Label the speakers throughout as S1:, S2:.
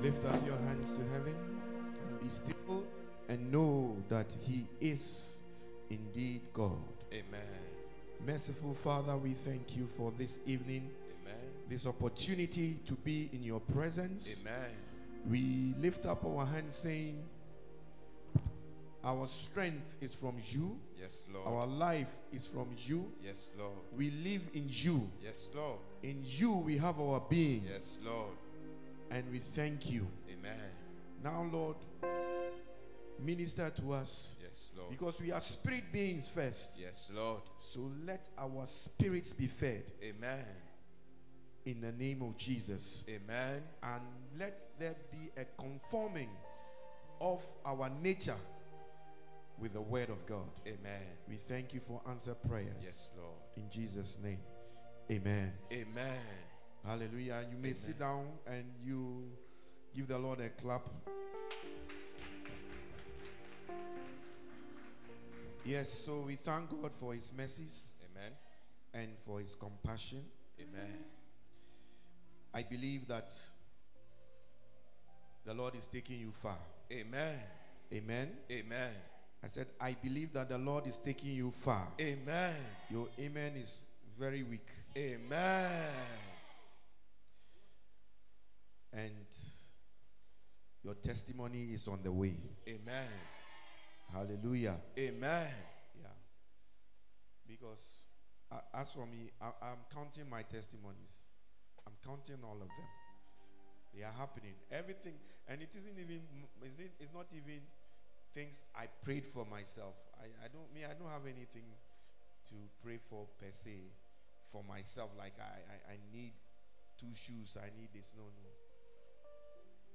S1: Lift up your hands to heaven. Be still and know that He is indeed God.
S2: Amen.
S1: Merciful Father, we thank you for this evening,
S2: Amen.
S1: this opportunity to be in your presence.
S2: Amen.
S1: We lift up our hands saying, Our strength is from you,
S2: Yes, Lord.
S1: our life is from you.
S2: yes, Lord.
S1: We live in you.
S2: Yes, Lord.
S1: In you we have our being,
S2: Yes, Lord.
S1: and we thank you.
S2: Amen.
S1: Now, Lord, minister to us
S2: Yes, Lord.
S1: because we are spirit beings first.
S2: Yes, Lord.
S1: So let our spirits be fed
S2: Amen.
S1: in the name of Jesus.
S2: Amen.
S1: And let there be a conforming of our nature with the word of God.
S2: Amen.
S1: We thank you for answer prayers.
S2: Yes, Lord.
S1: In Jesus' name. Amen.
S2: Amen.
S1: Hallelujah. You may sit down and you give the Lord a clap. Yes, so we thank God for his mercies
S2: Amen.
S1: and for his compassion.
S2: Amen.
S1: I believe that the Lord is taking you far.
S2: Amen.
S1: Amen.
S2: Amen.
S1: I said, I believe that the Lord is taking you far.
S2: Amen.
S1: Your amen is very weak.
S2: Amen.
S1: and your testimony is on the way.
S2: Amen.
S1: Hallelujah.
S2: Amen.
S1: Yeah. Because uh, as for me, I, I'm counting my testimonies. I'm counting all of them. They are happening. Everything, and it isn't even. Is it, it's not even things I prayed for myself. I, I don't mean I don't have anything to pray for per se for myself. Like I, I, I need two shoes. I need this. No, no.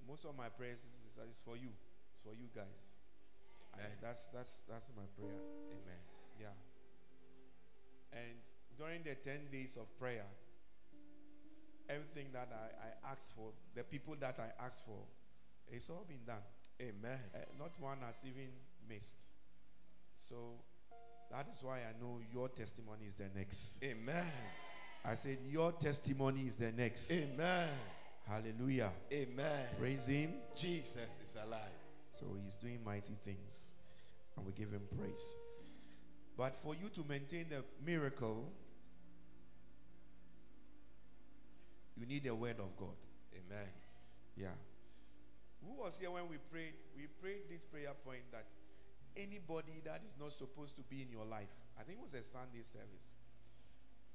S1: Most of my prayers is, is, is for you, It's for you guys. I-
S2: Amen.
S1: that's that's that's my prayer.
S2: Amen.
S1: Yeah. And during the 10 days of prayer, everything that I, I asked for, the people that I asked for, it's all been done.
S2: Amen.
S1: Uh, not one has even missed. So that is why I know your testimony is the next.
S2: Amen.
S1: I said, Your testimony is the next.
S2: Eh. Amen.
S1: Hallelujah.
S2: Amen.
S1: Praise Him.
S2: Jesus is alive.
S1: So He's doing mighty things. And we give Him praise. But for you to maintain the miracle, you need the word of God.
S2: Amen.
S1: Yeah. Who was here when we prayed? We prayed this prayer point that anybody that is not supposed to be in your life, I think it was a Sunday service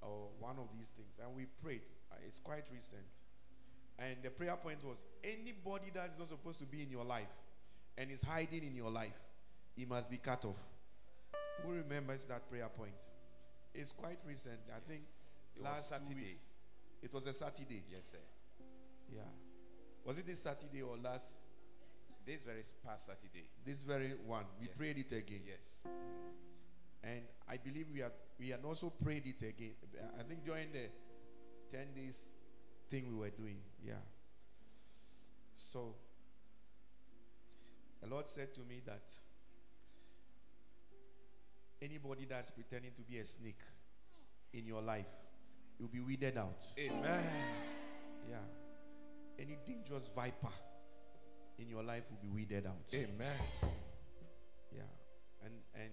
S1: or one of these things, and we prayed. Uh, It's quite recent. And the prayer point was anybody that is not supposed to be in your life and is hiding in your life, he must be cut off. Who remembers that prayer point? It's quite recent. I think
S2: It was
S1: last two
S2: Saturday.
S1: weeks. It was a Saturday.
S2: Yes, sir.
S1: Yeah. Was it this Saturday or last?
S2: This very past Saturday.
S1: This very one. We
S2: Yes.
S1: prayed it again.
S2: Yes.
S1: And I believe we have we had also prayed it again. I think during the 10 days thing we were doing. Yeah. So the Lord said to me that anybody that's pretending to be a snake in your life, you'll be weeded out.
S2: Amen.
S1: Yeah. Any dangerous viper in your life will be weeded out.
S2: Amen.
S1: Yeah. And and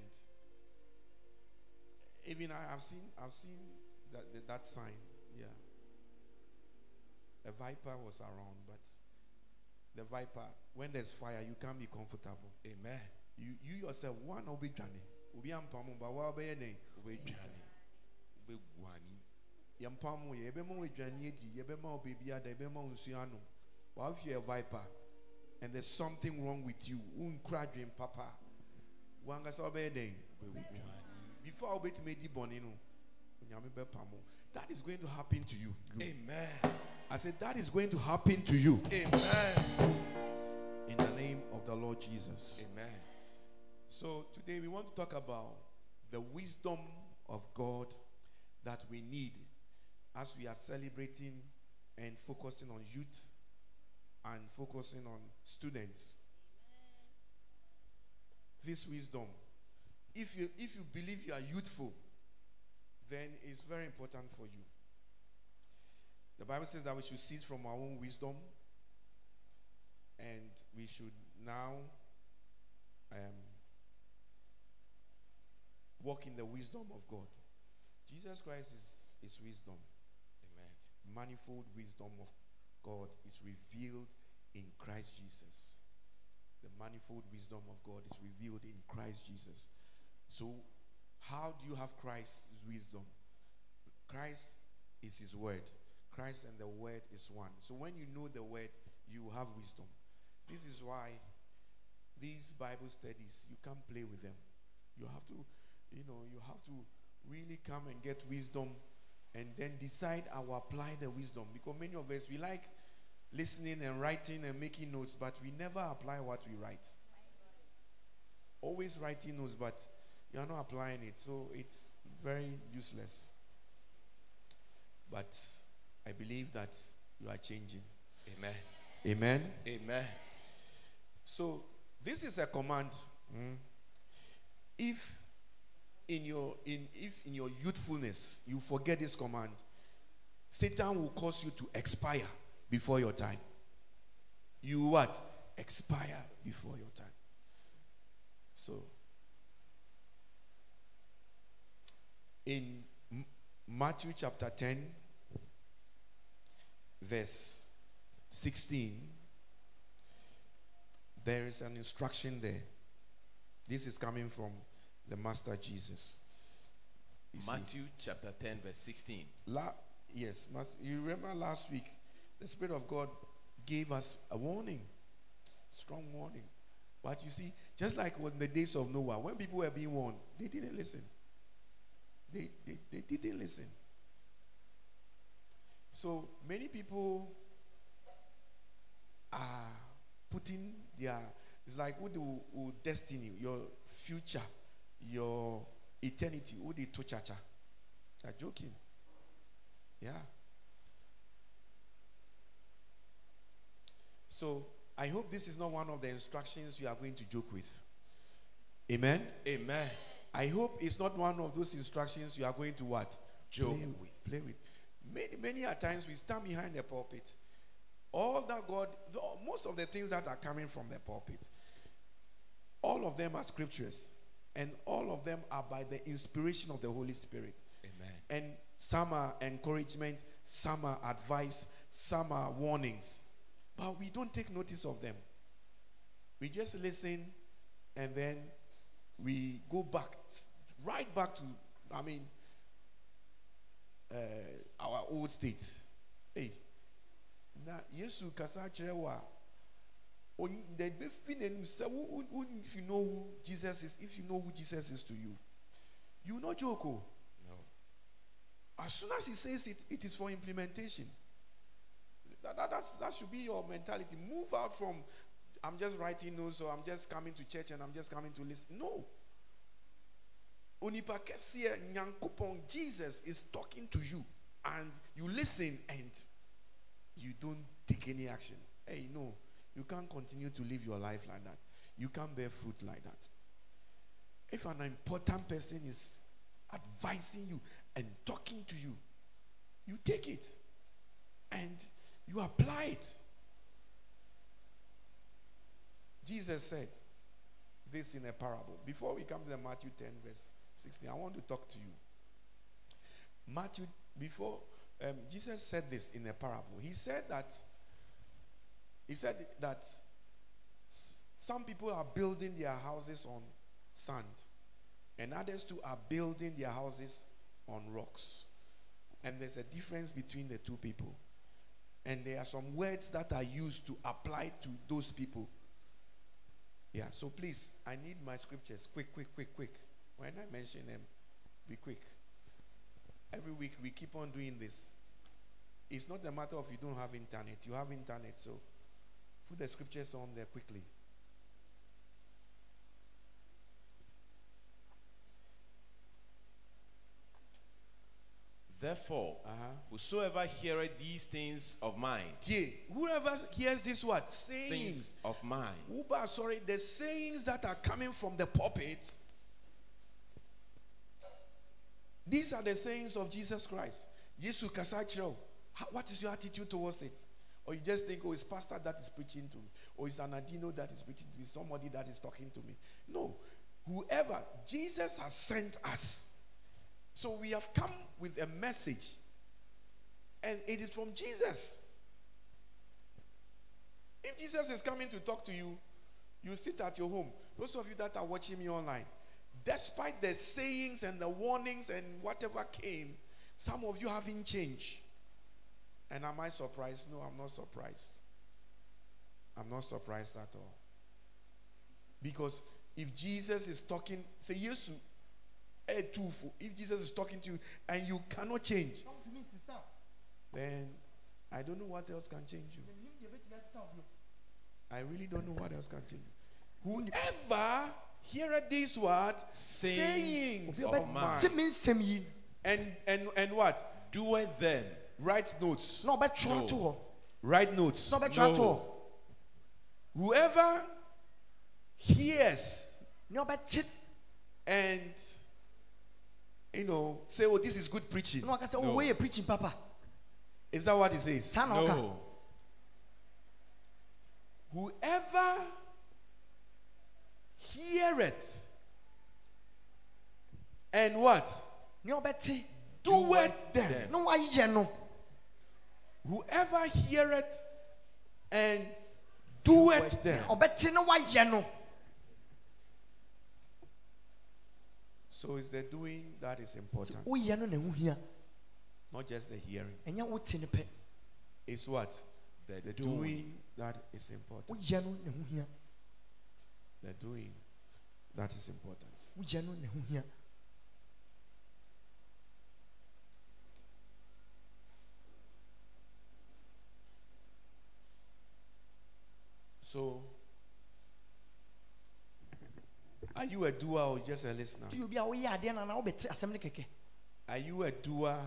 S1: even I, I've seen I've seen that that, that sign. Yeah. A viper was around, but the viper, when there's fire, you can't be comfortable.
S2: Amen.
S1: You you yourself, one will be drowning. Obi ampamu, but wa obeye ne.
S2: Wobɛdwane. Wobɛguane.
S1: Yampamu, yebema wedwane edi, yebema obebi ada, yebema unsu ano. But if you're a viper, and there's something wrong with you, unkra dream papa. Wanga sa obeye ne.
S2: Wobɛguane.
S1: before wobɛtumi adi bɔne no onyame bɛpam wo. that is going to happen to you
S2: Amen.
S1: i said that is going to happen to you
S2: Amen.
S1: in the name of the lord jesus
S2: Amen.
S1: so today we want to talk about the wisdom of god that we need as we are celebrating and focusing on youth and focusing on students this wisdom if you if you believe you are youthful then it's very important for you the bible says that we should cease from our own wisdom should now um, walk in the wisdom of God. Jesus Christ is, is wisdom.
S3: Amen.
S1: Manifold wisdom of God is revealed in Christ Jesus. The manifold wisdom of God is revealed in Christ Jesus. So, how do you have Christ's wisdom? Christ is His Word. Christ and the Word is one. So, when you know the Word, you have wisdom. This is why these Bible studies, you can't play with them. You have to, you know, you have to really come and get wisdom and then decide how to apply the wisdom. Because many of us, we like listening and writing and making notes, but we never apply what we write. Always writing notes, but you are not applying it. So it's very useless. But I believe that you are changing.
S3: Amen.
S1: Amen.
S3: Amen.
S1: So this is a command. Mm. If in your in if in your youthfulness you forget this command, Satan will cause you to expire before your time. You what? Expire before your time. So in M- Matthew chapter 10 verse 16 there is an instruction there. This is coming from the Master Jesus. You see,
S2: Matthew chapter 10, verse 16.
S1: la- yes, mas- you remember last week, the Spirit of God gave us a warning, s- strong warning. But you see, just like in the days of Noah, when people were being warned, they didn't listen. They, they, they didn't listen. So many people are putting their it's like what do who destiny, your future, your eternity, who they to chacha. They're joking. Yeah. So I hope this is not one of the instructions you are going to joke with. Amen.
S3: Amen.
S1: I hope it's not one of those instructions you are going to what?
S3: Joke
S1: play
S3: with.
S1: with. Play with. Many, many a times we stand behind the pulpit. All that God, the- most of the things that are coming from the pulpit, all of them are scriptures, and all of them are by the inspiration of the Holy Spirit.
S3: Amen.
S1: And some are encouragement, some are advice, some are warnings. But we don't take notice of them. We just listen and then we go back, right back to, I mean, uh, our old state. Hey, na Yesu kasa kyerɛ wo a, ony- the befi n'anim sɛ wo- wo- wo- if you know who Jesus is, if you know who Jesus is to you, you will not joke. oh.
S3: No.
S1: As soon as he says it, it is for implementation. That, that, that's, that should be your mentality. Move out from, I'm just writing notes or I'm just coming to church and I'm just coming to listen. No. Onipa kɛseɛ, Nyankopɔn, Jesus is talking to you and you listen and you don't take any action. Hey, no. You can't continue to live your life like that. You can't bear fruit like that. If an important person is advising you and talking to you, you take it and you apply it. Jesus said this in a parable. Before we come to the Matthew 10, verse 16, I want to talk to you. Matthew, before um, Jesus said this in a parable, he said that he said that s- some people are building their houses on sand, and others too are building their houses on rocks. And there's a difference between the two people. And there are some words that are used to apply to those people. Yeah, so please, I need my scriptures quick, quick, quick, quick. When I mention them, be quick. Every week we keep on doing this. It's not a matter of you don't have internet. You have internet, so put the scriptures on there quickly.
S2: Therefore,
S1: Uh-huh.
S2: whosoever heareth these things of mine,
S1: Dear, whoever hears this word, sayings,
S2: things of mine,
S1: Uba, sorry, the sayings that are coming from the pulpit, these are the sayings of Jesus Christ. Yesu kasa kyerɛ wo. Ha- What is your attitude towards it? Or you just think, oh, it's pastor that is preaching to me, or it's an adino that is preaching to me, somebody that is talking to me. No. Whoever Jesus has sent us. So we have come with a message, and it is from Jesus. If Jesus is coming to talk to you, you sit at your home. Those of you that are watching me online, despite the sayings and the warnings and whatever came, some of you haven't changed. And am I surprised? No, I'm not surprised. I'm not surprised at all. Because if Jesus is talking, say yes, if Jesus is talking to you and you cannot change,
S4: na wotumi nsesa
S1: then I don't know what else can change you.
S4: menim deɛ bɛtumi asesa wo bio
S1: I really don't know what else can change you. Whoever heareth these words,
S2: Sayings
S1: sayings
S2: of
S1: of
S2: man.
S1: mine,
S4: temi nsɛm yi
S1: "Oh, and and and what?
S2: doeth them.
S1: Write notes.
S4: na ɔbɛtwerɛ ato hɔ
S1: Write notes.
S4: na ɔbɛtwerɛ ato
S2: No.
S4: hɔ
S1: Whoever hears
S4: ne ɔbɛte
S1: and you know say, "Oh, this is good preaching,"
S4: na ɔka sɛ oh wɔyɛ preaching papa
S1: is that what it says?
S4: saa na
S2: Ah,
S4: ɔka
S2: No.
S1: Whoever heareth and what
S4: ne ɔbɛte
S1: doeth them.
S4: na wayɛ no
S1: Whoever heareth and doeth them.
S4: ɔbɛte na wayɛ no
S1: So it's the doing that is important,
S4: woyɛ no na ɛho hia
S1: not just the hearing.
S4: ɛnyɛ wote no pɛ
S1: It's what?
S2: The,
S1: The
S2: doing.
S1: doing that is important.
S4: woyɛ no na ɛho hia
S1: The doing that is important.
S4: woyɛ no na ɛho hia
S1: So, are you a doer or just a listener?
S4: to obi a woyɛ adeɛ no anaa wobɛte asɛm no kɛkɛ
S1: Are you a doer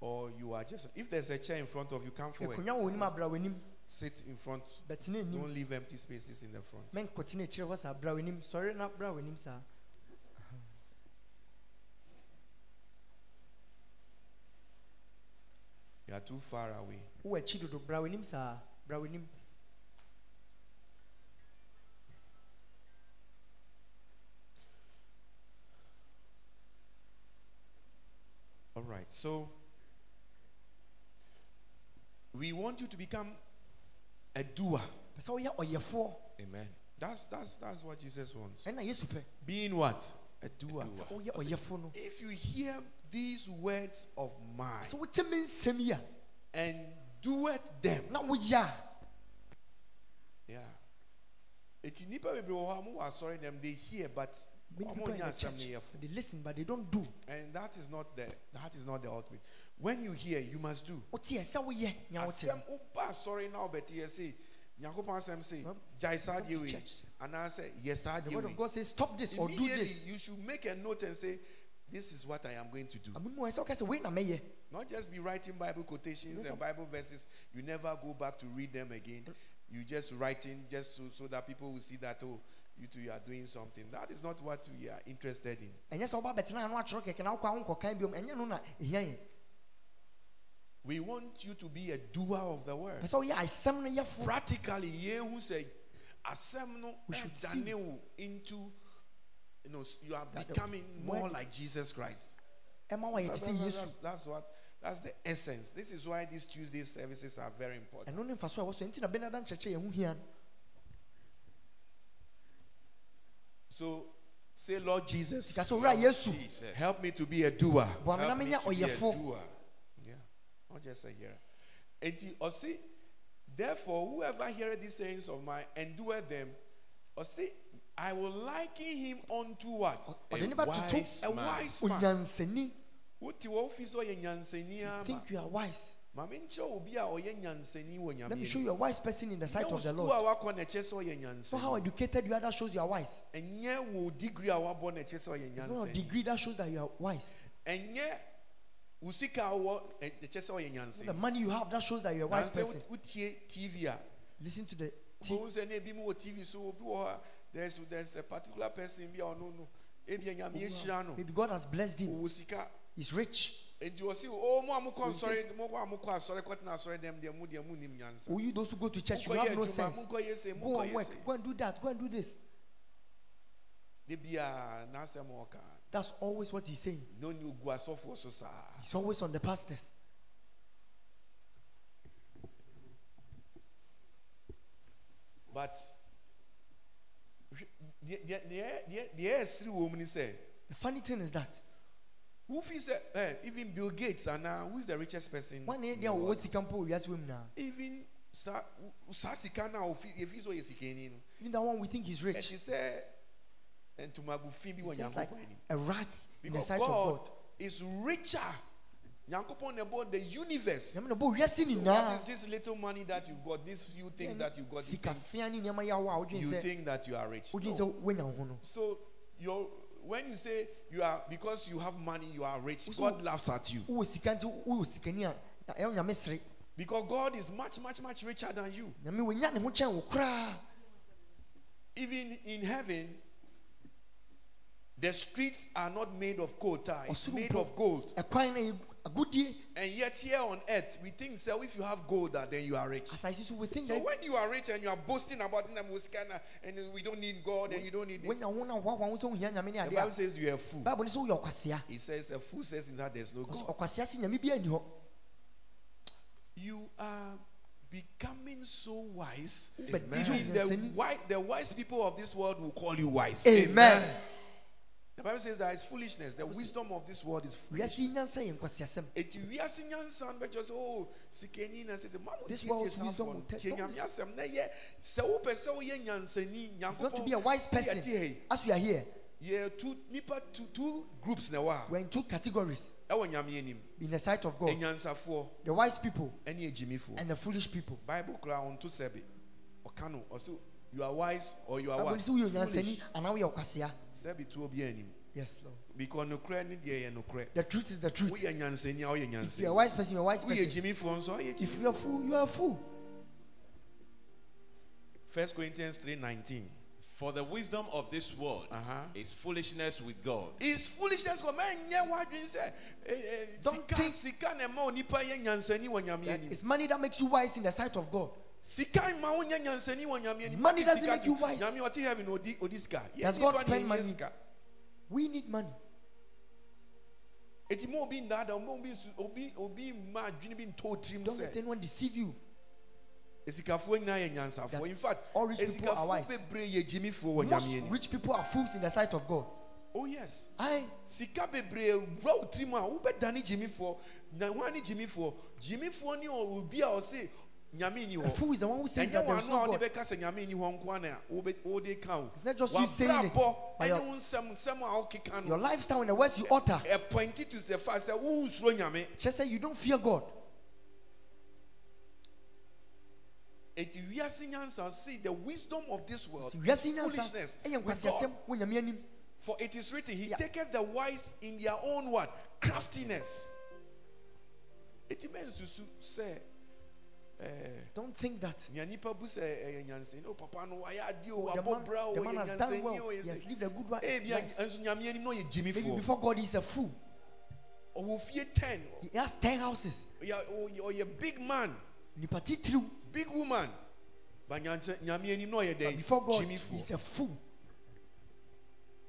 S1: or you are just. If there's a chair in front of you, come forward.
S4: akonnwa wɔ w'anim abra w'anim
S1: Sit in front.
S4: bɛtena anim
S1: Don't leave empty spaces in the front.
S4: menkɔtena akyirɛ hɔ saa bra w'anim sɔre na bra w'anim saa
S1: You are too far away.
S4: wowɔ akyi dodo bra w'anim saa bra w'anim
S1: All right. So we want you to become a doer.
S4: pɛ sɛ woyɛ ɔyɛfoɔ
S2: Amen.
S1: That's that's that's what Jesus wants.
S4: ɛna yesu pɛ
S1: Being what? A doer.
S2: doer.
S1: So
S4: woyɛ ɔyɛfoɔ no
S1: If you hear these words of mine
S4: sɛ wote me nsɛm yi a
S1: and doeth them,
S4: na woyɛ a
S1: yeah. Eti nipa bebree wɔ hɔ a mo wɔ asɔre dɛm, they hear but
S4: many
S1: ɔmo
S4: people in
S1: nya
S4: the
S1: asɛm no yɛ
S4: church
S1: fo.
S4: they listen but they don't do
S1: And that is not the that is not the ultimate. When you hear, you must do.
S4: woteɛ sɛ woyɛ nea wote
S1: asɛm
S4: no
S1: woba asɔre na wobɛte yɛ se nyankopɔn asɛm se gyae saa
S4: Come to
S1: deɛ wei
S4: church.
S1: anaasɛ yɛ saa
S4: the
S1: deɛ
S4: word of
S1: wei
S4: god says stop this or do
S1: immediately
S4: this
S1: you should make a note and say this is what i am going to do
S4: amemu ɛ sɛ woka sɛ wei na mɛyɛ
S1: not just be writing bible quotations and bible verses you never go back to read them again you just writing just so, so that people will see that oh you two you are doing something that is not what we are interested in
S4: ɛnyɛ sɛ woba bɛtena ano atwerɛ kɛkɛ na wokɔ a wonkɔkan biom ɛnyɛ no na ɛhia yɛn
S1: we want you to be a doer of the word
S4: pɛ sɛ woyɛ asɛm no yɛfo
S1: practically yehu sɛ asɛm no
S4: We should
S1: ɛdane
S4: see.
S1: wo into you know s- you are
S4: That the
S1: becoming more
S4: word-
S1: like jesus christ
S4: ɛma woayɛ
S1: that's,
S4: te sɛ
S1: that's-
S4: yesu
S1: that's- that's what that's the essence this is why these tuesday services are very important
S4: ɛno ne mfa so a ɛwɔ so nti na bɛnada nkyerɛkyerɛ yɛ ho hia no
S1: so say lord jesus
S4: sika sɛ owura yesu
S5: Jesus.
S1: help me to be a doer
S4: boa me na
S5: Help me
S4: menyɛ
S5: to be a
S4: ɔyɛfo
S5: doer.
S1: yeah not just a hearer enti ɔse therefore whoever heareth these sayings of mine and doeth them ɔse i will liken him unto what
S4: Ɔ- ɔde ne ba toto
S2: wise
S1: a
S2: man.
S1: wise
S4: Oh,
S1: man
S4: onyansani
S1: wote wɔ ofis sɛ ɔyɛ nyansani ama
S4: think you are wise
S1: maame nkyerɛ obi a ɔyɛ nyansani wɔ
S4: let me show you a wise person in the sight of the
S1: school
S4: lord
S1: a wakɔ na ɛkyɛ sɛ ɔyɛ
S4: so how
S1: nyansani
S4: educated you are that shows you are wise
S1: ɛnyɛ wo degree a wabɔ na ɛkyɛ sɛ ɔyɛ
S4: it's not a
S1: nyansani
S4: degree that shows that you are wise
S1: ɛnyɛ wo sika a wɔ ɛkyɛ sɛ ɔyɛ
S4: it's not the
S1: nyansani
S4: money you have that shows that you are a wise
S1: nansɛ
S4: person
S1: wot- wotie tv a
S4: listen to the t
S1: wohu sɛ na ebi mu wɔ tv so obi wɔ hɔ a there's there's a particular person bi a ɔno no ebi a nyame ahyira no
S4: maybe god has blessed him
S1: ɔwɔ sika
S4: he's rich
S1: Enti wɔsi o mo a mo kɔ nsɔre mo a mo kɔ asɔre kɔtena asɔre dɛm deɛ mo deɛ mo nim nyansa.
S4: Or you those who go to church, you
S1: Mokɔ yɛ
S4: have no
S1: adwuma
S4: sense.
S1: mo nkɔ yɛ se mo
S4: Go and
S1: nkɔ yɛ
S4: work.
S1: se.
S4: Go and do that. Go and do this.
S1: De bia n'asɛm a ɔka
S4: That's always what he's saying.
S1: no ni ogu asɔfoɔ so saa.
S4: He's always on the pastors.
S1: But hwɛ- deɛ deɛ deɛ deɛ deɛ ɛsiri wɔm ni sɛ
S4: The funny thing is that
S1: who fi sɛ ɛ even Bill Gates ana who is the richest person.
S4: one day
S1: in
S4: they
S1: the
S4: will
S1: world?
S4: see campo we ask him now.
S1: even saa wo- saa sika na ofi efi so yɛ sikani no
S4: Even that one we think he's rich.
S1: ɛti sɛ ntomago fi bi wɔ
S4: It's just like
S1: nyankopɔn anim
S4: a rag in the
S1: because
S4: sight of
S1: God
S4: God.
S1: is richer nyankopɔn na bɔ the universe
S4: Na me na bo wiase
S1: so
S4: nyinaa,
S1: what is this little money that you got these few things that you got you think,
S4: sikafea ne nneɛma yi a wo a wodwen
S1: you
S4: sɛ-
S1: think that you are rich
S4: wodwen
S1: No.
S4: sɛ woanya wo ho no.
S1: so your when you say you are because you have money you are rich
S4: Wo-
S1: God laughs at you
S4: Wowɔ sika nti wowɔ sikani a, na ɛyɛ wo Nyame sere.
S1: because God is much much much richer than you
S4: Nyame wanya ne ho kyɛn wo koraa.
S1: even in heaven the streets are not made of coal tie it's
S4: Ɔsoro
S1: made
S4: mpo,
S1: of gold
S4: ɛkwan na ɛyɛ agodie.
S1: and yet here on earth we think so if you have gold ah, then you are rich
S4: Asase so we think
S1: so
S4: that
S1: when you are rich and you are boasting about them with scanner and we don't need god and you don't need this
S4: woanya wo na woahoa wo sɛ wohia Nyame ne
S1: the
S4: adeɛ
S1: bible
S4: a,
S1: says you are a fool
S4: Bible ne sɛ woyɛ ɔkwasea.
S1: he says a fool says in that there's no
S4: Ɔsɛ
S1: god
S4: ɔkwasea se Nyame biara nni hɔ.
S1: you are becoming so wise
S4: But
S1: even the,
S4: Amen.
S1: wi- the wise people of this world will call you wise
S4: Amen.
S1: the bible says that it's foolishness the wisdom of this world is foolishness
S4: Wiase yi nyansa yɛ nkwaseasɛm.
S1: eti wiase nyansa no bɛkyerɛ sɛ o sikani oh, na sɛ sɛ ma mo
S4: This
S1: tie tie
S4: world's
S1: saa
S4: wisdom
S1: afɔ no
S4: will take-
S1: tie
S4: don't
S1: nyame asɛm na yɛ sɛ wopɛ sɛ woyɛ nyansani
S4: You got to be a wise
S1: sɛ
S4: person.
S1: yɛte ha yi
S4: As we are here,
S1: yɛ two nipa two two groups na ɛwɔ
S4: we're
S1: ha
S4: in two categories
S1: ɛwɔ nyame anim
S4: in the sight of
S1: E
S4: God
S1: anyansafoɔ
S4: the wise people
S1: ɛne agyimifoɔ
S4: and the foolish people.
S1: bible koraa ɔnto sɛ be ɔka no ɔsɛ you are wise or you are
S4: Bible
S1: what
S4: ne sɛ woyɛ onyansani
S1: foolish
S4: anaa woyɛ ɔkwasea.
S1: sɛ bi tuo bi anim
S4: Yes, Lord.
S1: because nokorɛ ne deɛ yɛ nokorɛ
S4: The truth is the truth.
S1: woyɛ nyansani a woyɛ
S4: If you're
S1: nyansani
S4: a wise person, you're a wise
S1: woyɛ
S4: person.
S1: gyimifoɔ nso a woyɛ
S4: If you're a
S1: gyimifoɔ
S4: fool, you are a fool.
S1: 1 corinthians 3.19
S2: For the wisdom of this world
S1: Uh-huh.
S2: is foolishness with God.
S1: It's foolishness kɔ mɛ nyɛ wadwin sɛ
S4: Don't
S1: Eh, sika
S4: think-
S1: sika na ɛma onipa yɛ nyansani wɔ nyame
S4: That
S1: anim
S4: It's money that makes you wise in the sight of God.
S1: sika ma wo nyɛ nyansani wɔ nyame anim
S4: Money
S1: Ɔde
S4: doesn't
S1: sika
S4: make you
S1: to-
S4: wise.
S1: nyame ɔte heaven na odi odi sika Yɛ
S4: Does God
S1: nipa na
S4: spend
S1: ɛnyɛ
S4: money?
S1: sika.
S4: We need money.
S1: eti mo obi ndaada mo obi nsu obi obi mma adwene bi ntɔ tirim
S4: Don't let
S1: sɛ
S4: anyone deceive you.
S1: esikafoɔ nyinaa yɛ nyansafoɔ
S4: That
S1: in fact
S4: all rich people are
S1: esikafoɔ
S4: wise.
S1: bebree yɛ gyimifoɔ wɔ
S4: Most
S1: nyame anim
S4: rich people are fools in the sight of God.
S1: oh yes
S4: I
S1: sika bebree wura wo tirim a wobɛdane gyimifoɔ na hwan ne gyimifoɔ gyimifoɔ ne ɔ- obi a ɔse nyame ni
S4: a
S1: hɔ
S4: fool is the one who says
S1: ɛnyɛ
S4: that there
S1: wɔn
S4: is
S1: ano a
S4: no
S1: wɔde
S4: God.
S1: bɛka sɛ nyame ni hɔ nko ana wobe- wode ka o
S4: It's not just you saying it,
S1: W'abrabɔ
S4: but
S1: ɛne
S4: your-
S1: wo nsɛm nsɛm a wokeka
S4: Your
S1: no
S4: lifestyle and the words you utter
S1: ɛpointi to the fact sɛ wonsuro nyame
S4: just say you don't fear God.
S1: enti wiase nyansa see the wisdom of this world
S4: So
S1: is
S4: wiase yi
S1: foolishness
S4: nyansa ɛyɛ
S1: with
S4: nkwaseasɛm
S1: God.
S4: wɔ Nyame anim.
S1: for it is written he
S4: Yeah.
S1: taketh the wise in their own what craftiness enti mɛnsusu sɛ ɛɛ
S4: Don't think that.
S1: nea nipa bu sɛ ɛyɛ nyansani o papa no wayɛ adeɛ o
S4: The Oh, man,
S1: abɔbra o
S4: the
S1: ɔyɛ
S4: man has done
S1: nyansani
S4: well.
S1: o eh,
S4: He has
S1: ɔyɛ
S4: lived a good wi-
S1: ebi
S4: life.
S1: nso nyame anim na ɔyɛ
S4: Maybe
S1: gyimifoɔ
S4: before God, he's a fool.
S1: ɔwɔ fie ten
S4: He has 10 houses.
S1: Ɔyɛ- ɔyɛ ɔyɛ big man
S4: Nipa titiriw.
S1: big woman ba nyansa nyame anim na ɔyɛ
S4: But
S1: dɛn
S4: before God,
S1: gyimifoɔ
S4: he's a fool.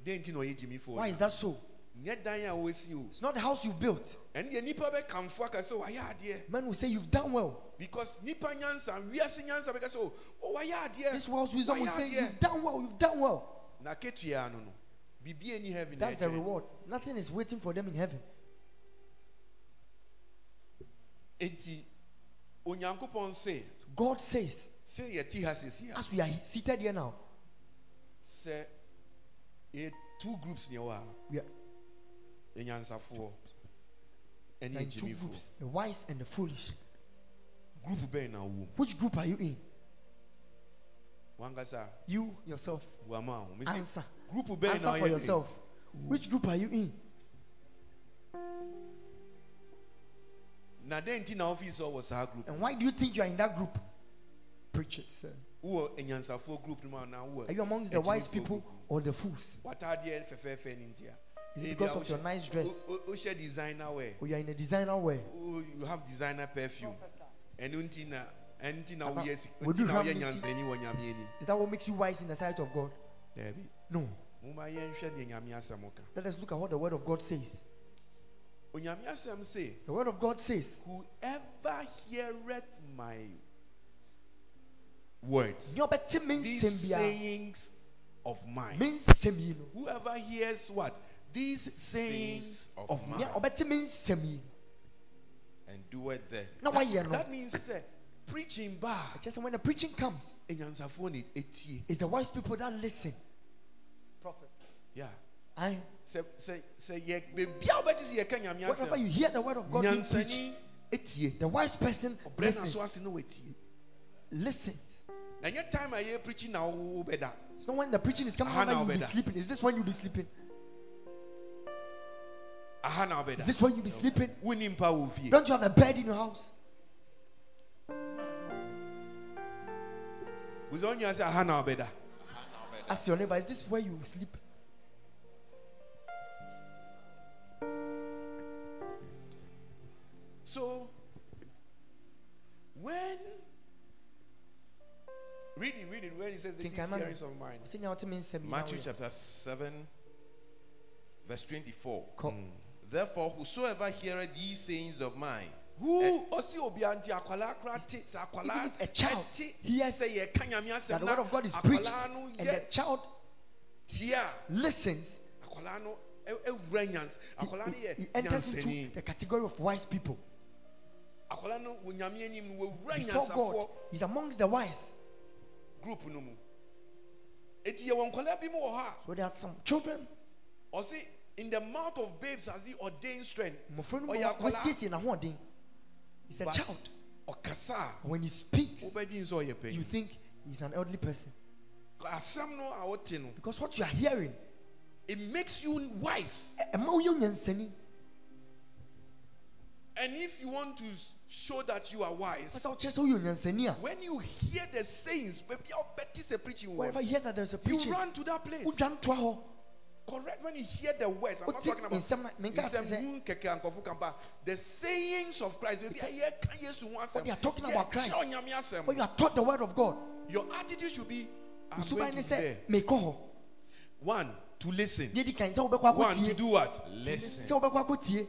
S1: dɛn nti na ɔyɛ gyimifoɔ
S4: Why is that so?
S1: nyɛ dan a wɔasi o
S4: It's not the house you built.
S1: ɛne deɛ nipa bɛkamfo aka sɛ wayɛ adeɛ
S4: Men will say you've done well.
S1: because nipa nyansa wiase nyansa oh, bɛka sɛ o wayɛ adeɛ
S4: This world's wisdom will
S1: wayɛ
S4: say
S1: adeɛ."
S4: you've done well. You've done well.
S1: na keteaa no no biribi ani heaven na
S4: That's the
S1: ɛkyerɛ.
S4: reward. Nothing is waiting for them in heaven.
S1: enti onyankopɔn se
S4: God says,
S1: sɛ yɛte ha sesia
S4: as we are seated here now,
S1: sɛ ɛyɛ two groups ne ɛwɔ ha
S4: we are
S1: anyansafoɔ ɛne
S4: in two
S1: agyimifoɔ
S4: groups: the wise and the foolish.
S1: group bɛn na wom
S4: Which group are you in?
S1: wankasa
S4: You yourself.
S1: buama ho
S4: Answer.
S1: group bɛn na
S4: Answer for
S1: woyɛ-
S4: yourself. Which group are you in?
S1: na dɛn nti na wofii sɛ wɔ saa group
S4: And why do you think you are in that group? Preach it, sir.
S1: wowɔ anyansafoɔ group no mu a na wowɔ
S4: Are you amongst the wise
S1: agyimifoɔ
S4: people
S1: group mu?
S4: or the fools?
S1: w'ataadeɛ fɛfɛɛfɛ no ntia
S4: Is it
S1: Maybe
S4: because
S1: I
S4: of your
S1: wish-
S4: nice dress?
S1: Wo- wo- wohyɛ designer wear.
S4: Or you are in a designer wear?
S1: Wo- You have designer perfume. Ɛno nti na ɛno nti na
S4: Papa,
S1: woyɛ si-
S4: would you
S1: nti na
S4: have
S1: woyɛ
S4: me tea?
S1: nyansani wɔ Nyame anim.
S4: Is that what makes you wise in the sight of God?
S1: Dabi.
S4: No.
S1: Momma yɛnhwɛ deɛ Nyame asɛm ka.
S4: Let us look at what the word of God says.
S1: Onyame asɛm se,
S4: The word of God says,
S1: whoever heareth my words,
S4: "Nea ɔbɛte me nsɛm
S1: these
S4: biara,
S1: sayings of mine,
S4: me nsɛm yi no,
S1: whoever hears what? These sayings
S2: Sayings of
S1: of
S2: mine.
S1: mine.
S4: nea ɔbɛte me nsɛm yi
S2: and do it then.
S4: no, na wayɛ no."
S1: That means sɛ, preaching ba
S4: Just when the preaching comes,
S1: a, ɛnyansafoɔ na ɛtie.
S4: it's the wise people that listen. Prophets.
S1: Yeah.
S4: I,
S1: Sɛ sɛ sɛ yɛ beebi a wobɛte sɛ yɛka Nyame
S4: whenever you
S1: asɛm,
S4: hear the word of God being preached,
S1: nyansani ɛtie.
S4: the wise person
S1: Ɔbrɛ n'aso
S4: listens.
S1: ase na watie.
S4: listens.
S1: Ɛnyɛ time a yɛ preaching na wo bɛda.
S4: It's not when the preaching is coming,
S1: Aha
S4: on
S1: na
S4: that you'll be
S1: ɔbɛda.
S4: sleeping. Is this when you'll be sleeping?
S1: Aha na
S4: Is
S1: wobɛda.
S4: this when you'll be sleeping?
S1: Wonni mpa wɔ wo fie.
S4: Don't you have a bed in your house?
S1: Wosɛ wonyaa sɛ aha na wobɛda.
S4: Ask your neighbor, is this where you sleep?
S1: So, when read it, read it, when it says the
S4: King Kaiman.
S1: hearings of mine.
S4: Sɛ nea ɔte me nsɛm yi na
S2: Matthew
S4: woyɛ.
S2: chapter 7, verse 24.
S4: Kɔ.
S1: Hmm.
S2: Therefore, whosoever heareth ye sayings of mine,
S1: Who ɔsi obi anti akwala akra te sɛ
S4: Even
S1: akwala
S4: if a child
S1: te
S4: hears
S1: sɛ yɛ kanyami
S4: That
S1: asɛm
S4: the
S1: na
S4: word of God is preached
S1: akwala no
S4: and the
S1: yɛ
S4: child
S1: tia
S4: listens,
S1: akwala no ɛ- ɛwura nyans
S4: he,
S1: akwala no
S4: he- he
S1: yɛ
S4: enters into the
S1: nyansani
S4: category of wise people.
S1: akwala no wɔ nyame anim no wɔwura
S4: Before God,
S1: nyansafoɔ
S4: he's amongst the wise.
S1: group no mu eti yɛ wɔ nkwala bi mu wɔ hɔ
S4: So there are some children,
S1: a ɔsi in the mouth of babes has he ordained strength
S4: mmɔfra no mu
S1: Ɔyɛ
S4: wɔ-
S1: akwalaa.
S4: wɔasiesie n'ahoɔden. He's a
S1: Oh, But
S4: child.
S1: ɔkasa a
S4: When he speaks,
S1: wobɛdwen sɛ ɔyɛ
S4: you
S1: panyin
S4: think he's an elderly person.
S1: asɛm no a wote no
S4: Because what you are hearing, eh,
S1: it makes you wise
S4: ɛ- ɛma wo yɛ nyansani.
S1: and if you want to show that you are wise
S4: Pastor, kyerɛ sɛ woyɛ nyansani a,
S1: when you hear the sayings baabi a wobɛte sɛ preaching word
S4: whenever you hear that there's a
S1: you
S4: preaching,
S1: run to that place
S4: wodwa ntoa hɔ.
S1: correct when you hear the words i'm not
S4: Wote
S1: talking about
S4: nsɛm na- menka ate sɛ-
S1: nsɛm kɛkɛ nkɔfo kampa the sayings of christ baabi a yɛka yesu ho asɛm
S4: What you are talking about Christ.
S1: yɛkyerɛ onyame asɛm
S4: When you are taught the word of God,
S1: your attitude should be i'm
S4: suban
S1: going
S4: ne
S1: to be there
S4: sɛ mekɔ hɔ.
S1: one to listen
S4: Deɛ di kan sɛ wobɛkɔ
S1: one to
S4: akɔtie.
S1: do what
S2: listen.
S4: Sɛ wobɛkɔ akɔtie.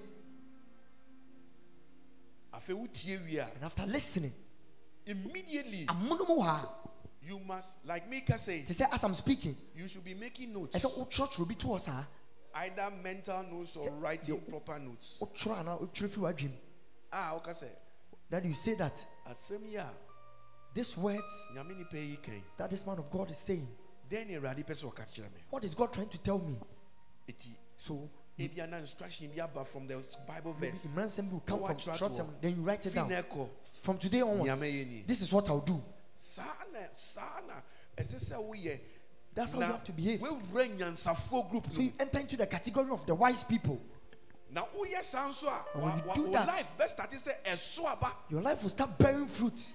S1: afei wotie wie a
S4: And after listening,
S1: immediately
S4: amonom wɔ ha
S1: you must like Mika said
S4: te sɛ as I'm speaking,
S1: you should be making notes
S4: ɛsɛ wotwerɛtwerɛ bi to hɔ saa.
S1: either mental notes or
S4: Sɛ-
S1: writing
S4: deɛ-
S1: proper notes
S4: Wotwerɛ anaa wotwerɛ firi w'adwem.
S1: ah okay sɛ
S4: That you say that
S1: asɛm yi a
S4: these words
S1: nyame nipa yi kan
S4: that this man of God is saying,
S1: dɛn ne awurade pɛ sɛ ɔka kyerɛ me
S4: what is God trying to tell me?
S1: ɛti
S4: So
S1: ebi ana instruction bi aba from the bible
S4: maybe
S1: verse
S4: Imran will come
S1: Now
S4: from
S1: watch out
S4: trust
S1: to-
S4: him, then you write it
S1: fi
S4: down.
S1: na ɛkɔ
S4: From today onwards,
S1: Nyame yɛ ni.
S4: this is what I'll do.
S1: saa na saa na ɛsɛ sɛ woyɛ
S4: That's how
S1: Na
S4: you have to behave.
S1: woawura nyansafoɔ group
S4: So
S1: no
S4: you
S1: mu.
S4: enter into the category of the wise people.
S1: na woyɛ saa nso a
S4: And when
S1: wa-
S4: you
S1: wa-
S4: do
S1: wo
S4: that-
S1: life bɛstarte sɛ ɛso aba
S4: Your life will start bearing fruit.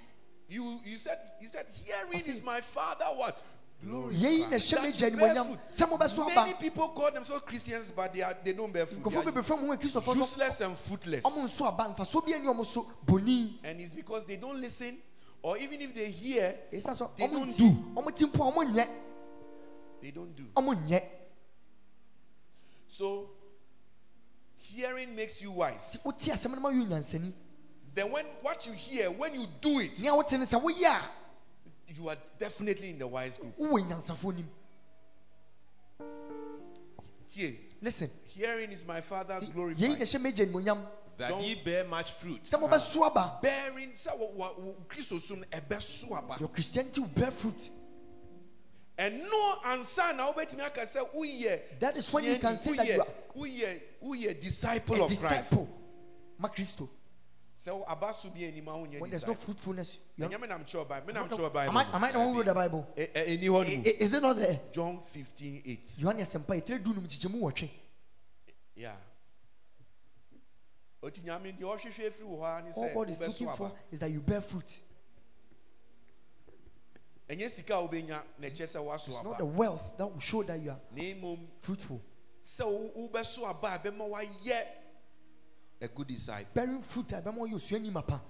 S1: you you said he said hearing
S4: Ɔse-
S1: is my father what glory
S4: Yɛyi na ɛhyɛ me
S1: That
S4: gya
S1: you
S4: animuonyam.
S1: bear fruit.
S4: Sɛ mobɛso
S1: many
S4: aba.
S1: people call themselves christians but they are they don't bear fruit
S4: Nkurɔfoɔ
S1: They
S4: bebree fam ho
S1: are
S4: Kristofoɔ so
S1: useless and fruitless
S4: ɔmo nso aba mfasoɔ bi ani ɔmo so boni.
S1: and it's because they don't listen or even if they hear
S4: Ɛsiane sɛ
S1: They
S4: ɔmo
S1: don't
S4: nti ɔmo ti mpo a, ɔmo nyɛ
S1: they don't do
S4: ɔmo nyɛ.
S1: so hearing makes you wise
S4: Nti wote asɛm no ma yɛ onyansani.
S1: then when what you hear when you do it
S4: Nea wote no sɛ woyɛ a
S1: you are definitely in the wise group
S4: wowɔ nyansafoɔ nim.
S1: Tie.
S4: Listen.
S1: hearing is my father
S4: ti- Yɛyi na
S1: glorified
S4: ɛhyɛ me gya animuonyam.
S6: That
S1: Don't-
S6: ye bear much fruit.
S4: Sɛ mobɛso aba.
S1: bearing sɛ wo- wo- wo- kristo so no ɛbɛso aba
S4: Your Christianity will bear fruit.
S1: ɛno ansa na wobɛtumi aka sɛ woyɛ
S4: That is when you can say that you are-
S1: woyɛ woyɛ disciple
S4: A
S1: of christ
S4: disciple. Ma Kristo.
S1: sɛ wo- aba so bi anim a wonyɛ
S4: When there's no
S1: disciple
S4: fruitfulness, you are
S1: ɛnyɛ me nam kyerɛ ɔba me nam
S4: Am
S1: kyerɛ
S4: I, am I the one who wrote the Bible?
S1: Ɛ- ɛ- ɛnni
S4: I-
S1: hɔ no mu
S4: i- Is it not there?
S1: john 158
S4: Yohane Asempa, etire du num kyekyɛ mu wɔtwe.
S1: yeah ɔti nyame deɛ ɔhwehwɛ afiri wɔ hɔ a ne
S4: All
S1: sɛ
S4: Oh, God is
S1: wobɛso
S4: looking for
S1: aba
S4: is that you bear fruit.
S1: ɛnyɛ sika a wobɛnya na ɛkyɛ sɛ woaso
S4: It's not
S1: aba
S4: the wealth that will show that you are
S1: na mmom
S4: fruitful.
S1: sɛ wo- wobɛso aba a bɛma woayɛ a good disciple
S4: bearing fruit a ɛbɛma ɔyɛ osuani ma pa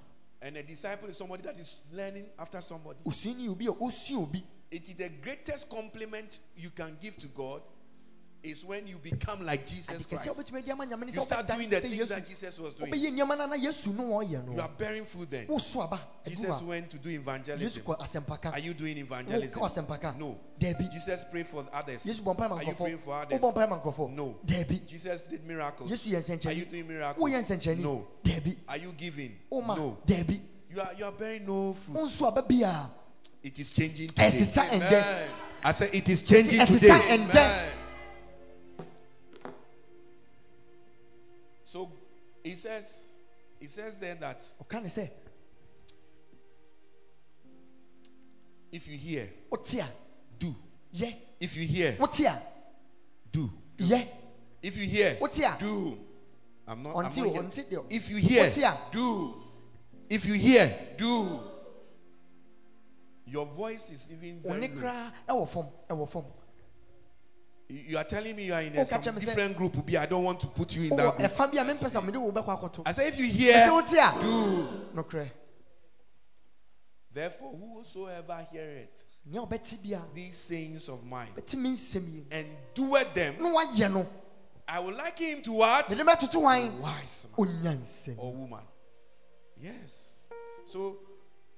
S1: and a disciple is somebody that is learning after somebody
S4: osuani yɛ obi a ɔsua obi
S1: it is the greatest compliment you can give to god is when you become like jesus
S4: kɛsɛ
S1: christ
S4: wobɛtumi adi ama nyame ne
S1: you
S4: sɛ
S1: start doing the things that
S4: yesu
S1: jesus was doing
S4: wobɛyɛ nneɛma no na yesu no wɔyɛ
S1: you are
S4: no
S1: bearing fruit then
S4: woso aba adu
S1: jesus
S4: a
S1: went to do
S4: yesu
S1: evangelism
S4: kɔ asɛmpaka
S1: are you doing
S4: wokɔ
S1: evangelism
S4: asɛmpaka
S1: no
S4: daabi
S1: jesus prayed for others
S4: yesu bɔ mpae ma
S1: are you praying for
S4: nkɔfoɔ
S1: others
S4: wobɔ mpae ma nkɔfoɔ
S1: No.
S4: daabi
S1: jesus did miracles
S4: yesu yɛ
S1: are you doing
S4: nsɛnkyɛnni
S1: miracles
S4: woyɛ nsɛnkyɛnni
S1: no
S4: daabi
S1: are you giving
S4: woma
S1: no
S4: daabi
S1: you are you are bearing no fruit
S4: wonso aba bia
S1: it is changing today
S4: ɛsesa ɛndɛn
S1: i said it is changing
S4: ɛsesa
S1: today
S4: ɛndɛn
S1: so he says he says there that
S4: ɔka ne sɛ
S1: if you hear
S4: wote a
S1: do
S4: yɛ
S1: if you hear
S4: wote a
S1: do
S4: yɛ
S1: if you hear
S4: wote a
S1: do i'm not I'm
S4: ɔnte
S1: not
S4: o
S1: here.
S4: ɔnte deɛ
S1: if you hear
S4: Wote a?
S1: do if you hear do your voice is even very
S4: one
S1: low.
S4: koraa ɛwɔ fam ɛwɔ fam
S1: You- you are telling me you are in
S4: Oh,
S1: a some
S4: catch 'em, sir.
S1: different group obi i don't want to put you in that
S4: ɔwɔ
S1: group
S4: ɛfa bi a mempɛ sɛ mede wo bɛkɔ akɔto
S1: i say if you
S4: ɛsɛ
S1: hear
S4: wote a
S1: do
S4: nokorɛ
S1: therefore whosoever heareth
S4: nea ɔbɛte bi a
S1: these sayings of mine
S4: bɛtumi nsɛm yi
S1: and doeth them
S4: na wayɛ no
S1: I would like him to what?
S4: mede bɛtoto
S1: Oh,
S4: wan
S1: Wise man
S4: onyansɛm
S1: or woman. Yes. So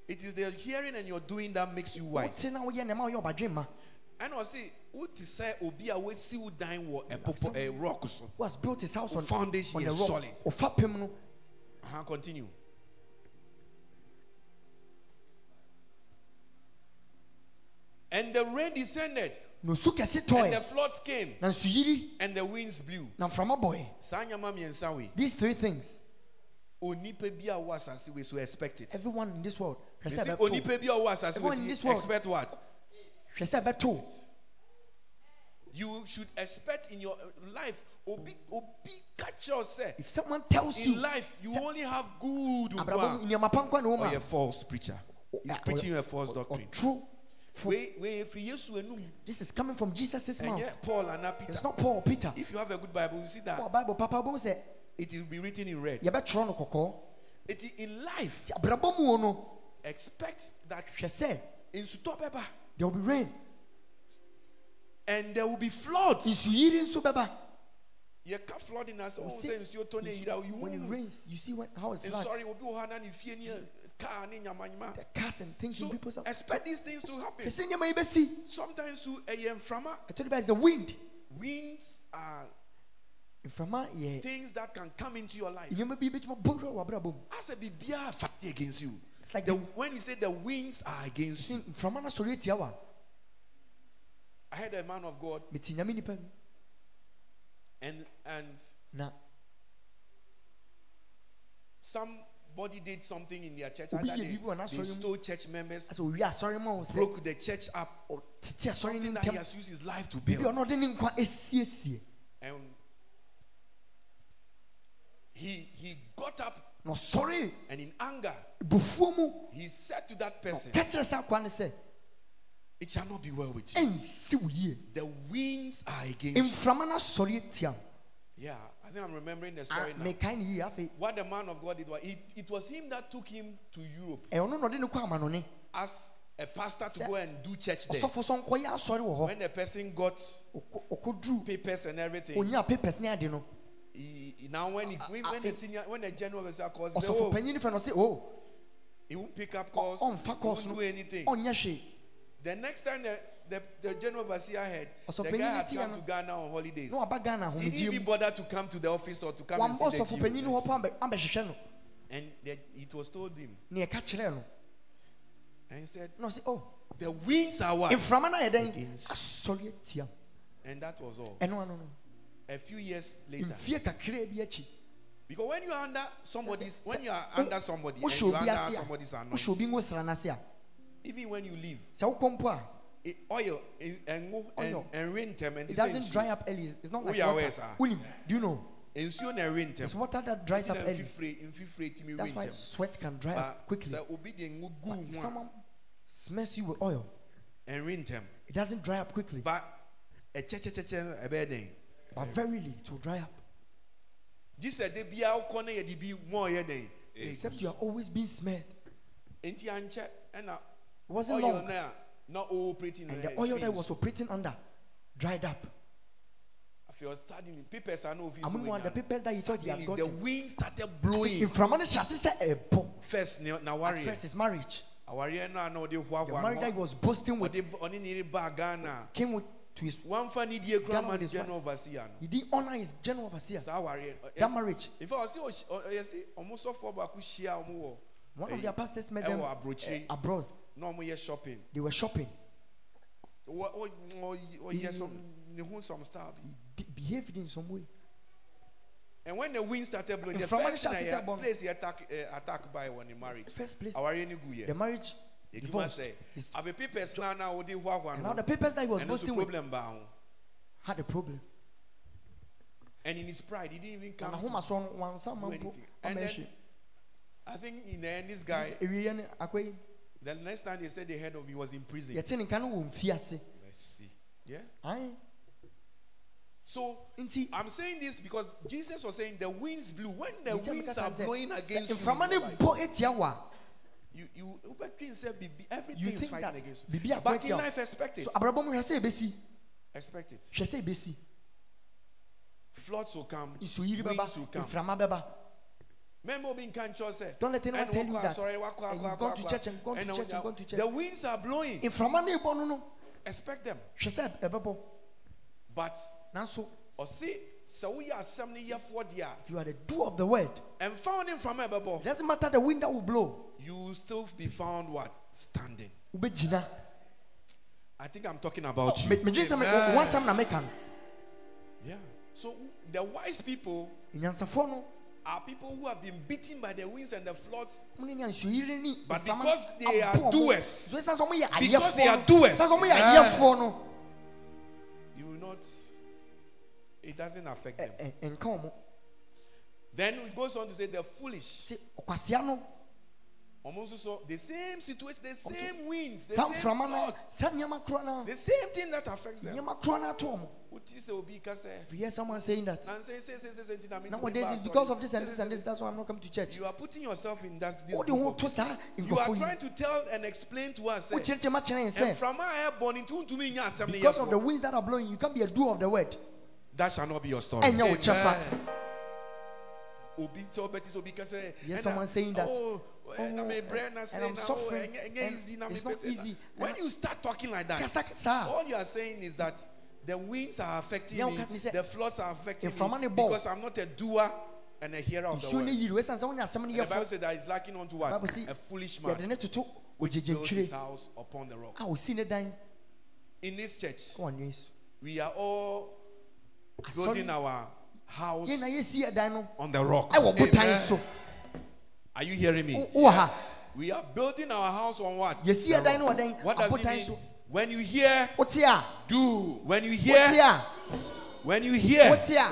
S1: it is the hearing and your doing that makes you wise.
S4: wote na woyɛ nema woyɛ ɔbadwe ma
S1: And I say, what is say obi a we see who dine wo a popo a rock so.
S4: who has built his house on,
S1: Foundation
S4: on a
S1: is
S4: rock
S1: solid.
S4: ɔfa pem no
S1: Uh-huh, continue. And the rain descended,
S4: na osu kɛse
S1: and the
S4: tɔe
S1: floods came,
S4: na nsuyiri
S1: and the winds blew.
S4: na mframa bɔe
S1: Sanyama miensawi.
S4: these three things
S1: Onipe bia was as we so expect it.
S4: everyone in this world hwɛ
S1: You
S4: sɛ
S1: see,
S4: ɛbɛto
S1: onipa bi a ɔwɔ asase
S4: Everyone
S1: wɔ
S4: in
S1: si-
S4: this world.
S1: expect what?
S4: hwɛ sɛ ɛbɛto
S1: You should expect in your uh, life. Obi, obi, catch yourself.
S4: if someone tells you
S1: In life, you only have good.
S4: abrabɔ mu
S1: one.
S4: nneɛma pa nkwa ne wo
S1: Or
S4: ma
S1: a false preacher. He's
S4: ɔ-
S1: preaching you a false
S4: ɔ-
S1: doctrine.
S4: ɔtro fo-
S1: We, we, if Yesu enum,
S4: This is coming from Jesus'
S1: and
S4: mouth.
S1: yet eh, Paul and Peter.
S4: It's not Paul, Peter.
S1: If you have a good Bible, you see
S4: Paul
S1: that
S4: Bible, Papa Bob said,
S1: it will be written in red.
S4: You better try no kɔkɔɔ.
S1: It is in life.
S4: Ti abrabɔ mu o no,
S1: Expect that
S4: hwɛ sɛ,
S1: in Sutobeba,
S4: there will be rain.
S1: and there will be floods.
S4: Nsuyiri nso bɛba.
S1: You can't flood in us. Oh,
S4: Nsu-
S1: say nsuo tɔ ne
S4: nsu-
S1: yira o, you
S4: When it
S1: won't.
S4: rains, you see when, how it
S1: And
S4: floods.
S1: sorry, obi wɔ hɔ a na ne fie ne car ne nyamanyama.
S4: The cars and things in
S1: So
S4: people's house.
S1: expect these things to happen.
S4: Yɛsɛ nneɛma yi bɛsi.
S1: Sometimes to a yɛn mframa,
S4: I told you guys the wind.
S1: winds are
S4: Mframa yɛ
S1: things that can come into your life.
S4: nneɛma bi bɛtuma bɔwura wɔ abrabɔ mu.
S1: As a bibia fight against you.
S4: It's like
S1: The-
S4: the-
S1: when you say the winds are against
S4: Si
S1: you,
S4: mframa na sɔrɔ etia wa.
S1: I heard a man of God
S4: Meti nyame nipa mu.
S1: and and
S4: Na
S1: somebody did something in their church.
S4: Obi
S1: Either
S4: yɛ
S1: They,
S4: biribi wɔ
S1: they
S4: n'asɔre mu.
S1: stole church members,
S4: asɛ owi asɔre ma o sɛ
S1: broke the church up.
S4: ɔtete asɔre
S1: Something
S4: ne
S1: that he
S4: ntɛm.
S1: has used his life to
S4: Bi
S1: build.
S4: ɔno ɔde ne nkwa esiesie.
S1: And he he got up
S4: Na ɔsɔre
S1: and in anger
S4: bufuo mu.
S1: he said to that person,
S4: ka kyerɛ sɛ akoa ne sɛ
S1: It shall not be well with you.
S4: ɛnsi wo yie
S1: The winds are against you.
S4: mframa no asɔre atia wo
S1: Yeah, I think I'm remembering the story
S4: Ah,
S1: now.
S4: mekae ne yie afei
S1: What the man of God did was it, it was him that took him to Europe
S4: ɛno na ɔde ne kɔ amanɔne
S1: as a pastor to
S4: Sir.
S1: go and do church there.
S4: ɔsɔfo sɛ nkɔyɛ asɔre wɔ hɔ
S1: When the person got
S4: Ɔkɔ- ɔkɔduruu
S1: papers and everything,
S4: onyaa papers ne ade no
S1: he, he- now when
S4: Ah,
S1: he, when, when the
S4: think-
S1: senior when the general officer calls, he, say,
S4: ɔsɔfo
S1: "Oh,
S4: panyin no fɛ no ɔse "Oh, o
S1: he won't pick up calls, he
S4: ɔmfa kɔɔs
S1: won't
S4: no
S1: do anything.
S4: ɔnyɛ hwee
S1: The next time the, the, the general overseer heard,
S4: Ọsọ
S1: the
S4: panyin
S1: guy
S4: ni
S1: had
S4: tia
S1: come
S4: no.
S1: to Ghana on holidays.
S4: na waba ghana
S1: He didn't even
S4: ahomegyeɛ mu
S1: bother to come to the office or to come and
S4: wambɔ
S1: see the
S4: ɔsɔfo panyin no hɔ
S1: GOs.
S4: pa ambɛ- ambɛhwehwɛ no
S1: And that it was told him,
S4: na yɛka kyerɛɛ no
S1: and he said,
S4: na ɔse o
S1: The winds are what?
S4: mframa no ayɛ dɛn
S1: Against-
S4: asɔre atia wo
S1: And that was all.
S4: ɛno ano no
S1: A few years later,
S4: mfie kakraa bi akyi
S1: because when you are under somebody's,
S4: sɛ-
S1: when you are
S4: sɛ-
S1: under somebody, and
S4: wohyɛ
S1: you are
S4: obi ase
S1: under
S4: a
S1: somebody's
S4: wohyɛ
S1: anointing,
S4: obi ngo sra no ase a
S1: even when you leave,
S4: sɛ wokɔ mpo a
S1: it, oil and and wo- and
S4: Oil.
S1: and rain term and
S4: It
S1: this
S4: doesn't dry
S1: ensuo-
S4: up early. It's not
S1: Who
S4: like
S1: you are
S4: water.
S1: aware, sir?
S4: Unim, do you know?
S1: ensuo na rain term.
S4: It's water that dries up
S1: Na
S4: early.
S1: mfifire- mfifire timi
S4: That's
S1: rain
S4: why
S1: term.
S4: sweat can dry up
S1: But
S4: quickly.
S1: sɛ obi de ngo gu
S4: But
S1: ho
S4: if
S1: a,
S4: someone smears you with oil,
S1: and rain term.
S4: it doesn't dry up
S1: e,
S4: quickly.
S1: But a church, church, church, a bed
S4: but verily it will dry up.
S1: jesus de bia wokɔ na yɛde bi mɔɔ yɛ dɛn
S4: Except you are always being smeared.
S1: enti ankyɛ ɛna
S4: It wasn't
S1: oil
S4: long.
S1: no a na ɔoperating
S4: And the oil that was operating under dried up.
S1: afei ɔstadin papers a na ofi
S4: I'm one the papers that you thought you had
S1: Suddenly, the
S4: gotten.
S1: wind started
S4: In
S1: blowing.
S4: Framana Shasi said a bomb.
S1: First, ne- na
S4: At
S1: warrior.
S4: first, it's marriage.
S1: Awareɛ no a na ɔde
S4: The
S1: hoahoa
S4: married
S1: no
S4: guy
S1: ho.
S4: was boasting with
S1: Ɔde b- ɔne ne ba Ghana.
S4: came with to his
S1: Wamfa ne die koraa
S4: Ghana
S1: ma
S4: with
S1: ne
S4: his
S1: general
S4: wife.
S1: overseer no.
S4: he didn't honor his general overseer.
S1: Saa awareɛ no, ɔ-
S4: That
S1: Uh, yes-
S4: marriage.
S1: In fact, oh, ɔse ɔhyi- ɔ- ɔyɛ sɛ ɔmo sɔfoɔ baako hyia a ɔmo wɔ,
S4: One
S1: eh,
S4: of their pastors met them
S1: ɛwɔ
S4: uh,
S1: Abrokyire.
S4: abroad.
S1: na ɔmoyɛ shopping. oh,
S4: They were shopping.
S1: Wɔ- ɔ- ɔ- ɔyɛ
S4: He-
S1: some- ne ho some style bi.
S4: He de- behaved in some way.
S1: And when the wind started blowing,
S4: In
S1: the
S4: Framani
S1: first thing
S4: Shah,
S1: I
S4: sister
S1: heard-
S4: born.
S1: place he attack, eh, attack by one in marriage.
S4: First place,
S1: Awareɛ no guiɛ.
S4: the marriage
S1: Edwuma
S4: divorced.
S1: sɛ
S4: His-
S1: abe papers na na wɔde hoahoa
S4: and
S1: no
S4: now the
S1: ho.
S4: papers that he was
S1: Ɛno nso
S4: boasting with
S1: problem baa ho.
S4: had a problem.
S1: And in his pride, he didn't even come.
S4: And I home
S1: to-
S4: as one one some man po-
S1: anything.
S4: one
S1: And
S4: man
S1: then-
S4: shit.
S1: I think in the end, this guy,
S4: Ewie ne akɔyi
S1: the next time they said they heard of him, he was in prison.
S4: yɛte ne nka no wɔ mfi ase.
S2: Mercy.
S1: Yeah.
S4: Aye.
S1: So
S4: Nti
S1: I'm saying this because Jesus was saying the winds blew. When the
S4: nti
S1: winds
S4: meka
S1: are
S4: sɛ sɛ,
S1: blowing
S4: sɛ
S1: against you, in
S4: mframa
S1: your
S4: ne
S1: life,
S4: bɔ etia wo a,
S1: you, you, Ubetwin said, "Be- be-
S4: you
S1: everything is
S4: think that
S1: fighting against
S4: bibi
S1: you. But in
S4: akɔetia
S1: life,
S4: wo.
S1: expect it.
S4: So abrabɔ mu hwɛ sɛ ebesi
S1: Expect it.
S4: hwɛ sɛ ebesi
S1: Floods will come.
S4: nsuyiri bɛba
S1: Winds will come.
S4: mframa bɛba.
S1: Memo being cancer said.
S4: Don't let anyone
S1: "And
S4: tell
S1: wakwa,
S4: you that.
S1: Sorry, wakwa,
S4: And
S1: wakwa,
S4: you've gone to
S1: wakwa."
S4: church and gone to
S1: And now
S4: church and
S1: the-
S4: gone to
S1: The
S4: church.
S1: winds are blowing.
S4: mframa ne bɔ no no
S1: Expect them.
S4: hwɛ sɛ ɛbɛbɔ
S1: But
S4: nanso
S1: or see, so we are seventy year for dia
S4: if you are the doer of the word
S1: and found him from Ebebo.
S4: it doesn't matter the wind that will blow
S1: You will still be found what standing.
S4: wobɛgyina
S1: I think I'm talking about you.
S4: Oh, Me- megye sɛ me-
S2: Amen.
S4: wansɛm na meka no
S1: Yeah. So the wise people
S4: anyansafoɔ no
S1: are people who have been beaten by the winds and the floods.
S4: mo ne ne ansuyire ne
S1: But
S4: mframa
S1: because they are
S4: abɔ mo.
S1: doers.
S4: so ɛsiane sɛ moyɛ
S1: Because they are
S4: ayɛfoɔ no-
S1: doers.
S4: ɛsiane sɛ moyɛ
S2: Yeah.
S4: ayɛfoɔ no
S1: You will not. It doesn't affect them.
S4: ɛ- ɛ- ɛnka wɔ mo
S1: Then it goes on to say the foolish.
S4: sɛ ɔkwasea no
S1: Almost so the same situation, the
S4: Okay.
S1: same winds, the
S4: saa
S1: same
S4: mframa no
S1: floods,
S4: saa nneɛma korɔ no
S1: the same thing that affects them.
S4: nneɛma korɔ no ato wɔ mo
S1: What is obi kase?
S4: if you hear someone saying that
S1: And say say say say say. nti na me ntumi
S4: nowadays
S1: ba,
S4: it's
S1: sorry.
S4: because of this
S1: Say,
S4: and
S1: say,
S4: this and
S1: say,
S4: this that's why I'm not coming to church
S1: You are putting yourself in that this.
S4: wode
S1: group
S4: ho
S1: of
S4: to saa
S1: people. you are
S4: nkɔfoɔ
S1: trying
S4: yi
S1: to tell and explain to us. eh,
S4: wokyerɛkyerɛ ma kyerɛ yɛn
S1: And
S4: sɛ
S1: from my born into to me asɛm ne
S4: because of the
S1: yɛfoɔ.
S4: winds that are blowing you can't be a doer of the word
S1: That shall not be your story.
S4: ɛnyɛ wo kyɛfa
S1: Obi tell Betty obi kase.
S4: Yes,
S1: ɛna,
S4: someone saying that.
S1: Oh, eh, na
S4: Oh,
S1: me
S4: eh,
S1: brɛ na
S4: and
S1: se
S4: I'm
S1: na, oh,
S4: suffering,
S1: ɛnyɛ- ɛnyɛ
S4: and
S1: easy na me
S4: it's
S1: pɛ
S4: not
S1: se na.
S4: easy,
S1: When
S4: and-
S1: you start talking like that.
S4: kasa saa
S1: All you are saying is that the winds are affecting
S4: Yeah,
S1: me,
S4: okay, sir.
S1: the floods are affecting
S4: If I'm on
S1: me,
S4: the ball.
S1: because I'm not a doer and a hearer of the
S4: nsuo
S1: word.
S4: no
S1: And
S4: yiri ɛsiane sɛ wonya asɛm no
S1: the Bible
S4: yɛfo
S1: said that it's lacking unto what?
S4: Bible say,
S1: A foolish
S4: yɛde
S1: man
S4: ne toto
S1: which built his
S4: ogyegyantwire
S1: house upon the rock.
S4: a ɔsii Ah, ne dan
S1: In this church,
S4: wɔnwe so
S1: we are all building
S4: asɔre
S1: our house
S4: yɛna yɛsii ɛdan no
S1: on the rock.
S4: ɛwɔ botan so
S1: Are you hearing me?
S4: Wo- wowɔ ha
S1: We are building our house on what?
S4: yɛsii
S1: The
S4: ɛdan no
S1: rock.
S4: wɔ dan
S1: What does it
S4: abotan
S1: mean?
S4: so
S1: When you hear,
S4: wote a
S1: do. When you
S4: wote
S1: hear,
S4: a
S1: when you hear.
S4: wote a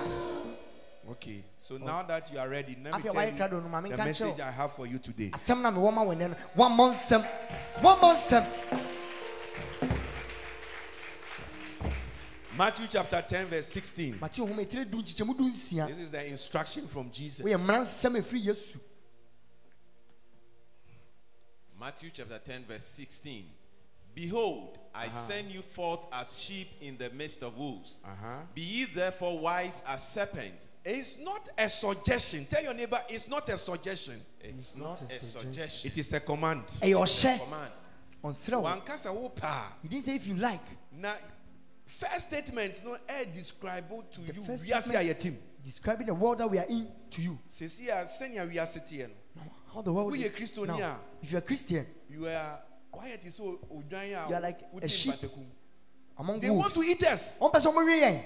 S1: Okay, so now that you are ready, let me
S4: Afei,
S1: tell
S4: Oh. why
S1: you
S4: crowd on, Mami,
S1: the
S4: can't
S1: message
S4: show.
S1: I have for you today.
S4: asɛm na mewɔ ma wɔ nɛ no wammɔ nsɛm wammɔ nsɛm
S1: Matthew chapter 10, verse 16.
S4: mateo homa ɛtire du nkyekyɛmu du nsia
S1: This is the instruction from Jesus.
S4: woyɛ mmara nsɛm ɛfiri yesu
S2: Matthew chapter 10, verse 16. Behold, I send you forth as sheep in the midst of wolves.
S1: Uh-huh.
S2: Be ye therefore wise as serpents.
S1: It's not a suggestion. Tell your neighbor, it's not a suggestion.
S2: It's, not, a suggestion.
S1: It is a command.
S4: ɛyɛ ɔhyɛ
S2: Command.
S4: ɔnserɛ wo
S1: One cast a whoop-ah.
S4: you didn't say if you like
S1: Now, first statement, no, I describe to
S4: The
S1: you.
S4: first
S1: We are
S4: statement-
S1: your team.
S4: describing the world that we are in to you
S1: Sisi, senior, we are sitting.
S4: how the world
S1: Woyɛ
S4: is
S1: Kristoni
S4: now.
S1: a-
S4: If you are Christian
S1: You are. Why it is so? oh, uh,
S4: You are like a sheep among
S1: They want
S4: wolves,
S1: to eat us.
S4: one person will reign.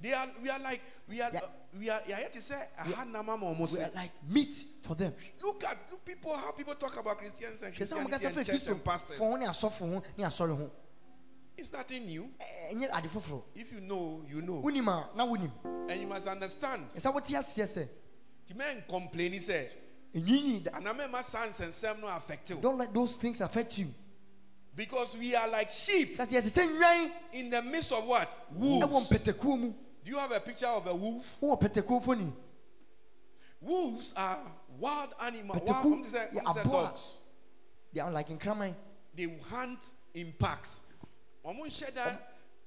S1: They are. We are like. We are.
S4: Yeah.
S1: uh, we are. Yeah, to say.
S4: We are like meat for them.
S1: Look at look people. How people talk about Christians and
S4: Hwɛ sɛ wɔn
S1: Christianity
S4: kasa
S1: and
S4: fɛ
S1: church
S4: Kristo
S1: and pastors.
S4: fɔ wɔn ne asɔfo ho ne asɔre ho.
S1: It's nothing new.
S4: Ɛ- Ɛnyɛ ade foforɔ.
S1: If you know, you know.
S4: Wonim a na wonim.
S1: And you must understand.
S4: Ɛsɛ wote aseɛ sɛ
S1: The men complain. He said,
S4: enyinyi da.
S1: "And I'm my sons and some no affect you
S4: Don't let those things affect you.
S1: because we are like sheep
S4: Sɛ sɛ yɛte sɛ nwan
S1: in the midst of what
S4: ɛwɔ
S1: wolves.
S4: mpɛtɛkuo mu.
S1: Do you have a picture of a wolf?
S4: wowɔ pɛtɛkuofo ni
S1: Wolves are wild animals.
S4: But the
S1: Wild,
S4: cool-
S1: I'm just saying-
S4: yeah,
S1: I'm just saying
S4: aboa.
S1: dogs.
S4: they are like nkraman
S1: They hunt in packs. Ọmụ nhyɛ dan,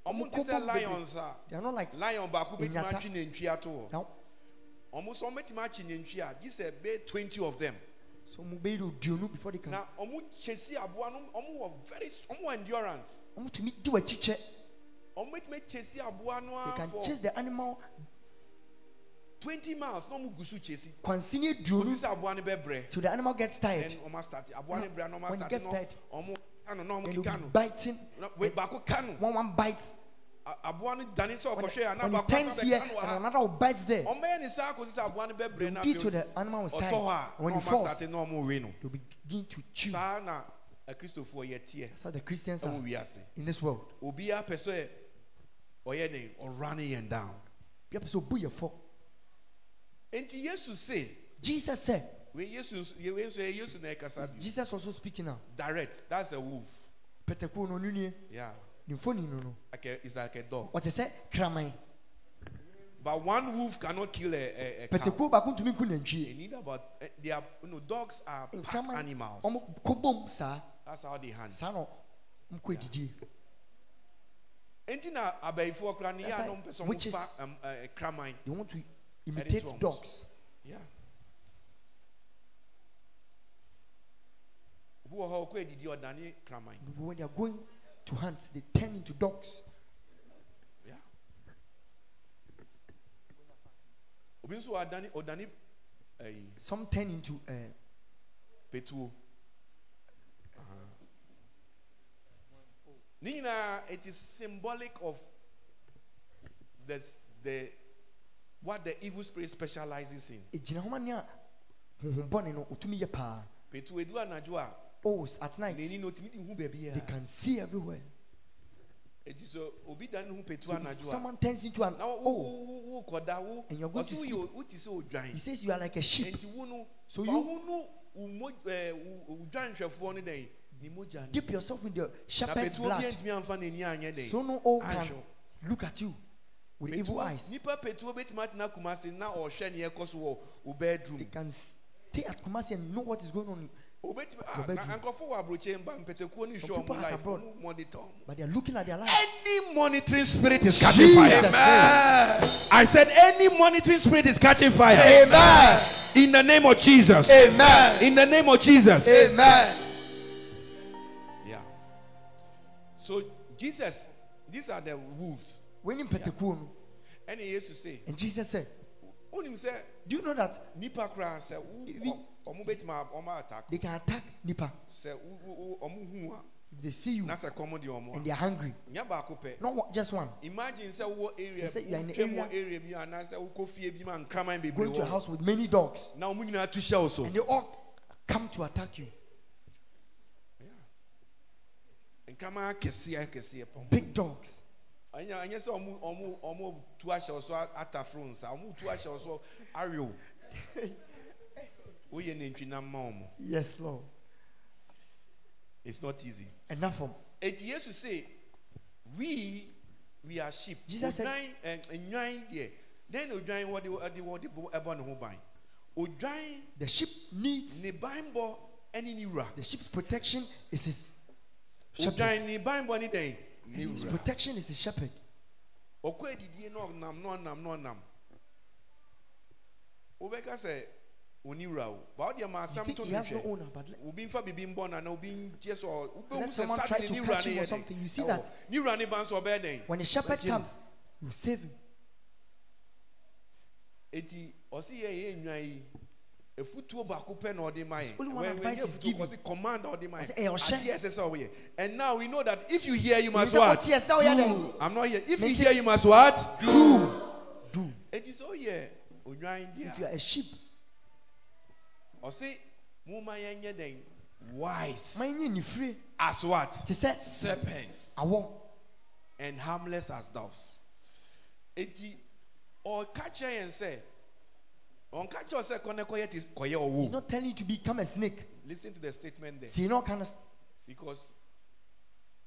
S1: ọmụ
S4: ọmụ
S1: nti sɛ
S4: kɔbɔ bebree.
S1: lions a,
S4: they are not like
S1: lion baako betumi
S4: Nyata.
S1: atwi nantwi ato hɔ.
S4: now
S1: Ọmụ nso ọmụ betumi akyi nantwi a, gye sɛ ɛbɛyɛ 20 of them.
S4: so mo bɛyi do duonu before they can
S1: Na ọmụ kyesi aboa no, ọmụ wɔ very, ọmụ wɔ endurance.
S4: wɔn tumi di wɔn akyi kyɛ
S1: Ọmụ betumi kyesi aboa no
S4: they
S1: ara
S4: can
S1: Ah, for
S4: chase the animal
S1: 20 miles na ọmụ gu so kyesi.
S4: kwansini
S1: Osi
S4: duonu
S1: sɛ aboa no bɛbrɛ.
S4: till the animal gets tired
S1: Then ɔmụ astart. Aboa no
S4: Now,
S1: brɛ na ɔmụ
S4: when it
S1: astart
S4: gets
S1: na
S4: tired,
S1: ɔmụ kano na
S4: then
S1: ɔmụ
S4: he'll
S1: keka
S4: be
S1: no.
S4: biting
S1: Na- wei, Baako ka no.
S4: one one bite
S1: A- aboa no dane sɛ
S4: when,
S1: ɔkɔhwɛ a na
S4: when he
S1: baako
S4: turns
S1: asɔ
S4: here
S1: bɛka no wɔ
S4: and
S1: ha
S4: another will bite there
S1: ɔmɛyɛ ne saa kɔsi sɛ aboa no bɛbrɛ no
S4: They'll beat till
S1: afei
S4: the animal is
S1: ɔtɔ
S4: tired
S1: hɔ a
S4: And when
S1: na
S4: he
S1: ɔma
S4: falls
S1: sate na ɔma wei no
S4: they'll begin to chew that's
S1: saa na eh, akristofoɔ yɛteɛ
S4: how the Christians are
S1: ɛwɔ wiase
S4: in this world
S1: obiaa pɛ sɛ ɔyɛ e, ne ɔrane yɛn down
S4: Bia pɛ sɛ obu yɛ fɔ.
S1: enti yesu se
S4: Jesus said
S1: wei yesu nso- ye- wei nso yɛ yesu na ɛkasa bi
S4: Jesus also speaking now
S1: direct that's a wolf
S4: pɛtɛkuo no no nie
S1: yeah
S4: ne mfoni no no
S1: like a, it's like a dog
S4: ɔte sɛ kraman
S1: but one wolf cannot kill a, a, a cow
S4: pɛtɛkuo baako ntumi nku
S1: they
S4: nantwie
S1: need about eh, they are you know dogs are pack animals
S4: ɔmo kɔbom saa
S1: that's how they hunt
S4: saa na mkɔ adidie
S1: Enti na abayifoɔ koraa ne yɛ
S4: That's
S1: a
S4: why
S1: na ɔmpɛ sɛ
S4: witches-
S1: ɔmofa ɛm, ɛ, kraman.
S4: they want to imitate
S1: wrong.
S4: dogs
S1: eh, Yeah. Obi wɔ hɔ a ɔkɔ adidi ɔdane kraman.
S4: But when they are going to hunt they turn into dogs
S1: Yeah. Obi nso wɔ adane ɔdane ɛyi
S4: some turn into uh,
S1: petuo. Uh-huh. Aha. Ne nyinaa it is symbolic of the s- the what the evil spirit specializes in.
S4: egyina homa ne a
S1: Mm-hmm.
S4: honhom bɔne no otumi yɛ paa
S1: Petuo edu anadwo a
S4: owls at night
S1: n'ani na otumi de hu baabi
S4: they can see everywhere
S1: Eti so obi da ne ho petu
S4: so if
S1: anadwo a
S4: someone turns into an
S1: na wo wo
S4: owl
S1: wo wo- wo kɔda wo
S4: And you're going to
S1: ɔse
S4: sleep.
S1: woyɛ o- wote sɛ
S4: he
S1: odwan
S4: says you are like a sheep
S1: enti wo no fa
S4: So you-
S1: wo no wo mo eh, ɛɛ wo wo dwanhwɛfoɔ no dɛn ne mogya ne
S4: dip yourself in the
S1: na
S4: shepherd's
S1: petuo bi
S4: blood
S1: antumi amfa n'ani anyɛ dɛn
S4: so no owl
S1: Anhwɛ
S4: can
S1: wo.
S4: look at you with
S1: Petuo-
S4: evil eyes
S1: nipa petuo betumi atena kumase na ɔhwɛ ne ɛkɔ so wɔ wo bedroom
S4: they can stay at Kumasi and know what is going on,
S1: obetumi
S4: Wo
S1: ah
S4: bedroom.
S1: na nkorɔfo wɔ aburokyɛ mba mpɛtɛkuo ne
S4: Some
S1: hwɛ
S4: people
S1: ɔmo
S4: are
S1: life
S4: abroad.
S1: ɔmo monitor ɔmo
S4: but they are looking at their life.
S1: any monitoring spirit is
S4: Jesus'
S1: catching fire.
S4: name.
S1: I said any monitoring spirit is catching fire.
S7: Amen.
S1: In the name of Jesus.
S7: Amen.
S1: In the name of Jesus.
S7: Amen.
S1: Yeah. So Jesus, these are the wolves.
S4: When in Pentecost,
S1: And he used to say,
S4: and Jesus said,
S1: "On him say,
S4: Do you know that
S1: nipa kura say, "Wo- o- omu beti ma omu attack."
S4: they can attack Nipa
S1: Say, "Wo- wo- wo- omu hu a."
S4: if they see you
S1: Na say, "Come on, di omu a."
S4: and they are hungry?
S1: Nya baako pɛ.
S4: Not one, just one.
S1: Imagine say wo area,
S4: They say you are in the
S1: wotwa mu wɔ
S4: area-
S1: area bi ana say wokɔ fie bi ma nkraman bebree
S4: Going to a
S1: wɔ hɔ.
S4: house with many dogs,
S1: Na omu nyinaa to hyɛ wo so.
S4: and they all come to attack you.
S1: nkraman akɛseɛ akɛseɛ pɔm
S4: Big dogs.
S1: ɛnyɛ ɛnyɛ sɛ ɔmo ɔmo ɔmo tu ahyɛ wo so a- ataforo nsa ɔmo tu ahyɛ wo so awe wo woyɛ nantwi na mma ɔmo
S4: Yes, Lord.
S1: it's not easy
S4: Enough from
S1: eti yesu say we we are sheep
S4: Jesus said-
S1: odwan ɛ nwan deɛ then odwan wɔde wɔde wɔde bɔ ɛbɔ ne ho ban odwan
S4: the sheep needs
S1: ne ban bɔ ɛne ne wura
S4: the sheep's protection is his shepherd.
S1: odwan ne ban bɔ ne dɛn ne
S4: His
S1: wura
S4: protection is his shepherd.
S1: ɔkɔ adidie na ɔnam na ɔnam na ɔnam wobɛka sɛ oni wura o ba ɔdeɛ ma
S4: You
S1: asɛm
S4: think
S1: to
S4: he
S1: ne
S4: has no
S1: hwɛ
S4: owner, but let-
S1: obi nfa bibi mbɔ na na obi ngye sɛ ɔ wobɛhu
S4: Let
S1: sɛ
S4: someone try
S1: sadly
S4: to
S1: ne wura
S4: catch him
S1: ne
S4: or
S1: yɛ
S4: something. You
S1: dɛn
S4: see
S1: Ɛwɔ.
S4: that?
S1: ne wura ne ba nso ɔbɛyɛ dɛn
S4: when a shepherd
S1: Ɔbɛgye no.
S4: comes, you save him.
S1: eti ɔsi yɛ yɛ nnwa yi efutuo baako pɛ na ɔde ma yɛ
S4: only one advice he's
S1: efutuo
S4: giving.
S1: ɔsi command a ɔde ma
S4: Ɔse,
S1: yɛ
S4: "Eh, ɔhyɛ."
S1: adeɛ ɛsɛ sɛ ɔyɛ and now we know that if you hear you must
S4: sɛ
S1: what
S4: wotie sɛ woyɛ
S1: Do.
S4: dɛn?
S1: i'm not here if you
S4: Nti-
S1: hear you must what
S4: Do. Do.
S1: eti sɛ ɔyɛ onwan deɛ
S4: If you are a sheep,
S1: ɔsi mo ma yɛn nyɛ dɛn wise
S4: man, you free.
S1: as what
S4: Te sɛ
S2: Serpents.
S4: awɔ.
S1: and harmless as doves eti ɔka kyerɛ yɛn sɛ ɔnka kyerɛ sɛ kɔnɛ kɔyɛ ti kɔyɛ
S4: He's
S1: ɔwo
S4: not telling you to become a snake.
S1: listen to the statement there
S4: See, you know, kind of
S1: because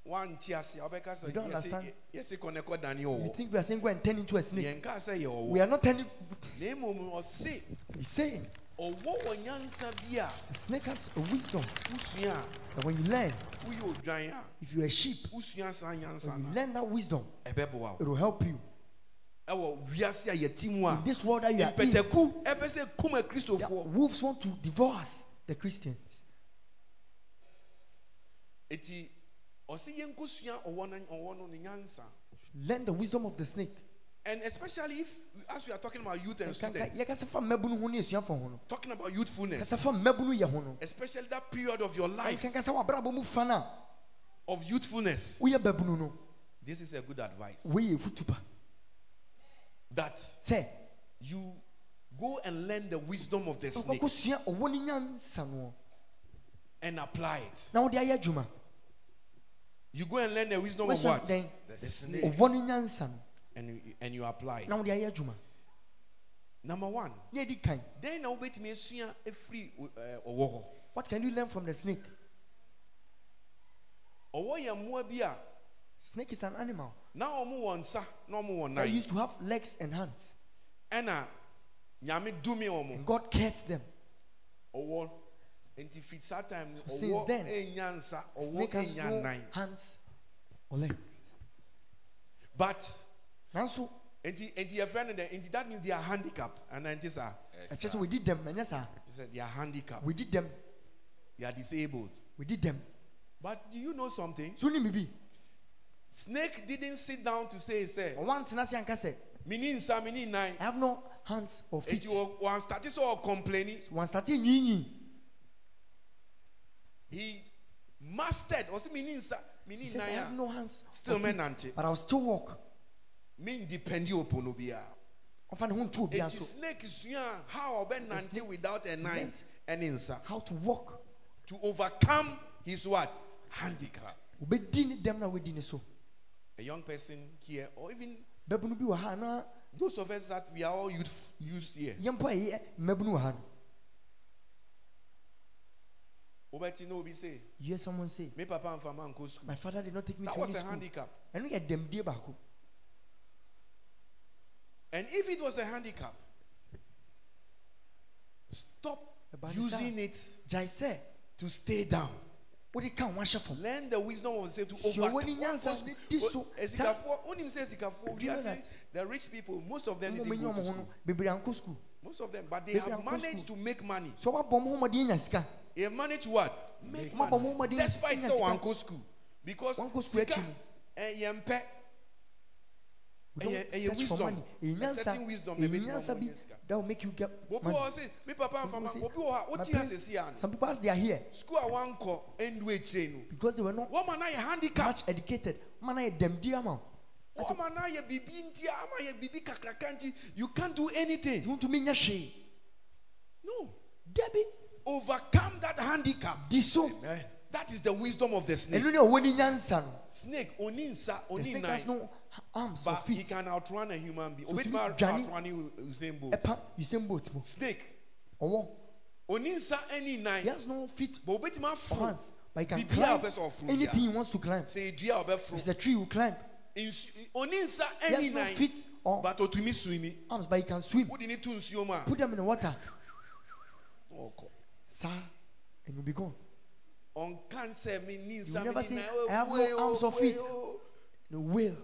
S1: one tear see obeka so
S4: You don't understand?
S1: yes koneko dani o
S4: You think we are saying go and turn into a snake?
S1: yenka say yo
S4: We are not turning.
S1: na emom o se
S4: He's saying
S1: owo onyansa bia
S4: a snake has a wisdom
S1: usua
S4: that when you learn,
S1: uyo odwan a
S4: if you're a sheep,
S1: usua san
S4: when
S1: nyansa
S4: you
S1: na
S4: learn that wisdom,
S1: ebeboa
S4: it will help you.
S1: o ewo wiase a yetimu a
S4: In this world that you are in,
S1: peteku ebese kuma
S4: yeah,
S1: kristofo
S4: wolves want to divorce the Christians.
S1: eti ɔsi yɛn ko sua ɔwɔ na ɔwɔ no ne nyansa
S4: Learn the wisdom of the snake.
S1: and especially if as we are talking about youth and
S4: Ka- ka-
S1: students
S4: yɛkasa fa mmabunu ho ne asuafoɔ ho no
S1: talking about youthfulness
S4: kasa fa mmabunu yɛ ho no
S1: especially that period of your life
S4: ɛnka kasa wabrabɔ mu fa no a
S1: of youthfulness
S4: woyɛ babunu no
S1: this is a good advice
S4: woyɛ futupa
S1: that
S4: sɛ
S1: you go and learn the wisdom of the snake
S4: wokɔkɔsua ɔwɔ no nyansa noɔ
S1: and apply it
S4: na wode ayɛ adwuma
S1: you go and learn the wisdom of
S4: wosua
S1: what
S4: dɛn
S1: the snake
S4: ɔwɔ no nyansa no
S1: and you, and you apply
S4: na
S1: it
S4: wode ayɛ adwuma
S1: number one
S4: ne ɛdi kan
S1: then na wobɛtumi asua afiri ɛɛ, ɔwɔ hɔ
S4: what can you learn from the snake
S1: ɔwɔ yɛ mmoa bi a
S4: snake is an animal
S1: na ɔmo wɔ nsa na ɔmo wɔ
S4: that
S1: nan
S4: used to have legs and hands
S1: ɛna nyame dumi ɔmo
S4: and god cursed them
S1: ɔwɔ nti fi saa time e no
S4: So since
S1: ɔwɔ
S4: then,
S1: enya nsa ɔwɔ
S4: snake has
S1: enya
S4: no
S1: nan
S4: hands or leg
S1: but
S4: nanso
S1: nti nti yɛ fɛ no dɛ nti eh, that means they are handicapped and nti saa
S2: Yes,
S4: ɛkyɛ
S2: sir.
S4: sɛ we did them ɛnyɛ saa
S1: They said they are handicapped
S4: we did them
S1: they are disabled
S4: we did them
S1: but do you know something
S4: so wonim biribi
S1: snake didn't sit down to say sɛ
S4: ɔwa ntena se anka sɛ
S1: mini nsa mini nan
S4: I have no hands or feet.
S1: nti wɔ wɔn start sɛ ɔ complaining
S4: One starting nyinyi.
S1: he mastered ɔsi mini nsa
S4: He
S1: mini
S4: says, I have
S1: nan a
S4: no hands. or
S1: Still
S4: feet,
S1: menante.
S4: But I'll still walk.
S1: mi dependi opo no biara
S4: I'm finding who to be
S1: nti
S4: so.
S1: snake sua how ɔbɛ nante without a nan
S4: Nant.
S1: ɛne nsa.
S4: How to walk.
S1: to overcome his what handicap.
S4: Obedini them na wedini so.
S1: A young person here, or even
S4: Bebunu bi waha na
S1: those of us that we are all youth youth here.
S4: yempo ayi mebunu waha. no.
S1: Obeti no be say,
S4: You hear someone say,
S1: me papa and fama go school.
S4: my father did not take me
S1: That
S4: to any
S1: was a
S4: school.
S1: handicap.
S4: And we get them dear baako.
S1: And if it was a handicap, stop
S4: About the
S1: using
S4: time.
S1: it
S4: Jai say,
S1: to stay down.
S4: what it can wash from.
S1: Learn the wisdom of the to
S4: Sɛ
S1: overcome.
S4: wɔne nyansa ne di so,
S1: Oh, Esikafo, onim sɛ esikafo, we
S4: Do you
S1: are
S4: know
S1: saying
S4: that?
S1: the rich people, most of them
S4: Mo
S1: they
S4: menye
S1: go to
S4: ɔmo ho
S1: school.
S4: no bebree anko school.
S1: Most of them, but they
S4: Maybe
S1: have
S4: I'm close
S1: managed to
S4: to-
S1: make money.
S4: So what bomb home adi nya sika.
S1: They have managed to what? Make
S4: Ma bomb home adi.
S1: despite sɛ wanko school because
S4: Wankɔ school eh,
S1: sika Eh,
S4: akyi no.
S1: ɛyɛ mpɛ
S4: We don't
S1: ɛyɛ- ɛyɛ
S4: search for
S1: wisdom.
S4: money. Ɛyɛ
S1: A certain
S4: nyansa-
S1: wisdom na
S4: ɛyɛ
S1: ɛbɛtumi ama
S4: nyansa
S1: wo
S4: bi
S1: anya sika.
S4: that will make you get
S1: wɔbi
S4: money.
S1: wɔ hɔ se me papa
S4: People
S1: mfama
S4: say,
S1: wɔbi wɔ hɔ a
S4: "My
S1: wɔte
S4: parents-
S1: asɛsi a no
S4: Some people as they are here
S1: school a wankɔ ɛndu akyire no
S4: because they were not
S1: wɔma no yɛ handicap
S4: much educated. Man, I dem di amount.
S1: wɔma no ayɛ biribi nti ama yɛ biribi kakraka nti you can't do anything
S4: You to me nyashi.
S1: no
S4: Debbie,
S1: overcome that handicap
S4: diso.
S1: that is the wisdom of the
S4: And
S1: snake
S4: you know when you answer,
S1: snake oni nsa
S4: the
S1: oni
S4: snake has
S1: nan
S4: no arms or
S1: but he
S4: feet.
S1: can outrun a human being
S4: So to
S1: obetumi
S4: me, Johnny-
S1: outrun Usain Bolt
S4: Epa, you same boat mo.
S1: snake
S4: Owo,
S1: oni nsa ani nan
S4: he has no feet
S1: but obetumi
S4: or
S1: aforo
S4: hands, but he can
S1: Bibi a
S4: climb
S1: ɔpɛ sɛ ɔforo biara.
S4: anything he wants to climb. If
S1: sɛ dua a ɔbɛforo
S4: it's a tree, he will climb.
S1: nsu oni nsa
S4: He
S1: ɛni
S4: has no
S1: nan
S4: feet or
S1: but otumi sumi
S4: arms, but he can swim.
S1: wodi ni tu nsuo mu a
S4: Put them in the water,
S1: ɔkɔ
S4: sir, and you'll be gone.
S1: ɔnkan sɛ mi ni
S4: You
S1: nsa mi
S4: never
S1: ni
S4: say,
S1: nan
S4: "I have
S1: owe,
S4: no
S1: owe,
S4: arms or
S1: owe,
S4: feet."
S1: owe.
S4: The will.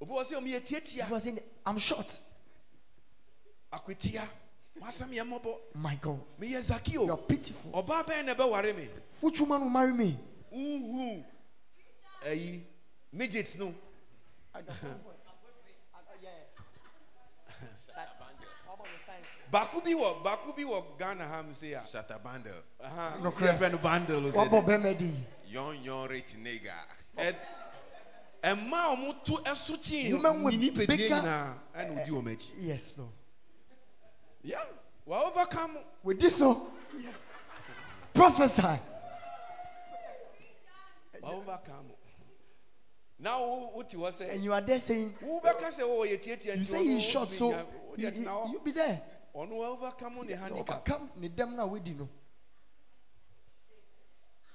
S1: obi wɔ sɛ ɔmu yɛ
S4: People
S1: tietia
S4: are saying, I'm short.
S1: akwetia masam yɛ mɔbɔ
S4: My God,
S1: mi yɛ
S4: you are
S1: zakio
S4: pitiful.
S1: ɔbaa bɛyɛ na ɛbɛware mi
S4: Which woman will marry me?
S1: nhu ɛyi midget no baako bi wɔ baako bi wɔ ghana ha mi se a
S2: Shatter bundle.
S1: ɛhan
S4: No
S1: si
S4: cry.
S1: ɛfɛ no bundle o
S4: What
S1: sɛ
S4: about
S1: de
S4: Bemedi?
S2: Young, young, rich nigga.
S1: e ɛmaa ɔmu to ɛso kyin
S4: Women with
S1: ni nipadua
S4: bigger-
S1: nyinaa ɛna odi wɔn akyi.
S4: Yes, Lord.
S1: Yeah, well, overcome.
S4: With this one, yes. prophesy.
S1: Well, overcome. Now, what you were saying?
S4: And you are there saying,
S1: Who back say, oh, you tie tie.
S4: you say he's
S1: oh,
S4: short, so you, you, you be there.
S1: On overcome on the
S4: So
S1: handicap.
S4: overcome the them now we did know.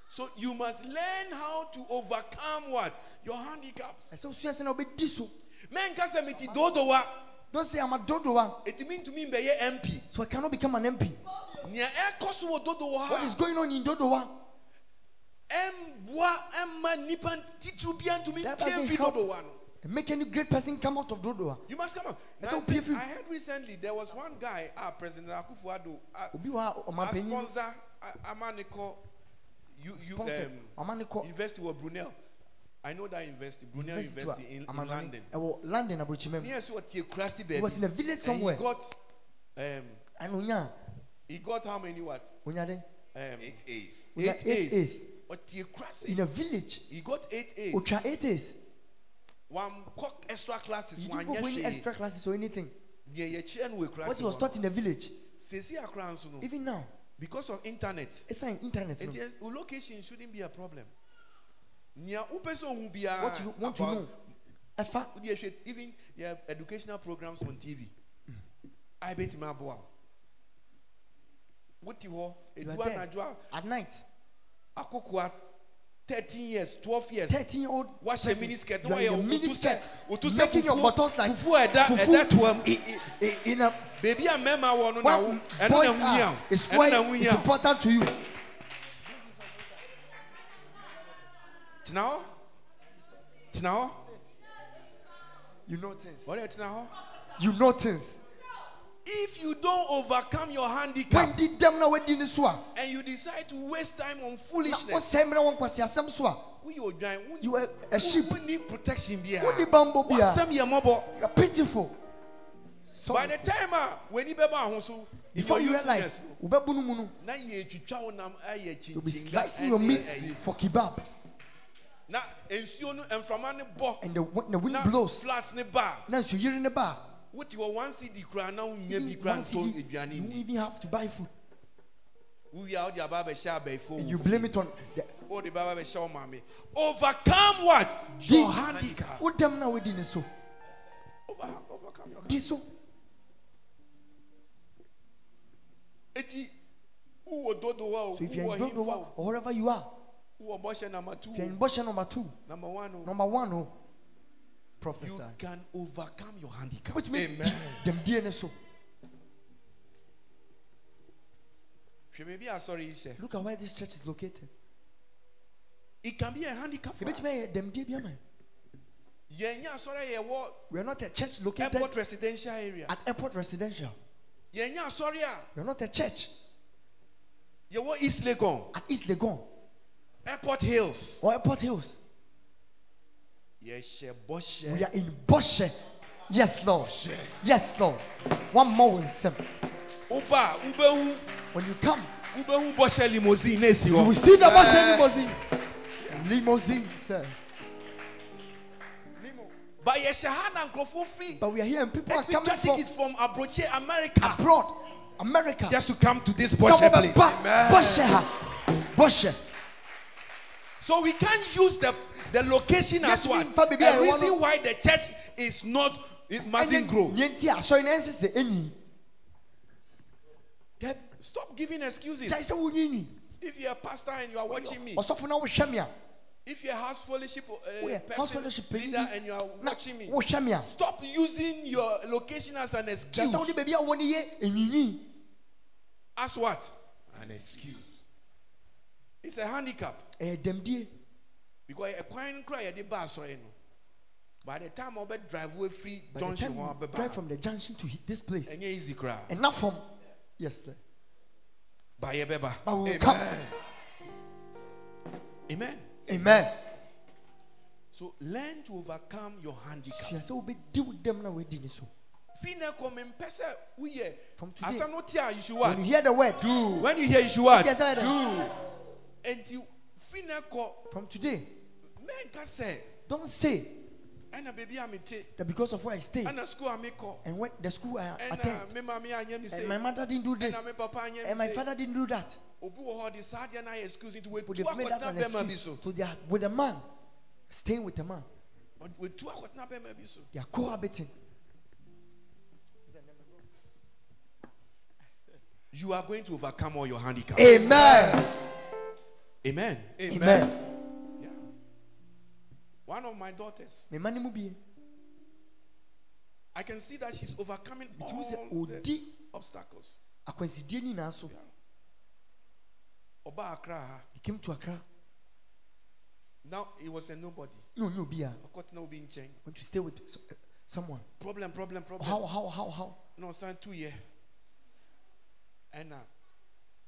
S1: So you must learn how to overcome what? Your handicaps.
S4: ɛsɛ wosua sɛ na wobɛdi so
S1: Men can say miti dodowa.
S4: oh." don't say i'm a dodoa
S1: It mean to me be MP.
S4: so i cannot become an mp
S1: Nia e kosu wo dodowa.
S4: what is going on in dodoa
S1: Embwa emma nipan titru bian to me
S4: That
S1: pay
S4: doesn't
S1: fi
S4: help.
S1: dodowa no.
S4: and make any great person come out of dodoa
S1: You must come on.
S4: ɛsɛ
S8: I
S4: wopie
S8: said-
S4: firi
S8: I heard recently there was one guy, ah, President Akufo-Addo, ah,
S4: obi wɔ a
S8: a
S4: ɔmapanyin
S8: sponsor, ah, Amaneko, you, you,
S4: sponsor
S8: um,
S4: ɔma ne kɔ
S8: University of Brunel. I know that university, Brunel
S4: University
S8: University,
S4: to a-
S8: in, in
S4: Amamane-
S8: London.
S4: ɛwɔ london aburukyima mu
S8: Yes, what you crazy
S4: he
S8: baby.
S4: was in a village
S8: And he
S4: somewhere
S8: got, um,
S4: and onya
S8: he got how many what?
S4: onya de
S8: Um,
S2: Eight A's.
S4: onya
S8: Eight
S4: eight
S8: A's.
S4: A's
S8: What you crazy?
S4: in a village
S8: He got eight A's.
S4: otwa eight A's
S8: One cock extra classes.
S4: you
S8: One
S4: didn't go for any
S8: yes.
S4: extra classes or anything
S8: Yeah, yeah, children were
S4: what
S8: crazy.
S4: he was taught in the village
S8: Sisi akransu no.
S4: even now
S8: Because of internet.
S4: it's on internet no?
S8: It is your location shouldn't be a problem. Nia upeso hubia.
S4: what you want to know ɛfa
S8: Even your educational programs on TV.
S4: Mm.
S8: I bet my boy. What you ho?
S4: You are
S8: Edua
S4: there.
S8: najwa
S4: at night
S8: akokwa 13 years, 12 years.
S4: thirteen year old
S8: Wash a
S4: person,
S8: mini skirt.
S4: you are in a mini skirt making your buttons like
S8: fufu eda eda to am.
S4: i- i- in a
S8: Baby a mema wo no na wo.
S4: what
S8: Eno
S4: boys
S8: na
S4: are
S8: wunya.
S4: is
S8: Eno
S4: why
S8: na
S4: it's
S8: wunya.
S4: important to you
S8: Tena ho. Tena ho.
S4: you know things
S8: Wo tena ho.
S4: you know things
S1: If you don't overcome your handicap
S4: when di dem na wadi ni so a
S1: and you decide to waste time on
S4: na
S1: foolishness,
S4: ɔsɛn mìíràn wọn kwasi asɛm so a
S1: we your giant
S4: you were a sheep
S1: We need protection bia.
S4: Wonni bammɔ biara.
S1: Wasɛm yɛ mmɔbɔ.
S4: you are pitiful
S1: By
S4: so
S1: the time ah, a w'ani bɛba ahosuo,
S4: before you
S1: your
S4: realize
S1: usefulness no,
S8: oh.
S4: o bɛ bunu mu no
S1: na yɛtwitwa wo nam ayɛ
S4: you be
S1: kyinkyin ga
S4: slicing your
S1: ɛne
S4: meat
S1: ɛyi.
S4: for kebab
S1: eh, na nsuo no mframa no bɔ
S4: and the wi- the wind
S1: na
S4: blows
S1: flas ne ba
S4: na nsu yiri ne ba
S1: a wote hɔ one cd koraa na wonya bi koraa
S4: once you
S1: ntɔ
S4: you
S1: aduane
S4: don't
S1: nni
S4: even have to buy food
S1: wowie a wode aba abɛhyɛ abayifoɔ
S4: and
S1: wo
S4: you
S1: fie.
S4: blame it on the
S1: wode Oh, baba bɛhyɛ wo maame overcome what your handicap
S4: o dem na wadi ni so
S1: Over- overcome your handicap
S4: di so
S1: eti wowɔ dodowa o
S4: so if you are
S1: wowɔ
S4: in
S1: hemfa
S4: dodo wa
S1: o
S4: or wherever you are
S1: wowɔ bɔhyɛ nama two
S4: if you are in
S1: o
S4: bɔhyɛ number two
S1: nama one oh. o
S4: number one oh, o
S1: you
S4: professor
S1: can overcome your handicap
S4: which mean di dem die ni so
S1: hwɛ me bi asɔre yi hyɛ
S4: look at where this church is located
S1: it can be a handicap for
S4: ebi
S1: us
S4: tuma yɛ dem die bi ama yɛ
S1: yɛnyɛ asɔre a yɛwɔ
S4: we are not a church located
S1: airport residential area
S4: at airport residential
S1: yɛnyɛ asɔre a
S4: we are not a church
S1: yɛwɔ east legon
S4: at east legon
S1: airport hills
S4: or airport hills
S1: yɛhyɛ
S4: we
S1: bɔhyɛ
S4: are in bɔhyɛ yes lord yes lord one more win sem
S1: woba a wobɛhu
S4: when you come.
S1: wobɛhu bɔhyɛ limousine na esi
S4: You will
S1: hɔ
S4: see the Moshe limousine. Eh. Limousine, sir.
S1: but yɛhyɛ ha na nkurɔfoɔ firi
S4: But we are here and people are coming
S1: atwitwa
S4: from
S1: ticket from abrokye america
S4: abroad, America.
S1: just to come to this
S4: Some
S1: bɔhyɛ
S4: of them
S1: place
S4: ba- Boshe. ha. Boshe.
S1: so we can't use the the location
S4: Yes,
S1: as what
S4: me, fa, baby, I
S1: the
S4: want to-
S1: reason why the church is not it mustn't grow
S4: Nye nti a, asɔre na ɛnsɛ sɛ ɛnyi. Dɛ-
S1: stop giving excuses
S4: gyae sɛ wonyiinyi.
S1: if you're a pastor and you are watching me
S4: Ɔsɔfo na wohwɛ me a,
S1: if you're a house fellowship uh,
S4: woyɛ Oh, house
S1: person
S4: fellowship oh, panyin
S1: leader
S4: bi
S1: and you are
S4: na
S1: watching Oh, me
S4: wohwɛ me a,
S1: stop using your location as an
S4: gyae
S1: excuse
S4: sɛ wode baabi a wɔ no yɛ ɛnyinyii.
S1: as what
S2: An excuse.
S1: it's a handicap
S4: Ɛyɛ dɛmdie.
S1: because a coin cry a de bar sorry no by the time I'll be drive away free
S4: By the
S1: junction
S4: time you
S1: one be
S4: drive from the junction to this place,
S1: and easy cry
S4: and not from, yes, sir.
S1: by a beba
S4: But we will come.
S1: amen
S4: Amen.
S1: so learn to overcome your
S4: Sua
S1: handicap
S4: sɛ wobɛdi wo dɛm na woadi ne so.
S1: fina come in person we hear
S4: From today.
S1: as I'm not here you should what
S4: When you hear the word,
S1: do when you hear you should what
S4: Yes, I do.
S1: and you fina ko
S4: from today,
S1: men can say
S4: don't say
S1: and a baby I'm it
S4: that because of where I stay
S1: and a school I'm call
S4: and when the school I
S1: and
S4: attend,
S1: uh, me mommy I hear me say
S4: and my mother didn't do this,
S1: and uh, me papa I hear me
S4: and my
S1: say,
S4: father didn't do that.
S1: obi wɔ hɔ de saa deɛ no ayɛ excuse nti
S4: But
S1: watu
S4: they've made that
S1: akɔtena
S4: an
S1: bɛma bi
S4: excuse
S1: so
S4: to their with a man, staying with a man,
S1: Ɔd- watu akɔtena bɛma bi so
S4: they are cohabiting.
S1: you are going to overcome all your handicaps
S4: Amen.
S1: Amen.
S4: Amen.
S1: Yeah. One of my daughters,
S4: Me mani mu bie.
S1: I can see that she's overcoming
S4: Ntumi
S1: all
S4: sɛ
S1: the
S4: odi
S1: obstacles.
S4: akwansidie nyinaa so.
S1: Oba Accra. ha.
S4: He came to Accra.
S1: Now he was a nobody.
S4: No, no bia.
S1: Okotena obi nkyɛn.
S4: Want to stay with so, uh, someone.
S1: Problem, problem, problem.
S4: How how how how?
S1: No, son, two year. And uh,
S4: And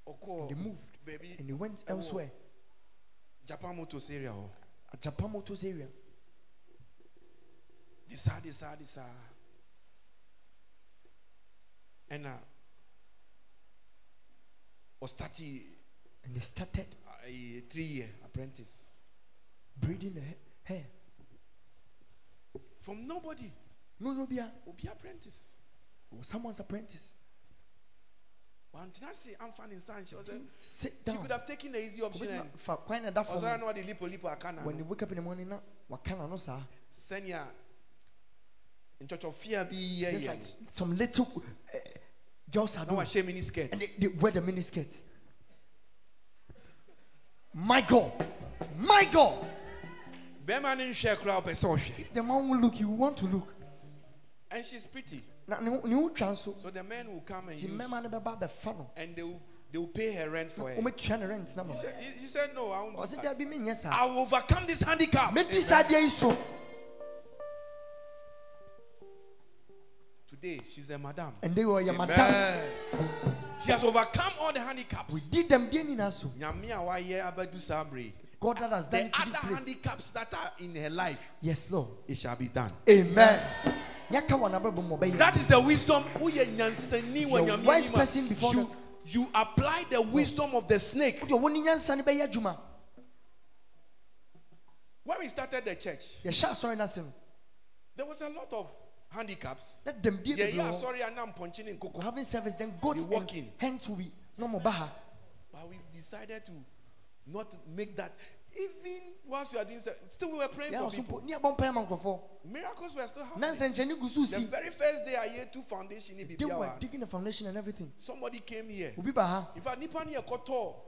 S1: Oko,
S4: they moved
S1: Oh, baby, Oh.
S4: and they went
S1: ɛwɔ
S4: elsewhere.
S1: Japan Motors area. hɔ.
S4: At Japan Motors area.
S1: This, ah, this, ah, this, ah. And uh, was 30,
S4: And they started
S1: uh, a three year apprentice.
S4: braiding the hair. hair.
S1: From nobody,
S4: No, no bia.
S1: Obi apprentice.
S4: He was someone's apprentice.
S1: But until I say, I'm finding son, she was a,
S4: Sit
S1: She
S4: down.
S1: could have taken the easy option and
S4: Fa- kwan na da fam.
S1: also I know the lipo lipo
S4: When you
S1: akana.
S4: wake up in the morning na wakana no saa.
S1: Senior in church of fear be yeah
S4: Just
S1: Eh, yeah.
S4: like some little uh, girls
S1: Now
S4: are
S1: I
S4: doing.
S1: share mini skirt.
S4: And they, they wear the miniskirt. My God. My God.
S1: Beman in share crowd person.
S4: If the man will look, you want to look.
S1: And she's pretty.
S4: Na ne wo- ne wo twa nso.
S1: So the men will come and
S4: Nti
S1: use,
S4: mmarima no bɛba abɛfa no.
S1: and they will they will pay her rent for her.
S4: Wɔmɛtua ne rent na ma.
S1: He said- he- She said no, I won't. do
S4: Ɔsɛ
S1: that.
S4: dabi menyɛ saa.
S1: I will overcome this handicap.
S4: Mɛdi saa adeɛ yi so.
S1: Today she's a madam.
S4: Ɛnde yɛ ɔyɛ madam.
S1: She has overcome all the handicaps.
S4: Di dɛm deɛ nyinaa so.
S1: Nyamia wa ye abadu sabre.
S4: God that has done
S1: The
S4: it to this
S1: other
S4: place.
S1: handicaps that are in her life,
S4: Yes, Lord.
S1: it shall be done.
S4: Amen. Nyaka wɔ n'abɛbɔ mu ɔbɛyɛ.
S1: That is the wisdom. Who ye nyansani wa
S4: You're
S1: nyame
S4: wise
S1: anim a,
S4: person before
S1: you,
S4: them.
S1: you apply the wisdom of the snake.
S4: Deɛ wɔn nyansa no bɛyɛ adwuma.
S1: When we started the church,
S4: Yɛhyɛ asɔre n'ase no.
S1: there was a lot of handicaps.
S4: Na dɛm deɛ
S1: Yeah,
S4: bebree
S1: yeah,
S4: wɔ hɔ.
S1: sorry, and I'm punching in cocoa.
S4: We're having service then goats
S1: They walk
S4: and
S1: in.
S4: hens will be no more baha.
S1: But we've decided to not make that. Even whilst we are doing, se- still we were praying
S4: Yeah,
S1: for
S4: so
S1: people.
S4: put near bumpire man for.
S1: Miracles were still happening.
S4: Nansen Chenu Gusu
S1: The
S4: see.
S1: very first day I hear two foundation, in
S4: They were
S1: Bibiawa,
S4: digging the foundation and everything.
S1: somebody came here.
S4: Ubi baha.
S1: In fact, Nippon here got tall.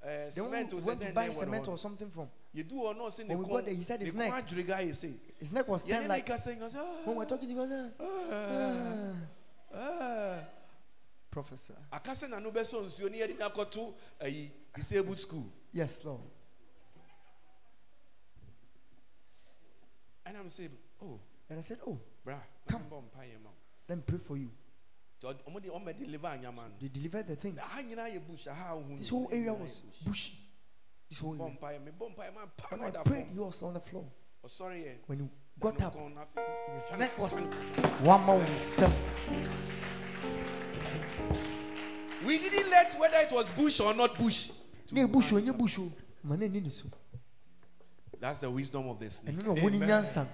S1: Uh,
S4: They went
S1: cement was
S4: to
S1: there,
S4: buy
S1: there were
S4: cement
S1: all-
S4: or something from.
S1: You do or not?
S4: When we got there, he said his neck.
S1: Guy, say.
S4: His neck was
S1: Yeah,
S4: turned
S1: then
S4: like
S1: Mika saying,
S4: when we're
S1: ah,
S4: talking to uh, him.
S1: ah, ah.
S4: Professor.
S1: akasɛ na no bɛsɔ nsuo ne yɛde no akɔto ayi disabled school
S4: Yes, Lord.
S1: and i'm saying oh
S4: And I said, Oh,
S1: bra na
S4: Come.
S1: membɔ mpa yɛ ma
S4: let me pray for you.
S1: wo nti ɔmde ɔmɛ deliver anyama no
S4: They delivered the thing.
S1: ha nyinaa yɛ bush aha wohu
S4: This whole area was bushy. This whole area.
S1: bɔ mpa yɛ mebɔ mpa yɛ ma mpa
S4: When
S1: no
S4: I
S1: da
S4: prayed,
S1: fam
S4: he was on the floor.
S1: ɔsɔre yɛ
S4: When he got
S1: na
S4: up,
S1: ɔkɔn na afei-
S4: his neck was one more himself.
S1: we didn't let whether it was bush or not bush to
S4: Ne bushu,
S1: man-
S4: ne bushu. Mane ni nisu.
S1: that's the wisdom of the snake
S4: Ɛno na wɔn nyansa.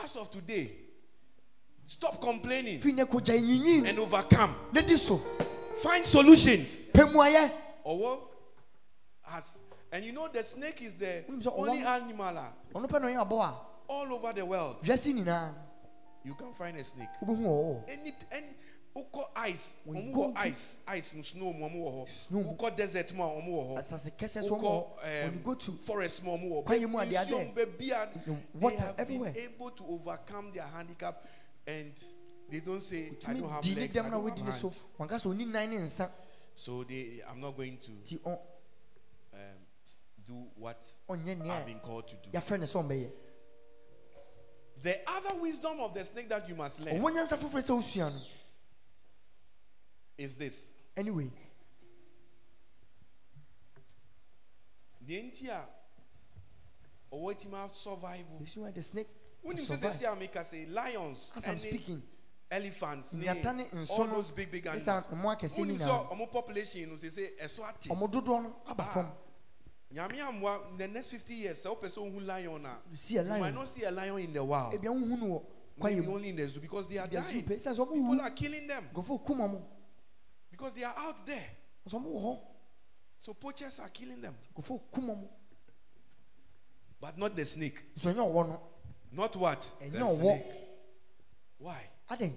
S1: as of today stop complaining
S4: Fi ne kogya nyinyin.
S1: and overcome
S4: Ne di so.
S1: find solutions
S4: Pemu ayɛ.
S1: or what has and you know the snake is the
S4: Wọ́n sọ
S1: only
S4: ọwọ́-
S1: animal ah,
S4: Ɔno pɛ na ɔyɛ abɔ a.
S1: all over the world
S4: wiase nyinaa
S1: you can find a snake
S4: wobɛhu ɔwɔ
S1: any any wokɔ ice
S4: When
S1: wɔn
S4: you go
S1: wɔ
S4: to-
S1: ice ice mu snow mu wɔn wɔ
S4: Snow mu.
S1: hɔ wokɔ desert mu a wɔn wɔ hɔ
S4: asase kɛsɛ so
S1: wokɔ
S4: ɔmɔ go to
S1: um, forest mu a wɔn wɔ
S4: Kwae mu a they are
S1: nsuo mu baabi a they
S4: water
S1: have
S4: everywhere.
S1: been able to overcome their handicap and they don't say I don't
S4: tumi
S1: have
S4: di ne
S1: legs I
S4: dɛm na
S1: don't
S4: wodi ne
S1: have
S4: so
S1: hands
S4: wanka sɛ ɔni nan ne nsa
S1: so they I'm not going to
S4: nti ɔ-
S1: um, s- do what
S4: ɔnyɛ
S1: I've
S4: nea
S1: been called to do.
S4: yɛafrɛ ne sɛ ɔmbɛyɛ
S1: The other wisdom of the snake that you must learn
S4: ɔwɔ nyansa foforɔ sɛ wosua no
S1: is this.
S4: anyway
S1: Deɛ nti a ɔwɔ timi a survival.
S4: ɛsu why the snake
S1: Wonim sɛ
S4: survive.
S1: sɛsi a meka sɛ lions
S4: as I'm
S1: ɛne
S4: speaking
S1: elephants ne
S4: Nyata ne
S1: all
S4: nso no,
S1: those big big
S4: ne
S1: animals.
S4: saa mmoa akɛseɛ
S1: Wonim sɛ
S4: nyinaa.
S1: ɔmo population no sɛ ɛso ate.
S4: ɔmo dodoɔ no aba fam
S1: Ah. Nyame ammoa in the next 50 years sɛ wopɛ sɛ wohu lion a
S4: You see a
S1: you might
S4: lion.
S1: not see a lion in the wild.
S4: ebia wohu no wɔ kwaeɛ
S1: Maybe
S4: mu
S1: only in the zoo because they are
S4: They are zoo
S1: dying.
S4: pe- sɛ sɛ ɔmo
S1: People
S4: wu.
S1: are killing them
S4: nkurɔfoɔ kum ɔmo
S1: because they are out there.
S4: sɛ ɔmo wɔ hɔ
S1: So poachers are killing them.
S4: nkurɔfoɔ kum ɔmo
S1: But not the snake.
S4: nso ɛnyɛ ɔwɔ no
S1: Not what?
S4: ɛnyɛ ɔwɔ
S1: Why?
S4: adɛn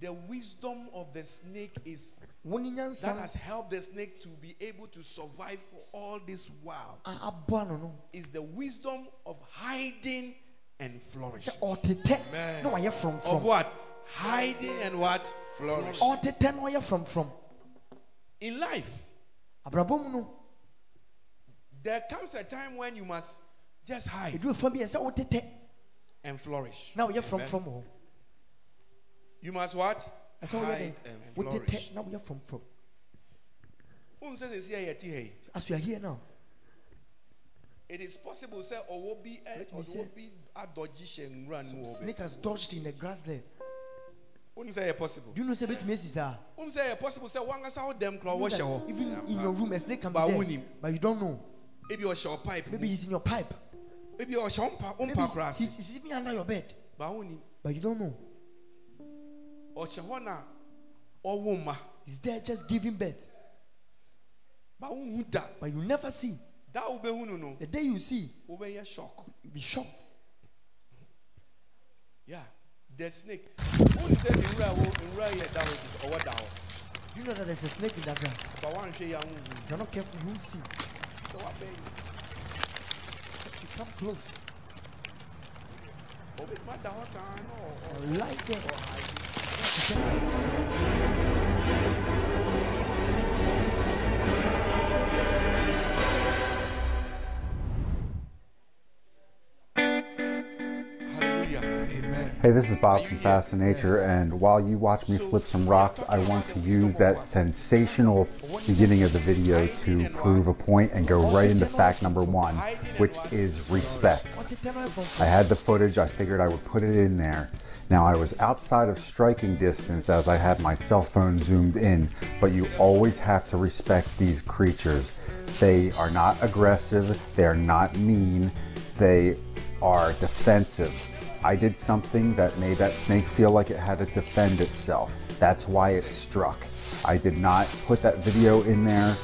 S1: the wisdom of the snake is
S4: wo ne nyansa
S1: that has helped the snake to be able to survive for all this while
S4: a aboa no no
S1: is the wisdom of hiding and flourishing.
S4: sɛ ɔtetɛ
S8: Amen.
S4: na wayɛ from
S1: Of
S4: from
S1: what? Hiding and what? Flourish.
S4: ɔtetɛ na wayɛ from from
S1: In life,
S4: abrabɔ mu no
S1: there comes a time when you must just hide
S4: ɛduru fa bi yɛ sɛ wotetɛ
S1: and flourish.
S4: na woyɛ from from hɔ
S1: You must what?
S4: ɛsɛ woyɛ
S1: Hide
S4: dɛn
S1: and flourish.
S4: wotetɛ na woyɛ from from
S1: Whom says it's here, yet here.
S4: as you are here now
S1: It is possible, sir, or will be
S4: Let me
S1: or
S4: say-
S1: will be a dodgy shen run.
S4: some snake has dodged in the grass there
S1: Whom say it's possible?
S4: do you know sɛ bɛtumi asi saa
S1: Whom say it's possible, sir, one us out them claw
S4: You know
S1: wash
S4: that
S1: your
S4: even in your room a snake can be
S1: But
S4: there
S1: wouldn't-
S4: but you don't know
S1: maybe your shop pipe,
S4: maybe he's in your pipe
S1: maybe your shompa,
S4: maybe
S1: umpa
S4: he's,
S1: Mm. grass.
S4: he's, he's even under your bed
S1: Bauni,
S4: but you don't know
S1: or shahona, or woma,
S4: he's there just giving birth
S1: baunhuda.
S4: but you never see
S1: That will be hunu,
S4: the day you see
S1: will be a shock.
S4: you'll be shocked
S1: Yeah, the snake. Who said in Rawo in Raya that was or what down?
S4: do you know that there's a snake in that grass
S1: But one say young
S4: if you're not careful you won't see
S1: so I pay you.
S4: if you come close
S1: But with my house, I know.
S4: you'll lie there
S1: Hallelujah.
S7: Hey, this is Bob from Fast and Nature, and while you watch me flip some rocks, I want to use that sensational beginning of the video to prove a point and go right into fact number one, which is respect.
S4: what you tell her from
S7: I had the footage, I figured I would put it in there. Now, I was outside of striking distance as I had my cell phone zoomed in, but you always have to respect these creatures. They are not aggressive, they are not mean, they are defensive. I did something that made that snake feel like it had to defend itself. That's why it struck. I did not put that video in there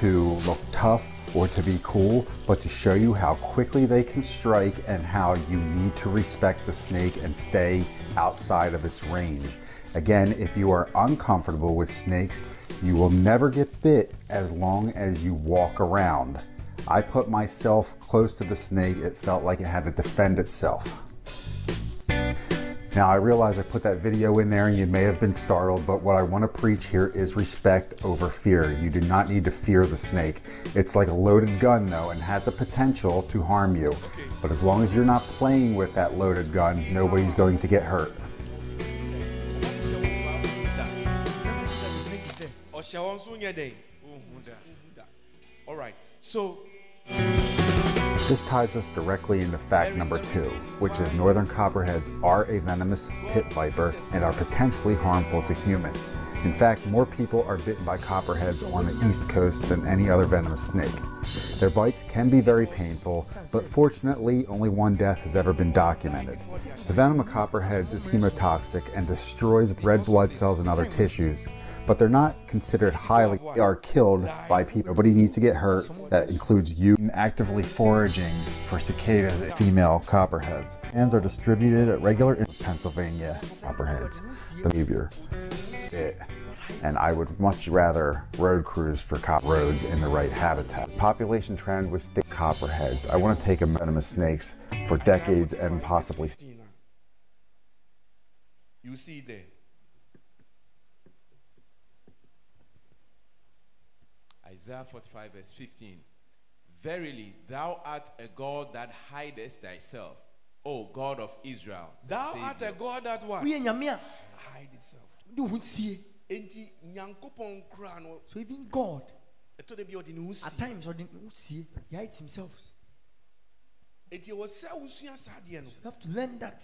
S7: to look tough or to be cool, but to show you how quickly they can strike and how you need to respect the snake and stay outside of its range. Again, if you are uncomfortable with snakes, you will never get bit as long as you walk around. I put myself close to the snake, it felt like it had to defend itself. Now, I realize I put that video in there and you may have been startled, but what I want to preach here is respect over fear. You do not need to fear the snake. It's like a loaded gun, though, and has a potential to harm you. But as long as you're not playing with that loaded gun, nobody's going to get hurt.
S4: never see that the snake is there
S1: Or shall also near day. All right. So
S7: This ties us directly into fact number two, which is northern copperheads are a venomous pit viper and are potentially harmful to humans. In fact, more people are bitten by copperheads on the east coast than any other venomous snake. Their bites can be very painful, but fortunately, only one death has ever been documented. The venom of copperheads is hemotoxic and destroys red blood cells and other tissues, but they're not considered highly they are killed by people. Nobody needs to get hurt. That includes you actively foraging for cicadas and female copperheads. Hands are distributed at regular in Pennsylvania copperheads. Behavior. It. And I would much rather road cruise for cop roads in the right habitat. Population trend with state copperheads. I want to take a venomous snakes for decades and possibly
S1: You see there.
S2: Isaiah 45, verse 15. Verily, thou art a God that hidest thyself, O God of Israel. the
S1: Thou
S2: Savior.
S1: art a God that what?
S4: woyɛ nyame a
S1: Hide itself.
S4: wode wo sie
S1: Enti nyankopon kra no
S4: so even god
S1: eto de bi odi ne ho
S4: at
S1: si.
S4: times ɔde ne wo sie he hides himself
S1: Enti wo sɛ wo sua saa deɛ no.
S4: you have to learn that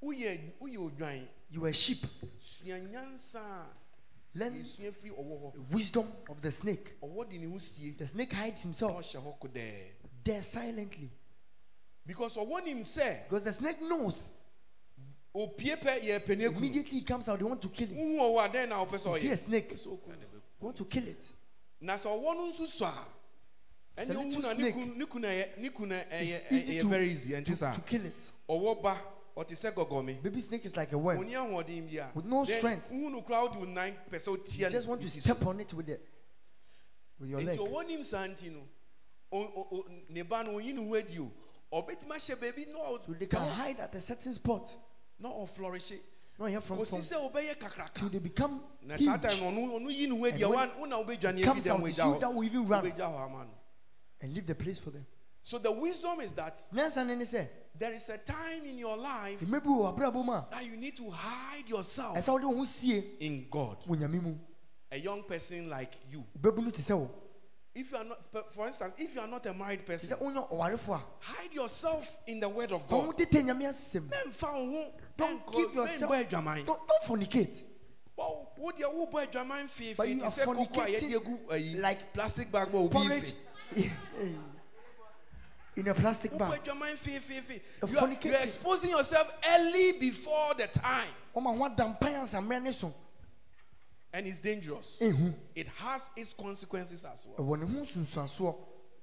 S1: Wo yɛ wo yɛ odwan
S4: you are a sheep
S1: sua nyansa a
S4: learn
S1: esua firi ɔwɔ hɔ.
S4: wisdom of the snake
S1: Ɔwɔ de ne ho sie.
S4: The snake hides
S1: Na
S4: himself
S1: ɔhyɛ hɔ kodɛɛ.
S4: there silently
S1: Because ɔwɔ nim sɛ
S4: because the snake knows
S1: opie pɛ yɛ pene egu.
S4: immediately he comes out. They want to kill him.
S1: Wohu ɔwɔ a dɛn na ɔpɛ
S4: You
S1: sɛ
S4: see a
S1: ɔyɛ.
S4: snake,
S1: Sɛ oku no.
S4: you want to kill it.
S1: Na sɛ ɔwɔ no nso sɔ a
S4: It's a
S1: ɛne
S4: little
S1: owu na ne
S4: snake.
S1: kun ne kun na ɛyɛ ne kun na ɛyɛ
S4: It's easy
S1: ɛyɛ
S4: to,
S1: very easy. Ɛnti
S4: to,
S1: saa.
S4: to kill it.
S1: ɔwɔ ba ɔte sɛ gɔgɔme
S4: Baby snake is like a worm.
S1: ɔni ahoɔden bia
S4: With no
S1: Then,
S4: strength.
S1: wohunu koraa wode wo nan pɛ sɛ wotia
S4: You just want to step on it with the with your leg.
S1: nti ɔwɔ nim saa nti no o- o- o- ne ba no ɔyi ne ho adi o ɔbɛtumi ahyɛ baabi na ɔ-
S4: So they can
S1: ka-
S4: hide at a certain spot.
S1: na ɔflɔrehye
S4: No, here from
S1: kɔsi
S4: from
S1: sɛ wobɛyɛ kakraka
S4: till they become
S1: na
S4: huge.
S1: saa time no ɔno ɔno yi ne ho adi a
S4: And
S1: woan-
S4: when
S1: wo na wobɛdwane
S4: it
S1: afi
S4: comes
S1: dɛm
S4: out, it's you
S1: wobɛgya
S4: that
S1: hɔ
S4: will even run
S1: wobɛgya hɔ ama no
S4: and leave the place for them.
S1: so the wisdom is that
S4: Nyansa nene sɛ,
S1: there is a time in your life
S4: emebi wɔ abrabɔ mu a,
S1: that you need to hide yourself
S4: ɛsɛ wode wo ho sie
S1: in God.
S4: wɔ Nyame mu.
S1: A young person like you,
S4: Wobɛbunu te sɛ wo.
S1: if you are not, per- for instance, if you are not a married
S4: Te
S1: person,
S4: sɛ wonyɛ ɔwarefo a,
S1: hide yourself in the Word of
S4: fa wo ho
S1: God.
S4: tetɛ Nyame asɛm.
S1: Mfa wo ho,
S4: Don't
S1: mɛnkɔ-
S4: give yourself.
S1: mɛmbɔ adwaman.
S4: Don't, don't fornicate.
S1: Wo- wo deɛ wobɔ adwaman fee
S4: But
S1: fee
S4: you
S1: te
S4: are
S1: sɛ koko a yɛde
S4: fornicating
S1: agu, ayi,
S4: like
S1: plastic bag bɔ obi
S4: Porridge
S1: fee.
S4: in a plastic
S1: Wobɔ
S4: bag.
S1: adwaman fee fee fee.
S4: You're
S1: You are, you are
S4: fornicating.
S1: exposing yourself early before the time,
S4: Ɔma ho ada mpan ansammerɛ ne so.
S1: and it's dangerous.
S4: Ehu.
S1: It has its consequences as well.
S4: Ɛwɔ ne ho nsunsuansoɔ.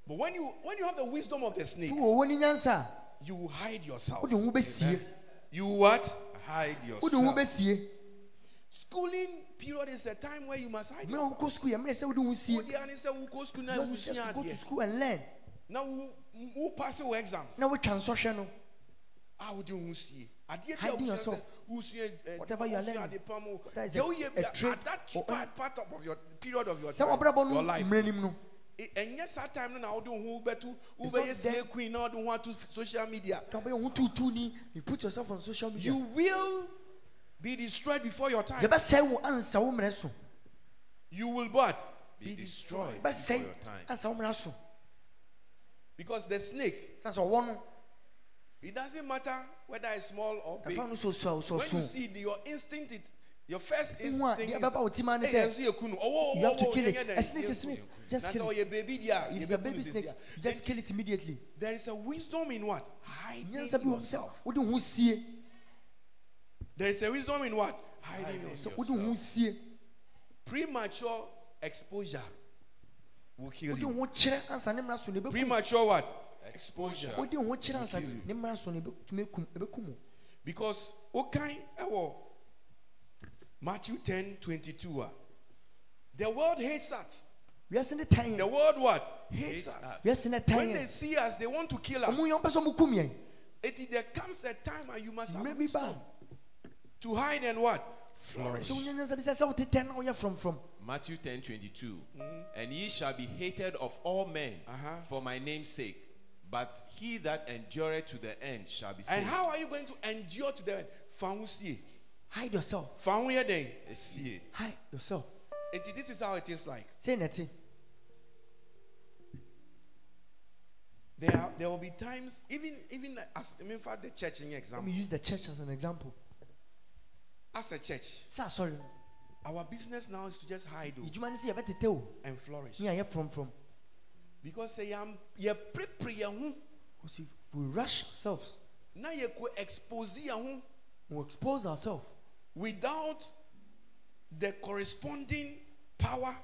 S1: But when you when you have the wisdom of the snake,
S4: Wowɔ wo ni nyansa a,
S1: you will hide yourself.
S4: wode wo ho bɛsie.
S1: You what?
S2: Hide
S4: Wode wo ho
S2: yourself.
S4: bɛsie.
S1: Schooling period is a time where you must hide
S4: Mmerɛ a
S1: yourself.
S4: wokɔ school yɛ mmerɛ sɛ wode wo ho sie.
S1: Odi ani sɛ wokɔ school na
S4: Yours is just
S1: wosua
S4: to go to
S1: adeɛ.
S4: school and learn.
S1: Na wo wo pass your exams. Ah,
S4: Na wotwa nsɔhwɛ no.
S1: A wode wo ho sie. Adeɛ bi a
S4: Hiding
S1: wosua
S4: yourself.
S1: sɛ wosua eh,
S4: Whatever you are
S1: wosua
S4: learning.
S1: ade pam o.
S4: That is
S1: Deɛ
S4: a-
S1: woyɛ
S4: a
S1: bi a-
S4: trait
S1: at that
S4: or
S1: part part of of your period of your
S4: Sɛ
S1: time.
S4: wɔbrabɔ no
S1: Your life.
S4: mmerɛ nim no.
S1: E- Ɛnyɛ saa time no na wode wo ho bɛto
S4: It's not
S1: wobɛyɛ
S4: there.
S1: slay queen na wode wo ho ato social media.
S4: Ka bɛyɛ wo ho tuutuni. You put yourself on social media.
S1: You will be destroyed before your time.
S4: Yɛbɛsɛe wo ansa wo mmerɛ so.
S1: You will what?
S2: Be destroyed before
S4: Yɛbɛsɛe
S2: your time.
S4: ansa wo mmerɛ so.
S1: Because the snake,
S4: Sɛ sɛ ɔwɔ no,
S1: it doesn't matter whether it's small or big.
S4: ɛfa no sɛ osua wo sɛ
S1: when you
S4: ɔso.
S1: see the, your instinct it your first
S4: Nwa,
S1: instinct
S4: deɛ
S1: is
S4: ɛbɛba wo tim ara ne
S1: "Eh,
S4: sɛ,
S1: yɛnso yɛ kunu." Ɔwɔ,
S4: You have to
S1: ɔwɔ,
S4: kill
S1: yɛnyɛ
S4: it.
S1: dɛn,
S4: A snake
S1: yɛnso
S4: is snake.
S1: yɛ kunu.
S4: Just
S1: Na
S4: kill
S1: sɛ
S4: it.
S1: ɔyɛ baby deɛ a,
S4: If it's a
S1: yɛbɛkunu
S4: baby
S1: sɛsia.
S4: snake, you just kill it immediately.
S1: there is a wisdom in what hiding
S4: Nyansa bi wɔ mu sɛ
S1: yourself
S4: wode wo ho sie.
S1: there is a wisdom in what hiding, yourself
S4: Sɛ wode wo ho sie.
S1: premature exposure will kill
S4: Wode
S1: you
S4: wo ho kyerɛ ansa ne mmara so no ɛbɛkum.
S1: premature what exposure
S4: Wode wo ho kyerɛ ansa ne mmara so no ɛbɛtumi akum ɛbɛkum wo.
S1: because okay ɛwɔ Matthew 10 22 a, ah. the world hates us
S4: Wiase ne tan
S1: the
S4: yɛn.
S1: world what hates, us.
S4: Wiase ne tan
S1: when they
S4: yɛn.
S1: see us they want to kill us
S4: Ɔmo yɛn pɛ sɛ ɔmo kum yɛn.
S1: It is there comes a time and you must have
S4: Mmerɛ bi
S1: wisdom
S4: ba.
S1: to hide and what? Flourish.
S4: Sɛ wonya nyansa bi sɛ sɛ wote tɛn na woyɛ from from.
S2: Matthew 10 22. And ye shall be hated of all men
S1: Mm-hmm. Uh-huh.
S2: for my name's sake, but he that endureth to the end shall be saved.
S1: And how are you going to endure to the end? Fangusie.
S4: Hide yourself.
S1: Fangueden.
S2: See it.
S4: Hide yourself.
S1: It is- This is how it is like.
S4: Sɛ na ɛte.
S1: There, are, there will be times, even even as I mean, for the church in
S4: Let me
S1: example,
S4: use the church as an example. "Ah,
S1: as a church,
S4: Sɛ asɔre no,
S1: our business now is to just hide oh,
S4: edwuma ne sɛ yɛbɛtetɛ wo.
S1: and flourish.
S4: Ne yɛayɛ from from.
S1: Because say am ye prepare ye ho,
S4: Because if we rush ourselves,
S1: na ye ko expose ye ho
S4: we expose ourselves.
S1: without the corresponding power,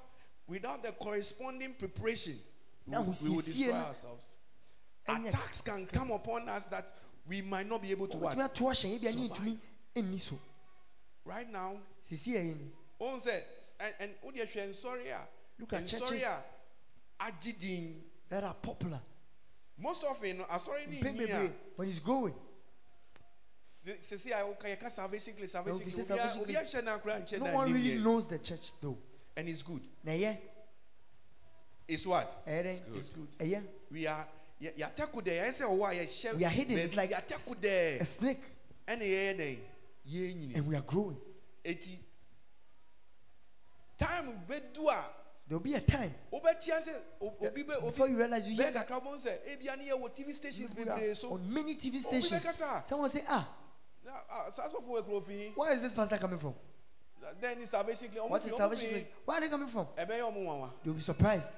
S1: without the corresponding preparation, we,
S4: Now,
S1: will- we will destroy
S4: sincere na-
S1: ourselves.
S4: And yet-
S1: Attacks can come upon us that we might not be able to
S4: wotumi
S1: what?
S4: ato ahyɛ ebi ani
S1: Survive.
S4: ntumi nni so
S1: Right now,
S4: sisi ɛyi no
S1: on said, and, and oh dear, she- and sorry, ah,
S4: Look at
S1: and
S4: churches.
S1: sorry, ah, agidin.
S4: that are popular
S1: Most often, I sorry, ni
S4: pay bebree when it's growing
S1: Sisi, I okay, can salvation, claim salvation.
S4: we say
S1: claim. Obi a-
S4: salvation
S1: obi a
S4: claim.
S1: share na kura and share
S4: no
S1: na
S4: one
S1: nim
S4: really
S1: yɛ.
S4: knows the church though
S1: And it's good.
S4: na ɛyɛ
S1: It's what?
S4: ɛyɛ dɛ
S1: It's good.
S4: ɛyɛ
S1: we are yɛ yɛataku dɛ yɛn sɛ ɔwɔ a yɛhyɛ
S4: We are hidden. It's like-
S1: yɛataku
S4: a
S1: dɛ
S4: snake
S1: ɛna yɛyɛ dɛ yɛn nyini
S4: and we are growing
S1: eti time bɛdu a
S4: there will be a time
S1: wobɛtia sɛ o- obi bɛ obi
S4: before you realize you
S1: bɛyɛ
S4: hear
S1: kakra bɔ sɛ ebi ani yɛ wɔ tv stations
S4: people are
S1: bebree so oh,
S4: on many TV
S1: obi
S4: stations
S1: bɛkasa
S4: someone say ah
S1: na ah, saa sɔfo wɔ ekuro fi
S4: where is this pastor coming from
S1: then salvation clean ɔmo
S4: what
S1: fi
S4: is
S1: ɔmo
S4: salvation
S1: fi
S4: grade where are they coming from
S1: ɛbɛyɛ ɔmo nwanwa
S4: they will be surprised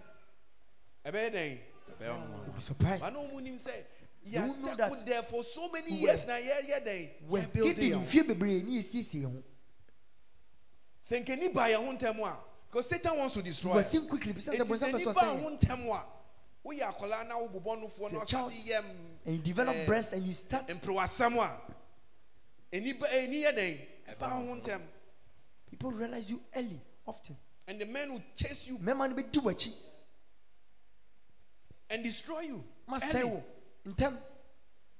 S1: ɛbɛyɛ dɛn
S4: they will be surprised
S1: ana ɔmo nim sɛ
S4: You won't know that
S1: yɛataku dɛ for so many
S4: we-
S1: years na yɛyɛ dɛn
S4: we are
S1: building
S4: hidden fie bebree ne yɛsiesie yɛn ho
S1: sɛ nkani ba yɛn ho ntɛm a because satan wants to
S4: we
S1: destroy
S4: are
S1: us.
S4: seen quickly because
S1: Enti
S4: the person
S1: sɛ
S4: person
S1: nipa a
S4: saying
S1: ho ntɛm a woyɛ akwadaa na wobobɔ nofoɔ na
S4: Your child.
S1: ɔsate yɛ
S4: and you develop breast and you start
S1: mprewasɛm a Any any about one time.
S4: People realize you early, often.
S1: And the men will chase you
S4: Mmarima no bɛdi w'akyi
S1: and destroy you.
S4: ma oh,
S1: early.
S4: sɛe wo ntɛm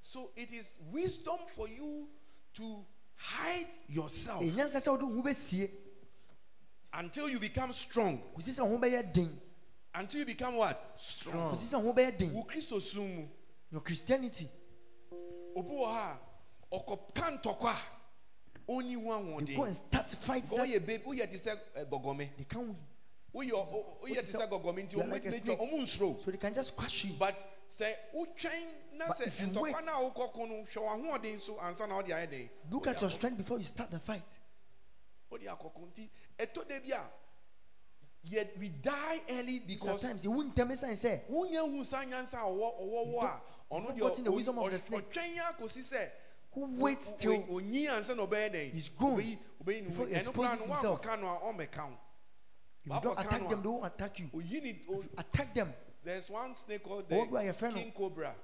S1: So it is wisdom for you to hide yourself
S4: ɛnyansa sɛ wode wo ho bɛsie
S1: until you become strong.
S4: kɔsi sɛ wo ho bɛyɛ den
S1: Until you become what? Strong.
S4: kɔsi sɛ wo ho bɛyɛ den
S1: Wo Kristo sum mu.
S4: your christianity
S1: Obi wɔ ha a, ɔkɔka ntɔkwa a, ɔnni ho ahoɔden.
S4: you go and start fights that
S1: Woyɛ babe- woyɛ te sɛ, eh, gɔgɔme.
S4: they can't win
S1: Woyɛ- wo- woyɛ te sɛ gɔgɔme nti
S4: You are
S1: ɔmo
S4: like a
S1: atumi
S4: snake.
S1: atwa- ɔmo nsuro wo.
S4: so they can just squash you
S1: But sɛ wotwɛn na
S4: But
S1: sɛ
S4: if you wait-
S1: ntɔkwa no a wokɔko no, hwɛ w'ahoɔden so ansa na wode ayɛ dɛn?
S4: look
S1: Wode
S4: at your
S1: akɔ-
S4: strength before you start the fight
S1: wode akɔko. Nti, ɛtɔ da bi a, yɛ- we die early because
S4: sometimes you won't tell me something say
S1: wonye hu saa nyansa a ɔwɔ ɔwɔ wɔ a
S4: You've
S1: ɔno
S4: forgotten the
S1: ɔyi-
S4: wisdom of
S1: ɔy-
S4: the snake.
S1: ɔtwɛn ya kɔsi sɛ
S4: who waits till
S1: onyi ansa na ɔbɛyɛ dɛn
S4: He's grown
S1: Obeyi- obeyi ne ho
S4: before he
S1: ɛno koraa
S4: exposes
S1: no
S4: himself.
S1: woakɔka no a ɔmmɛka wo
S4: if you don't
S1: Baba
S4: attack
S1: Kano.
S4: them they won't attack you
S1: oyi ne o-
S4: attack them
S1: there's one snake called
S4: Wo bra
S1: the
S4: yɛ frɛ no.
S1: king cobra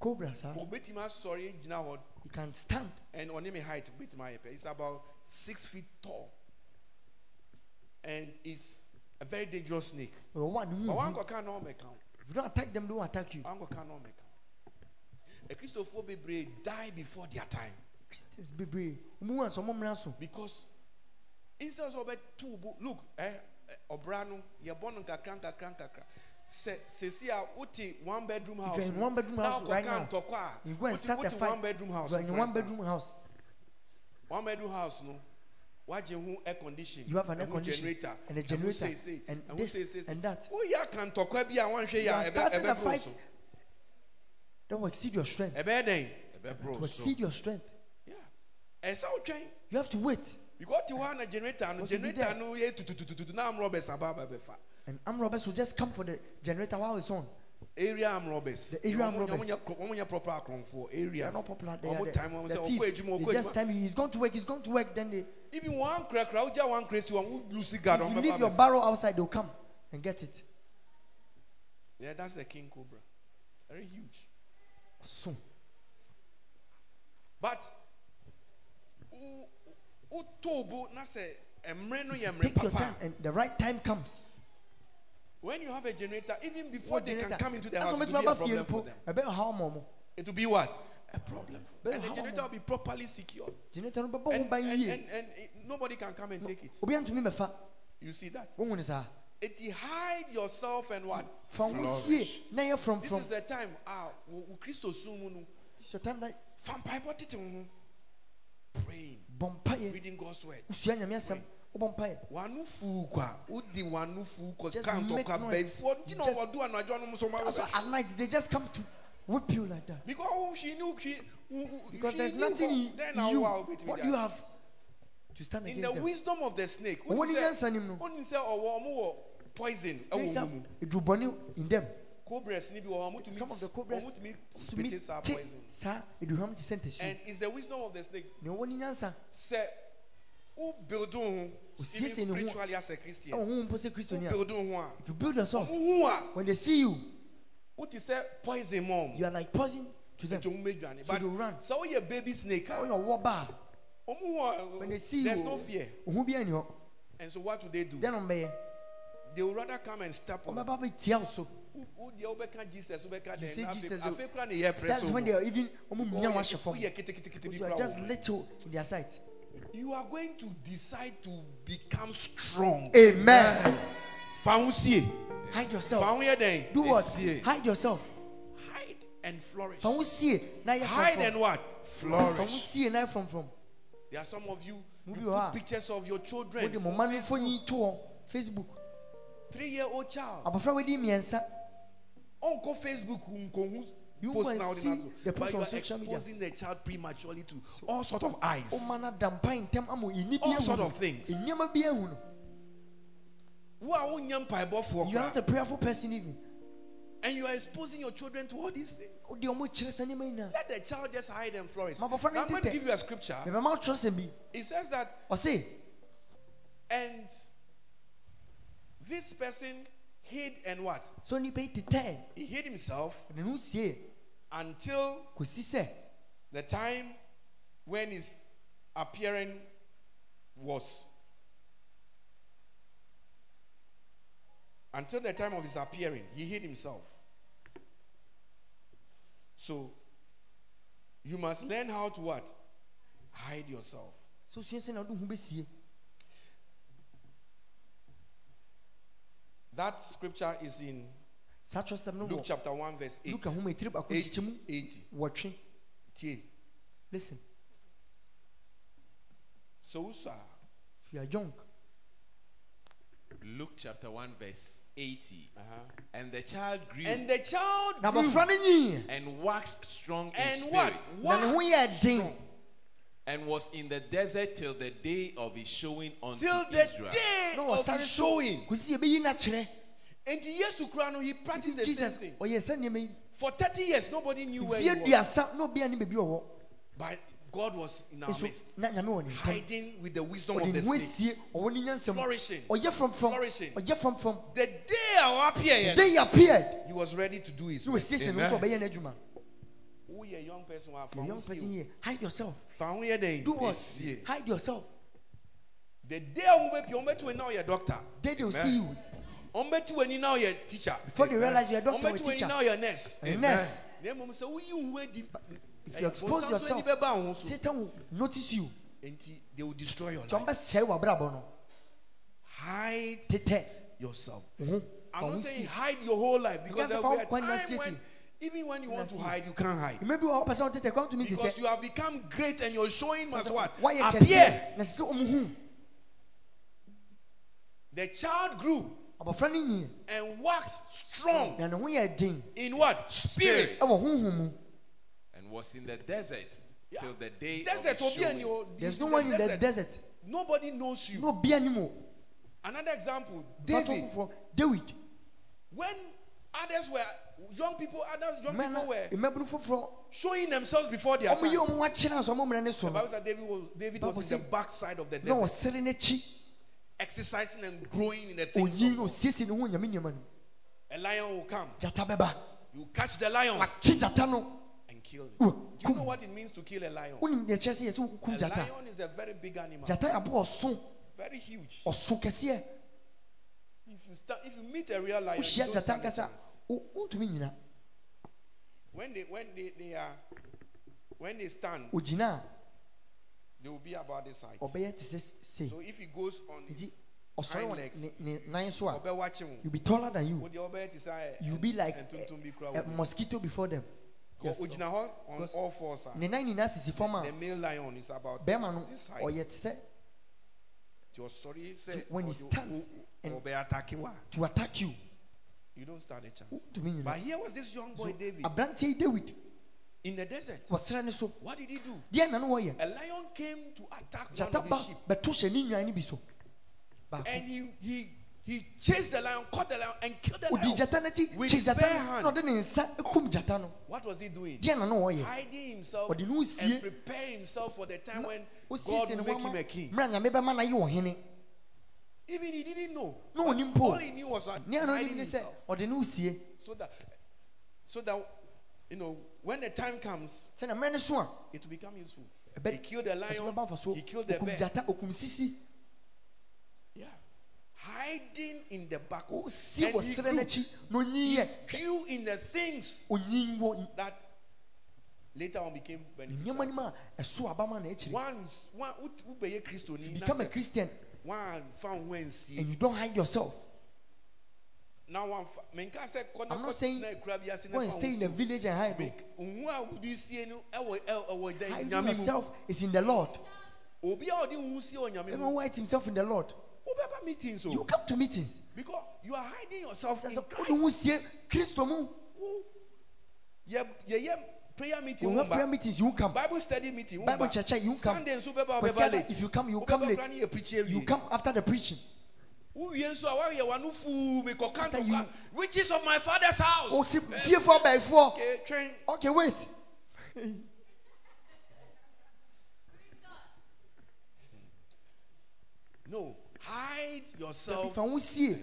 S4: cobra sir
S1: obɛtumi asɔre gyina hɔ
S4: you can stand
S1: and ɔne me height obɛtumi ayɛ pɛ it's about six feet tall and it's a very dangerous snake
S4: or one
S1: but
S4: if
S1: wankɔka na ɔmmɛka wo
S4: you don't attack them they won't attack you
S1: wankɔka na ɔmmɛka wo akristofoɔ bebree die before their time
S4: christians bebree mu wa sɔmɔ mìíràn so
S1: because instead of ɔbɛ tu bo look eh, ɛ ɛ, ɔbra no yɛ bɔ no nkakra nkakra nkakra sɛ sisi a wote one bedroom house
S4: in one bedroom house right now,
S1: ntɔkwa a
S4: you go and
S1: wote
S4: start a
S1: wote
S4: fight
S1: one bedroom house
S4: you
S1: no
S4: are in
S1: for
S4: one
S1: instance
S4: bedroom house
S1: one bedroom house no wagye ho air condition
S4: You have an air
S1: ɛho
S4: condition
S1: generator
S4: and a
S1: ɛho
S4: generator
S1: sei sei,
S4: and
S1: ɛho
S4: this
S1: sei sei sei.
S4: and that.
S1: woyɛ aka ntɔkwa bi a wanhwɛ
S4: you
S1: yɛ
S4: are
S1: a ɛbɛ
S4: starting a
S1: ɛbɛ boro
S4: fight
S1: so
S4: that will exceed your strength
S1: ɛbɛyɛ dɛn
S2: Ɛbɛboro
S4: to
S2: so.
S4: exceed your strength
S1: Yeah. ɛsɛ wotwɛn
S4: you have to wait
S1: because te hɔ a na generator no
S4: Because you be
S1: generator
S4: there.
S1: no yɛ tututututu na am rɔbɛs aba aba bɛfa.
S4: and arm robbers will just come for the generator while it's on
S1: area arm robbers.
S4: The area arm robbers.
S1: Wɔn yɛ proper akronfo area.
S4: they are not popular they
S1: Wɔn
S4: are
S1: time wɔn
S4: the,
S1: sɛ
S4: the
S1: ɔkɔ
S4: thieves
S1: edwuma
S4: they
S1: ɔkɔ
S4: just
S1: edwuma.
S4: tell you he's going to work he's going to work then they
S1: Even wɔn ankorakora wogya wɔn ankorasi wɔn wo lusi guard
S4: if
S1: wɔn
S4: you leave your
S1: bɛba
S4: barrel outside they'll come and get it
S1: Yeah, that's a king cobra. Very huge.
S4: so
S1: But o o tobo na sɛ mmerɛ no yɛ mmerɛ
S4: take your time
S1: papa.
S4: and the right time comes
S1: When you have a generator, even before they can come into the
S4: That's
S1: house,
S4: what
S1: it will
S4: makes
S1: be
S4: my
S1: a
S4: mouth
S1: problem
S4: feel
S1: for
S4: full.
S1: them.
S4: I bet how mom
S1: It will be what? A problem for them.
S4: But
S1: And the
S4: how-
S1: generator will be properly secured.
S4: generator no bɛbɔ ho
S1: And,
S4: ban
S1: and,
S4: yie
S1: and, and it- nobody can come and take it.
S4: obi antumi mɛfa
S1: You see that?
S4: wohu ne saa
S1: It hide yourself and what?
S4: fa wo sie na yɛ from
S1: This
S4: from
S1: is the time a wo wo Kristo sum mu no
S4: It's your time that
S1: fa mpaebɔ tete wo ho mm-hmm. praying
S4: bɔ mpaeɛ
S1: reading God's word
S4: wosua nyame asɛm wobɔ mpaeɛ
S1: wanu fuu kɔ a wodi wanu fuu kɔ
S4: Just
S1: kan
S4: make
S1: tɔkwa
S4: noise.
S1: bɛyifoɔ nti na
S4: Just-
S1: wɔdu anadwo no so ma
S4: also
S1: wɔbɛ
S4: at night they just come to whip you like that
S1: because wohwi ne wohwi
S4: because there's nothing in
S1: then
S4: you
S1: awo a
S4: what do you have to stand
S1: in the
S4: against them
S1: wisdom of the snake
S4: Ɔwɔ ne
S1: sɛ
S4: nyansa nim no.
S1: onim sɛ ɔwɔ ɔmo wɔ "Oh, poison
S4: Na
S1: ɛwɔ
S4: ɛsɛ-
S1: ɔmo mu
S4: ɛduru bɔne in them
S1: cobras oh, ni bi wɔ ɔmo tumi
S4: some of the cobras
S1: ɔmo tumi
S4: tumi
S1: spit saa
S4: te
S1: poison
S4: saa aduhwam te sɛ
S1: and
S4: ntasuo
S1: it's the wisdom of the snake
S4: ne ɔwɔ ne nyansa
S1: sɛ wo build wo ho even
S4: Osiesie ne ho.
S1: spiritually as a christian
S4: ɛwɔ ho mpo sɛ kristo ni a if
S1: build wo ho a
S4: you build yourself
S1: wo ho a
S4: when they see you
S1: wote sɛ poison mom
S4: you are like poison to them
S1: nti ɔmo mɛdwane
S4: So
S1: but
S4: they will run.
S1: sɛ woyɛ baby snake
S4: when
S1: a
S4: your war bar
S1: ɔmo ho
S4: when
S1: a
S4: they see
S1: there's
S4: you
S1: no fear
S4: ohun bi ani hɔ
S1: and so what do they do
S4: then ɔn bɛyɛ
S1: they would rather come and step on
S4: ɔbɛba bɛ tia o so
S1: wo wo deɛ wobɛka jesus wobɛka
S4: You say Jesus,
S1: dɛn
S4: they-
S1: afei kora ne yɛ prɛ
S4: that's
S1: so
S4: when they are even ɔmu mia wɔn ahyɛ fam
S1: woyɛ keteketekete bi
S4: so you are
S1: kora
S4: just
S1: wo
S4: little in their sight
S1: you are going to decide to become strong
S4: amen
S1: fa ho sie fa
S4: hide
S1: ho
S4: yourself
S1: yɛ dɛn
S4: do what
S2: Esie.
S4: hide yourself
S1: hide and flourish
S4: fa ho sie na yɛ
S1: hide and
S4: fɔmfɔm
S1: what
S4: fa ho
S1: flourish
S4: sie na yɛ fɔmfɔm
S1: there are some of you you
S4: Movie wa.
S1: put pictures of your
S4: o de
S1: children
S4: mo ma mi fo yin to wɔn facebook
S1: three year old child
S4: abɔfra wo di mmiɛnsa
S1: uncle facebook nkohu
S4: You
S1: post
S4: can
S1: now
S4: see the
S1: but
S4: post
S1: you
S4: on
S1: are
S4: social media. Oh
S1: exposing the child prematurely to all sort of eyes
S4: o ma na dampa ntɛm ama eni e bi
S1: All
S4: ehu
S1: sort
S4: no E
S1: of things.
S4: nneɛma bi ehu no
S1: wo a wonyɛ mpaebɔfoɔ
S4: you are not a
S1: koraa,
S4: prayerful person even
S1: and you are exposing your children to all these things
S4: o de ɔmo kyerɛ sɛ nneɛma nyinaa
S1: let the child just hide and flourish
S4: Ma abɔfra no
S1: i'm going to
S4: ntitɛ.
S1: give you a scripture
S4: mɛ mɛ ma atwerɛ sɛm bi
S1: it says that
S4: ɔsi
S1: and this person hid and what
S4: so nipa yi tetɛ
S1: he hid himself
S4: ne ho sie
S1: until
S4: kò si sɛ
S1: the time when his appearing was until the time of his appearing, he hid himself. So you must learn how to what? Hide yourself.
S4: so sua sɛ na wode ho bɛsie
S1: That scripture is in
S4: saa kyerɛsɛm no
S1: Luke
S4: wɔ
S1: chapter 1, verse 8.
S4: luka homa ɛtiri baako
S1: Eight-
S4: kyekyɛ mu
S1: 80.
S4: wɔtwe
S1: Tie.
S4: listen
S1: So Uh-huh. whoso a,
S4: if you are young
S2: Luke chapter 1, verse 80.
S1: uh-huh.
S2: And the child grew
S1: And
S2: and,
S1: the child
S4: na abɔfra no nyiiɛ
S2: waxed strong in
S1: and
S2: spirit
S1: what?
S4: na ne ho
S1: What?
S4: yɛɛ den
S2: and was in the desert till the day of his showing unto
S1: Till the
S2: Israel.
S1: day
S4: na
S1: of
S4: wɔsare
S1: his
S4: so
S1: showing.
S4: kɔsi yɛbɛyi no akyerɛ
S1: And Yesu kura no, he practiced the same
S4: jesus
S1: thing.
S4: ɔyɛɛ sɛ nneɛma yi
S1: For 30 years, nobody knew where he
S4: fie
S1: was.
S4: duasa na obia ne baabi ɔwɔ
S1: But God was in our midst,
S4: ɛso na nyame wɔ ne ntam
S1: hiding with the wisdom
S4: ɔde
S1: of
S4: ne
S1: the
S4: ho
S1: snake.
S4: asie ɔwɔ ne nyansɛm
S1: Flourishing.
S4: ɔyɛ frɔmfrɔm
S1: Flourishing.
S4: ɔyɛ frɔmfrɔm
S1: The day I appeared,
S4: day appeared
S1: he was ready to do his
S4: na
S1: work.
S4: wɔsiesie no sɛ ɔbɛyɛ no adwuma
S1: Who a young person who have
S4: The
S1: found
S4: young person here hide yourself
S1: Found here then.
S4: do what
S1: This year.
S4: hide yourself
S1: The day I will be on bet when now your doctor.
S4: they will see you
S1: On bet when you now your teacher.
S4: before they realize you are
S1: On
S4: doctor or
S1: bet when you
S4: teacher
S1: now your nurse.
S4: a nurse
S1: Then mom say who you who Eh, did.
S4: if you expose yourself satan will notice you
S1: and they will destroy your
S4: tí wọn
S1: life.
S4: bɛ sɛ wà abrabɔ no
S1: Hide
S4: tètè
S1: yourself.
S4: ɔhún
S1: I'm not
S4: ɔhún
S1: saying
S4: si
S1: hide your whole life because
S4: Because
S1: there
S4: if
S1: will
S4: I
S1: be a
S4: want to
S1: time
S4: see
S1: when
S4: it.
S1: even when you want to
S4: see it.
S1: hide, you can't hide.
S4: mmebi wà ɔpɛ sɛ ɔtètè kwan tó mi
S1: Because
S4: tètè
S1: you have become great and you're showing must what?
S4: wáyé
S1: Appear.
S4: kɛse na sisi ɔmu hu
S1: The child grew
S4: abɔfra ni nyiye
S1: and waxed strong
S4: na ne ho yɛ den
S1: in what? Spirit.
S4: ɛwɔ huhun mu
S2: And was in the desert
S1: Yeah.
S2: till the day
S1: Desert
S2: of
S1: will
S2: his
S1: be
S2: showing.
S1: in your
S4: there is no one in the desert
S1: Nobody knows you.
S4: no bi anim o
S1: Another example,
S4: pàtó
S1: David.
S4: foforɔ david
S1: When others were young people, others young people were
S4: mmɛna mmɛbunu foforɔ
S1: showing themselves before their
S4: ɔmu
S1: time.
S4: yi ɔmu wa kyerɛ asɔ ɔmu mìíràn ne
S1: The Bible
S4: sɔrɔ
S1: said David was David
S4: Bible
S1: was in the
S4: say-
S1: backside of the
S4: na
S1: desert,
S4: ɔsere n'akyi
S1: exercising and growing in the things.
S4: oyin
S1: Of
S4: na
S1: God.
S4: osiesie ne ho nyame nneɛma no
S1: A lion will come.
S4: jata bɛba
S1: You catch the lion
S4: wakye jata no
S1: and kill it.
S4: Wo-
S1: Do you know what it means to kill a lion?
S4: wonim deɛ kyerɛ sɛ yɛ sɛ wokum
S1: A
S4: jata
S1: lion is a very big animal,
S4: jata yɛ aboɔ ɔso
S1: very huge.
S4: ɔso kɛseɛ
S1: If you sta- if you meet a real lion, you
S4: wohyia
S1: don't
S4: gyata
S1: stand a
S4: nkasa
S1: chance.
S4: wo- wontumi nyina
S1: when they when they, they are when they stand,
S4: ogyina
S1: they will be about this height.
S4: a ɔbɛyɛ te sɛ
S1: So
S4: sei
S1: if he goes on his
S4: nti ɔsɔre
S1: hind
S4: wɔ
S1: legs.
S4: ne- ne nan so a
S1: ọbẹ wákye wọn
S4: you be taller than you
S1: wọde ọbẹ ti sa ẹ
S4: you be like
S1: ẹntuntun bi kura
S4: a, a
S1: wọn
S4: mosquito before them Yes, Lord.
S1: ogyina hɔ on
S4: Because-
S1: all fours a
S4: ne nan nyinaa sisi fam
S1: the
S4: a
S1: male lion is about
S4: bɛrima no
S1: this
S4: ɔyɛ
S1: height
S4: te sɛ
S1: ti ọsọri sẹ
S4: when he stands and-
S1: ọbẹ atake wa
S4: to attack you
S1: you don't stand a chance
S4: wontumi
S1: but
S4: nyina
S1: here was this young boy David
S4: aberanteɛ yi david
S1: in the desert
S4: wɔsrɛ ne so
S1: what did he do
S4: deɛ na no wɔyɛ
S1: a lion came to attack one
S4: gyata
S1: of
S4: ba
S1: his sheep
S4: bɛto hyɛ ne nwan no bi so
S1: and
S4: baako
S1: he he he chased the lion caught the lion and killed the
S4: odi
S1: lion
S4: gyata n'akyi
S1: With
S4: kye
S1: his bare
S4: gyata no
S1: hand.
S4: na ɔde ne nsa kum gyata no
S1: what was he doing
S4: deɛ na no wɔyɛ
S1: hiding himself
S4: Ɔde ne ho sie.
S1: and prepare himself for the time when God
S4: osiesie ne
S1: will
S4: ho
S1: make
S4: ama
S1: him a king
S4: mmerɛ nyame bɛma no yɛ ɔhene
S1: even he didn't know
S4: na onim
S1: all
S4: po
S1: he knew was
S4: ne ano
S1: hiding
S4: onim ne sɛ
S1: himself
S4: ɔde ne wosie
S1: so that so that you know when the time comes
S4: sɛ na mmerɛ ne so a
S1: it will become useful
S4: ɛbɛ-
S1: he killed the
S4: ɛso
S1: lion
S4: bɛba mfa so
S1: he killed the
S4: okum
S1: bear
S4: gyata okum sisi
S1: yeah hiding in the back
S4: osie
S1: And
S4: wɔ
S1: he
S4: serɛ
S1: grew.
S4: n'akyi na onyiiɛ
S1: grew in the things
S4: onyin wɔ
S1: that later on became
S4: nneɛma no
S1: beneficial
S4: mu a ɛso aba ma na akyiri
S1: once one who be a Christian
S4: you become a christian
S1: one found when see
S4: and you don't hide yourself
S1: now one fa- menka se kono
S4: I'm not saying go and stay in the village and hide o
S1: Ohun a wodi sie no ɛwɔ ɛwɔ- ɛwɔ dan
S4: hiding
S1: Nyame mu.
S4: yourself is in the lord
S1: obi a ɔde ohun sie wɔ Nyame mu
S4: everyone hides himself in the lord
S1: wobɛba meetings
S4: you
S1: o
S4: come to meetings
S1: because you are hiding yourself in
S4: sɛ sɛ wode
S1: Christ
S4: wo sie kristo mu
S1: Wo- yɛ yɛyɛ prayer meeting
S4: when we
S1: wo
S4: have prayer
S1: ba
S4: meetings you won't come
S1: bible study meeting wo
S4: Bible
S1: ba
S4: church, you come.
S1: Sunday nso wobɛba
S4: Kwasi
S1: wobɛba
S4: Ada,
S1: late
S4: if you come, you come
S1: Wobɛba
S4: late.
S1: koraa na yɛ preach awie.
S4: you come after the preaching
S1: wowie nso a woayɛ w'ano fuu mekɔka
S4: After Oh,
S1: ntɔkwa riches of my father's house
S4: o si fiefoɔ bɛɛfoɔ
S1: Oh, eh, Okay, twɛn
S4: okay wait
S1: no hide yourself
S4: if I won see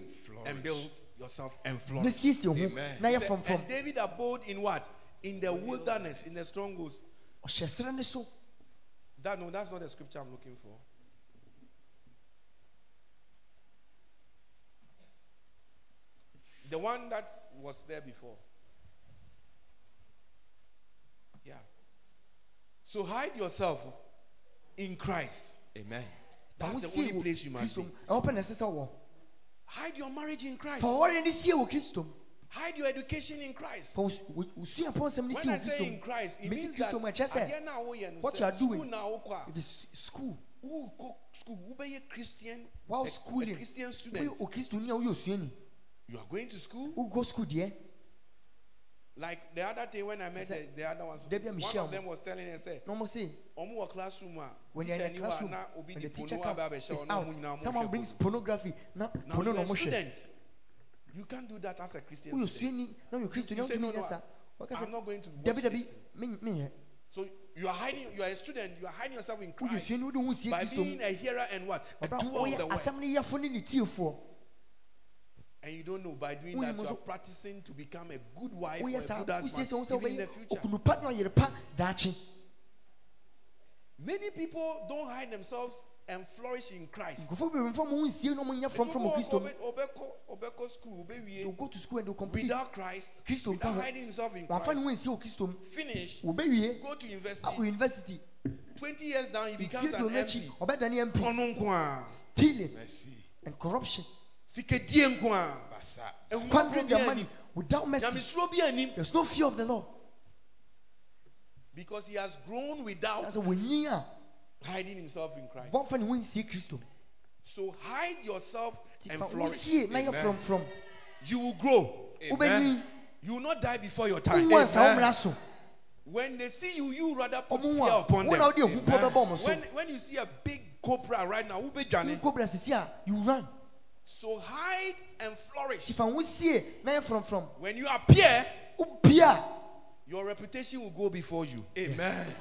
S1: and build yourself and
S4: ne
S1: flourish
S4: siesie ho na
S1: He
S4: yɛ
S1: said,
S4: fɔm fɔm
S1: and David
S4: Oh,
S1: abode in what in the wilderness in the strongholds
S4: ɔhyɛ srɛ ne so
S1: That no, that's not the scripture I'm looking for. The one that was there before. Yeah. So hide yourself in Christ.
S2: Amen.
S1: That's the
S4: wosie
S1: only
S4: wɔ
S1: place you must
S4: Kristo
S1: be.
S4: mu ɛhɔ pɛ na ɛsɛ sɛ wɔ
S1: Hide your marriage in Christ.
S4: fa wɔre ne sie wɔ kristo mu
S1: Hide your education in Christ.
S4: fa wosuapɔ nsɛm ne sie
S1: When I
S4: wɔ
S1: say in
S4: kristo
S1: Christ,
S4: mu
S1: it
S4: mesi
S1: means that
S4: kristo mu ɛkyerɛ
S1: adeɛ
S4: sɛ
S1: no a woyɛ no
S4: eh? what
S1: sɛ
S4: you are doing,
S1: school na wokɔ a,
S4: if it's school
S1: wokɔ school, wobɛyɛ Christian,
S4: while
S1: a- a
S4: schooling
S1: Christian
S4: woyɛ
S1: student.
S4: okristoni a woyɛ osuani
S1: You are going to school?
S4: wokɔ school deɛ
S1: Like the other day when I met the,
S4: Sɛ-
S1: the other ones,
S4: da bi a
S1: one
S4: mehyia
S1: of
S4: wɔn.
S1: them was telling her, say,
S4: na ɔmo se
S1: ɔmo wɔ classroom a,
S4: when you are
S1: teacher
S4: in
S1: ni
S4: the
S1: hɔ a
S4: classroom
S1: na obi
S4: when
S1: de
S4: the teacher
S1: pono
S4: comes
S1: aba abɛhyɛ
S4: it's
S1: hɔ na ɔmo nyinaa
S4: out
S1: mo
S4: someone
S1: hwɛ
S4: brings
S1: pono.
S4: pornography na
S1: Now
S4: pono
S1: you're
S4: na
S1: a
S4: ɔmo hwɛ
S1: student. You can't do that as a Christian
S4: woyɛ
S1: student.
S4: osuani na woyɛ okristoni a
S1: You say,
S4: wotumi
S1: "No, no,
S4: nyɛ saa
S1: I-
S4: wɔka
S1: I'm not going to
S4: sɛ
S1: watch
S4: dabi dabi
S1: this."
S4: men- menyɛ
S1: So you are hiding, you are a student, you are hiding yourself in
S4: woyɛ
S1: Christ
S4: osuani wode wo sie
S1: by
S4: kristo mu
S1: being a hearer and what? A
S4: ɔbra
S1: doer of the
S4: woyɛ
S1: word.
S4: asɛm no yɛfo ne ne tiefoɔ
S1: And you don't know by doing
S4: Wonim
S1: that you are
S4: nso-
S1: practicing to become a good wife or a
S4: woyɛ saa
S1: good
S4: wosie sɛ wo
S1: husband
S4: sɛ
S1: even in the
S4: wobɛyɛ
S1: future.
S4: okunu pa ne ɔyere pa daakye
S1: Many people don't hide themselves and flourish in Christ.
S4: nkurɔfoɔ bebree mfa ma wo nsie na ɔmonyɛ
S1: They took
S4: frɔm frɔm wɔ
S1: off
S4: kristo mu
S1: obe- obeko- obeko school, obewie,
S4: They will go to school and they will complete
S1: Without Christ,
S4: Kristo
S1: without
S4: nka ho.
S1: hiding himself in
S4: wɔamfa ne ho
S1: Christ,
S4: ansie wɔ kristo mu
S1: finish,
S4: wɔbɛwie
S1: go to
S4: akɔ
S1: university.
S4: university
S1: 20 years down, he
S4: mfie
S1: becomes an
S4: do no akyi
S1: MP.
S4: ɔbɛdane mp
S1: Ɔno nko ara.
S4: stealing
S2: Mercy.
S4: and corruption
S1: Sikedie nko ara.
S2: Basa.
S4: squandering
S1: Ehumafo bi
S4: their money
S1: anim.
S4: without mercy
S1: Nyamesuro bi anim.
S4: there's no fear of the law
S1: Because he has grown without
S4: that's wɔnyin a e
S1: hiding himself in Christ.
S4: wɔmfa ne ho ansie kristo mu
S1: So hide yourself
S4: Nti
S1: and
S4: fa
S1: flourish.
S4: wosie e, na yɛ
S2: Amen.
S4: frɔmfrɔm
S1: You will grow.
S4: wobɛnyin
S1: You will not die before your time. Eh?
S4: wohu ansa wo mmara so
S1: When they see you, you rather put
S4: ɔmo
S1: fear
S4: ho a
S1: upon
S4: wo na
S1: them.
S4: wode ahu pɔ bɛbɔ ɔmo so
S1: When, when you see a big cobra right now, who be Johnny?
S4: nkobra sisi a you run
S1: So hide and flourish.
S4: tifa ho sie na yɛ frɔmfrɔm
S1: When you appear,
S4: wopia
S1: your reputation will go before you. Eh,
S2: Amen.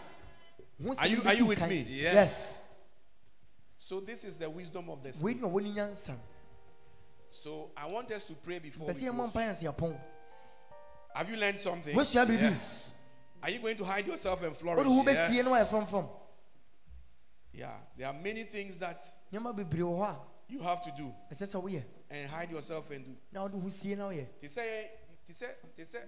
S4: Once
S1: Are you-
S4: you make
S1: are you
S4: it
S1: with
S4: e kind-
S1: me?
S4: Yes.
S1: So this is the wisdom of the
S4: Wei
S1: spirit.
S4: na wɔn nyɛ nsa.
S1: So I want us to pray before Oh, we
S4: Bɛsi yɛ mɔ
S1: close. Eh,
S4: mpa yɛn apɔn.
S1: Have you learned something?
S4: Wɔsua biribi.
S2: Yes.
S1: Are you going to hide yourself and
S4: Wɔde ho
S1: flourish?
S4: bɛsie no
S2: yes.
S4: ayɛ frɔmfrɔm.
S1: Yeah. There are many things that
S4: Nneɛma bebree wɔ hɔ
S1: you have to do
S4: a ɛsɛ sɛ woyɛ
S1: and hide yourself and do.
S4: na wɔde ho sie na woyɛ.
S1: Te sɛ te sɛ te sɛ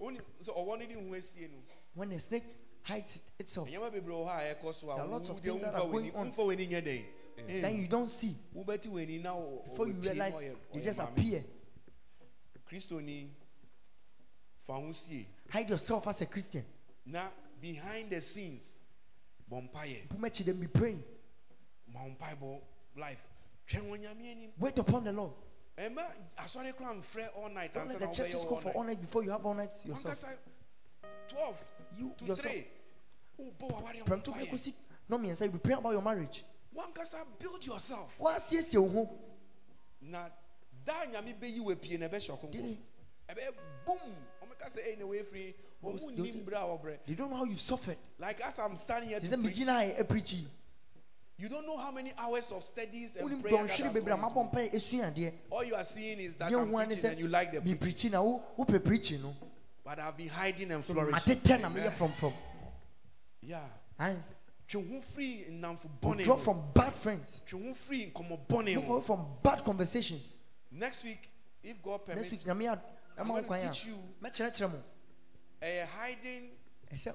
S1: oni so ɔwɔ ne di nhu esie no.
S4: When the snake hides itself,
S1: Nneɛma bebree wɔ hɔ a ɛkɔ so a
S4: There are lots
S1: wo-
S4: of
S1: deɛ
S4: things that
S1: womfa
S4: are going
S1: w'ani-
S4: on.
S1: womfa w'ani nyɛ dɛn. Eh,
S4: then you don't see.
S1: wobɛte w'ani na wɔ-
S4: Before you
S1: wɔbɛpie na
S4: realize,
S1: ɔyɛ-
S4: they
S1: ɔyɛ
S4: just
S1: maame.
S4: appear.
S1: Kristoni fa ho sie
S4: Hide yourself as a Christian.
S1: na behind the scenes bɔ mpaeɛ
S4: Puma chi them be praying.
S1: ma wo mpaebɔ life twɛn wɔ nyame anim
S4: Wait upon the Lord.
S1: ɛma asɔre koraa mfrɛ all night
S4: Don't let
S1: ansa
S4: the
S1: na
S4: churches go
S1: wobɛyɛ
S4: for all night before you have all night yourself.
S1: wankasa 12
S4: You
S1: to
S4: yourself.
S1: 3 wobɔ waware ho
S4: Pram to make
S1: mpaeɛ
S4: kosi. No me you be praying about your marriage.
S1: wankasa build yourself
S4: Wɔasiesie wo ho.
S1: na da nyame bɛyi wɔ pie na ɛbɛhyɛ ɔkonko
S4: They-
S1: ɛbɛyɛ boom ɔmɛka sɛ ɛyi na wɔafiri
S4: Those-
S1: ɔmu
S4: those-
S1: nnim berɛ a wɔbrɛ
S4: They don't know how you suffered.
S1: like as i'm standing here
S4: They
S1: to
S4: say eh, me
S1: preach
S4: gyina ha yɛ preaching.
S1: you don't know how many hours of studies and
S4: wonim
S1: prayer that
S4: dɔnhwere
S1: has
S4: bebree a
S1: gone into
S4: mabɔ mpa esua adeɛ
S1: All you are seeing is that
S4: deɛ
S1: I'm
S4: ho ane
S1: preaching and you like the preaching.
S4: sɛ mepirikyi eh, na wo wopɛ pirikyi no
S1: But I've been hiding and flourishing.
S4: matetɛ na meyɛ frɔmfrɔm
S1: Yeah.
S4: Aye.
S1: Twe ho free nnamfo bɔne
S4: withdraw
S1: ho.
S4: from bad friends
S1: Twe ho free nkɔmmɔ bɔne
S4: move
S1: ho.
S4: away from bad conversations
S1: Next week, if God
S4: next week
S1: permits,
S4: nyame ad-
S1: I'm
S4: ama wo
S1: going to
S4: kwan a
S1: teach you
S4: mɛkyerɛkyerɛ mo
S1: eh, hiding
S4: ɛsɛ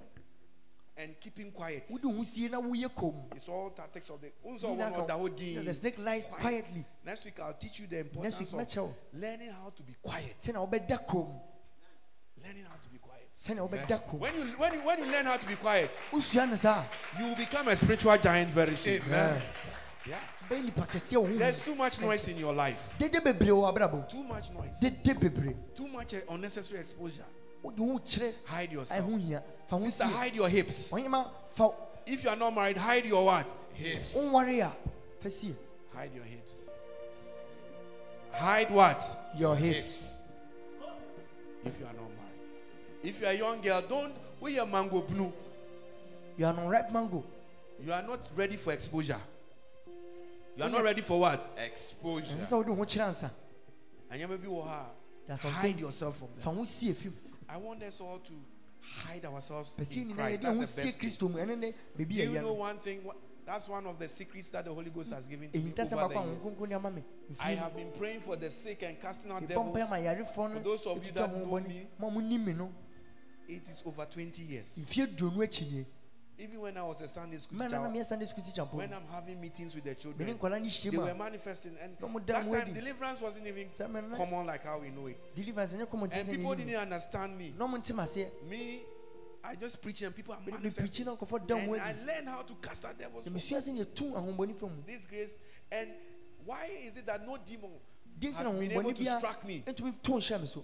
S1: and keeping quiet.
S4: wode wo sie na woyɛ kom
S1: It's all tactics of the. Unso
S4: Nyinaa
S1: one
S4: ka
S1: of the
S4: ho.
S1: whole
S4: See,
S1: dean.
S4: the snake lies
S1: Quiet.
S4: quietly
S1: Next week, I'll teach you the
S4: next
S1: importance
S4: week
S1: of
S4: mɛkyerɛ wo
S1: learning how to be quiet.
S4: sɛnea wobɛda kom
S1: Learning how to be quiet.
S4: sɛnea wobɛda kom
S1: Eh. When you when you when you learn how to be quiet,
S4: wosua no saa
S1: you will become a spiritual giant very soon.
S2: Amen.
S1: Eh.
S4: Eh.
S1: Yeah.
S4: bɛyɛ nipa kɛseɛ wɔ
S1: There's
S4: wo
S1: too much noise in your life.
S4: dede bebree wɔ abrabɔ
S1: Too much noise.
S4: dede bebree
S1: Too much eh, unnecessary exposure.
S4: wode wo kyerɛ
S1: Hide
S4: ayɛ ho
S1: yourself.
S4: hia fa ho
S1: Sister,
S4: sie
S1: hide your hips.
S4: ɔnyɛma fa
S1: If you are not married, hide your what?
S2: Hips.
S1: Mm.
S4: wonware a fa sie
S1: Hide your hips. Hide what?
S4: your hips
S2: Hips.
S1: If you are not married. If you are a young girl, don't wear a mango blue.
S4: you are an unripe mango
S1: You are not ready for exposure. You are
S4: Yeah.
S1: not ready for what?
S2: Exposure.
S4: ɛnsɛ sɛ wode wo ho kyerɛ ansa
S1: And you may be wo ha.
S4: There are some
S1: Hide
S4: things-
S1: yourself from
S4: fa
S1: them.
S4: ho sie fim
S1: I want us all to hide ourselves
S4: pɛ sɛ
S1: in
S4: nyinaa
S1: Christ.
S4: yɛde ho
S1: That's the
S4: sie
S1: best. place.
S4: kristo mu ɛno ne baabi
S1: Do
S4: a
S1: you know
S4: yɛyɛ no
S1: one thing? Wha- That's one of the secrets that the Holy Ghost has given to me
S4: ɛhinta sɛ
S1: over
S4: baako a
S1: the
S4: ho
S1: years.
S4: nkonko ne ama me
S1: I
S4: mfiri
S1: have been praying for the sick and casting out
S4: mebɔ
S1: devils.
S4: mpae ma yarefoɔ no
S1: For those of you
S4: ɛtwitwa
S1: that know
S4: honhommɔne
S1: me-
S4: ma a monim me no
S1: It is over 20 years.
S4: mfie duonu akyi nie
S1: Even when I was a Sunday school
S4: mana na
S1: child,
S4: meyɛ sunday school teacher mpo
S1: when I'm having meetings with the
S4: me ne
S1: children,
S4: nkwadaa no hyia
S1: they
S4: mu
S1: were
S4: a
S1: manifesting. And
S4: No more damn
S1: that time,
S4: wedding.
S1: deliverance wasn't even
S4: sɛ me no
S1: common like how we know it.
S4: deliverance ɛnyɛ kɔmmɔ nte
S1: And
S4: sɛ
S1: people
S4: yɛnim
S1: didn't understand me.
S4: na ɔmo nte m'aseɛ
S1: Me, I just preach and people are
S4: mepirikyi
S1: manifesting.
S4: na nkɔfoɔ da
S1: And
S4: ho
S1: I
S4: adi
S1: learned how to cast out devils.
S4: na
S1: from
S4: mesua sɛ yɛtu ahombɔne fa mu
S1: This grace. And why is it that no demon
S4: deɛ nti na
S1: has been able
S4: ahombɔne
S1: to
S4: biara
S1: strike me?
S4: ɛntumi to nhyɛ me so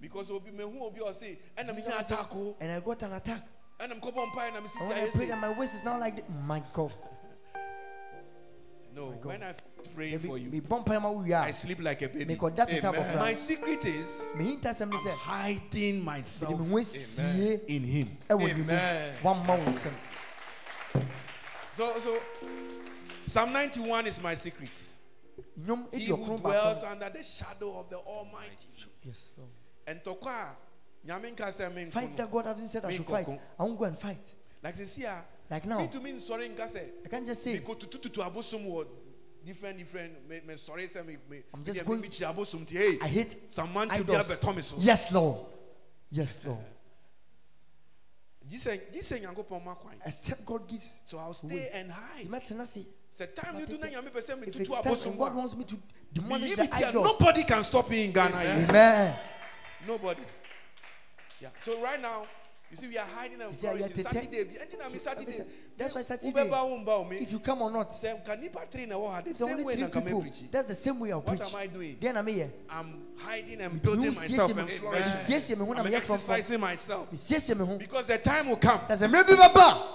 S1: Because obi mehu obi or say, and I'm in
S4: Jesus said,
S1: attack, oh,
S4: and I got an attack.
S1: and I'm kobo mpa, and I'm
S4: And when I prayed,
S1: sisi
S4: and my voice is now like, this. my God.
S1: No,
S4: God.
S1: when I pray for
S4: Me
S1: you,
S4: bump him out. Yeah.
S1: I sleep like a baby.
S4: Me God, that is how
S2: Amen.
S1: My
S4: I
S1: secret is
S4: Me hinta sem ni se.
S1: hiding
S4: Me
S1: myself
S4: me win siye.
S1: in Him.
S4: E wo ni mu.
S2: Amen.
S4: One month sem.
S1: So, so Psalm 91 is my secret.
S4: Nyom e
S1: He
S4: di
S1: who
S4: okron ba.
S1: dwells under the shadow of the Almighty.
S4: Yes, Lord.
S1: And tokwa, nyaminka se me
S4: Fight that God hasn't said I
S1: Me
S4: should fight.
S1: nkoko.
S4: I won't go and fight.
S1: Like this here,
S4: Like
S1: me
S4: now,
S1: to me sorry nka se.
S4: I can't just
S1: Me
S4: say,
S1: go to to to abosom wo different different me me sorry se me me.
S4: I'm
S1: me
S4: just
S1: dey-
S4: going-
S1: me chi abosom ti hey.
S4: I hate
S1: Someone to be
S4: idols.
S1: abeto me so.
S4: Yes, Lord. Yes, Lord.
S1: Jise jise nyankopon makwan.
S4: Except God gives.
S1: So I'll
S4: Wait.
S1: stay and hide.
S4: Timatina say,
S1: Sɛ time no do na nyame pɛ sɛ me
S4: If
S1: tutu
S4: it's time and
S1: abosom wo
S4: God
S1: a,
S4: wants me to
S1: me
S4: demolish
S1: yi bi
S4: the
S1: tia,
S4: idols.
S1: nobody can stop me in Ghana. eh? here.
S4: Amen.
S1: Nobody. Yeah. So right now, you see, we are hiding and
S4: You see, I
S1: flourishing.
S4: get to
S1: Saturday, bi- ɛnti na me Saturday.
S4: Listen, that's why Saturday,
S1: Wobɛba wo mba wo me.
S4: If you come or not,
S1: Sɛ nka nipa three na ɛwɔ ha, the
S4: the
S1: same
S4: only
S1: way
S4: three
S1: na nka
S4: people.
S1: mɛpreach.
S4: That's the same way I'll
S1: What
S4: preach.
S1: am I doing?
S4: Then I'm here.
S1: I'm hiding and building
S4: Who sees
S1: myself
S4: him?
S1: and
S4: Amen.
S1: flourishing.
S4: Yes, I mean, when I'm
S1: I'm
S4: here from- from-
S1: exercising myself.
S4: Siesie me ho.
S1: Because the time will come
S4: Sɛ sɛ mmerɛ bi bɛba a,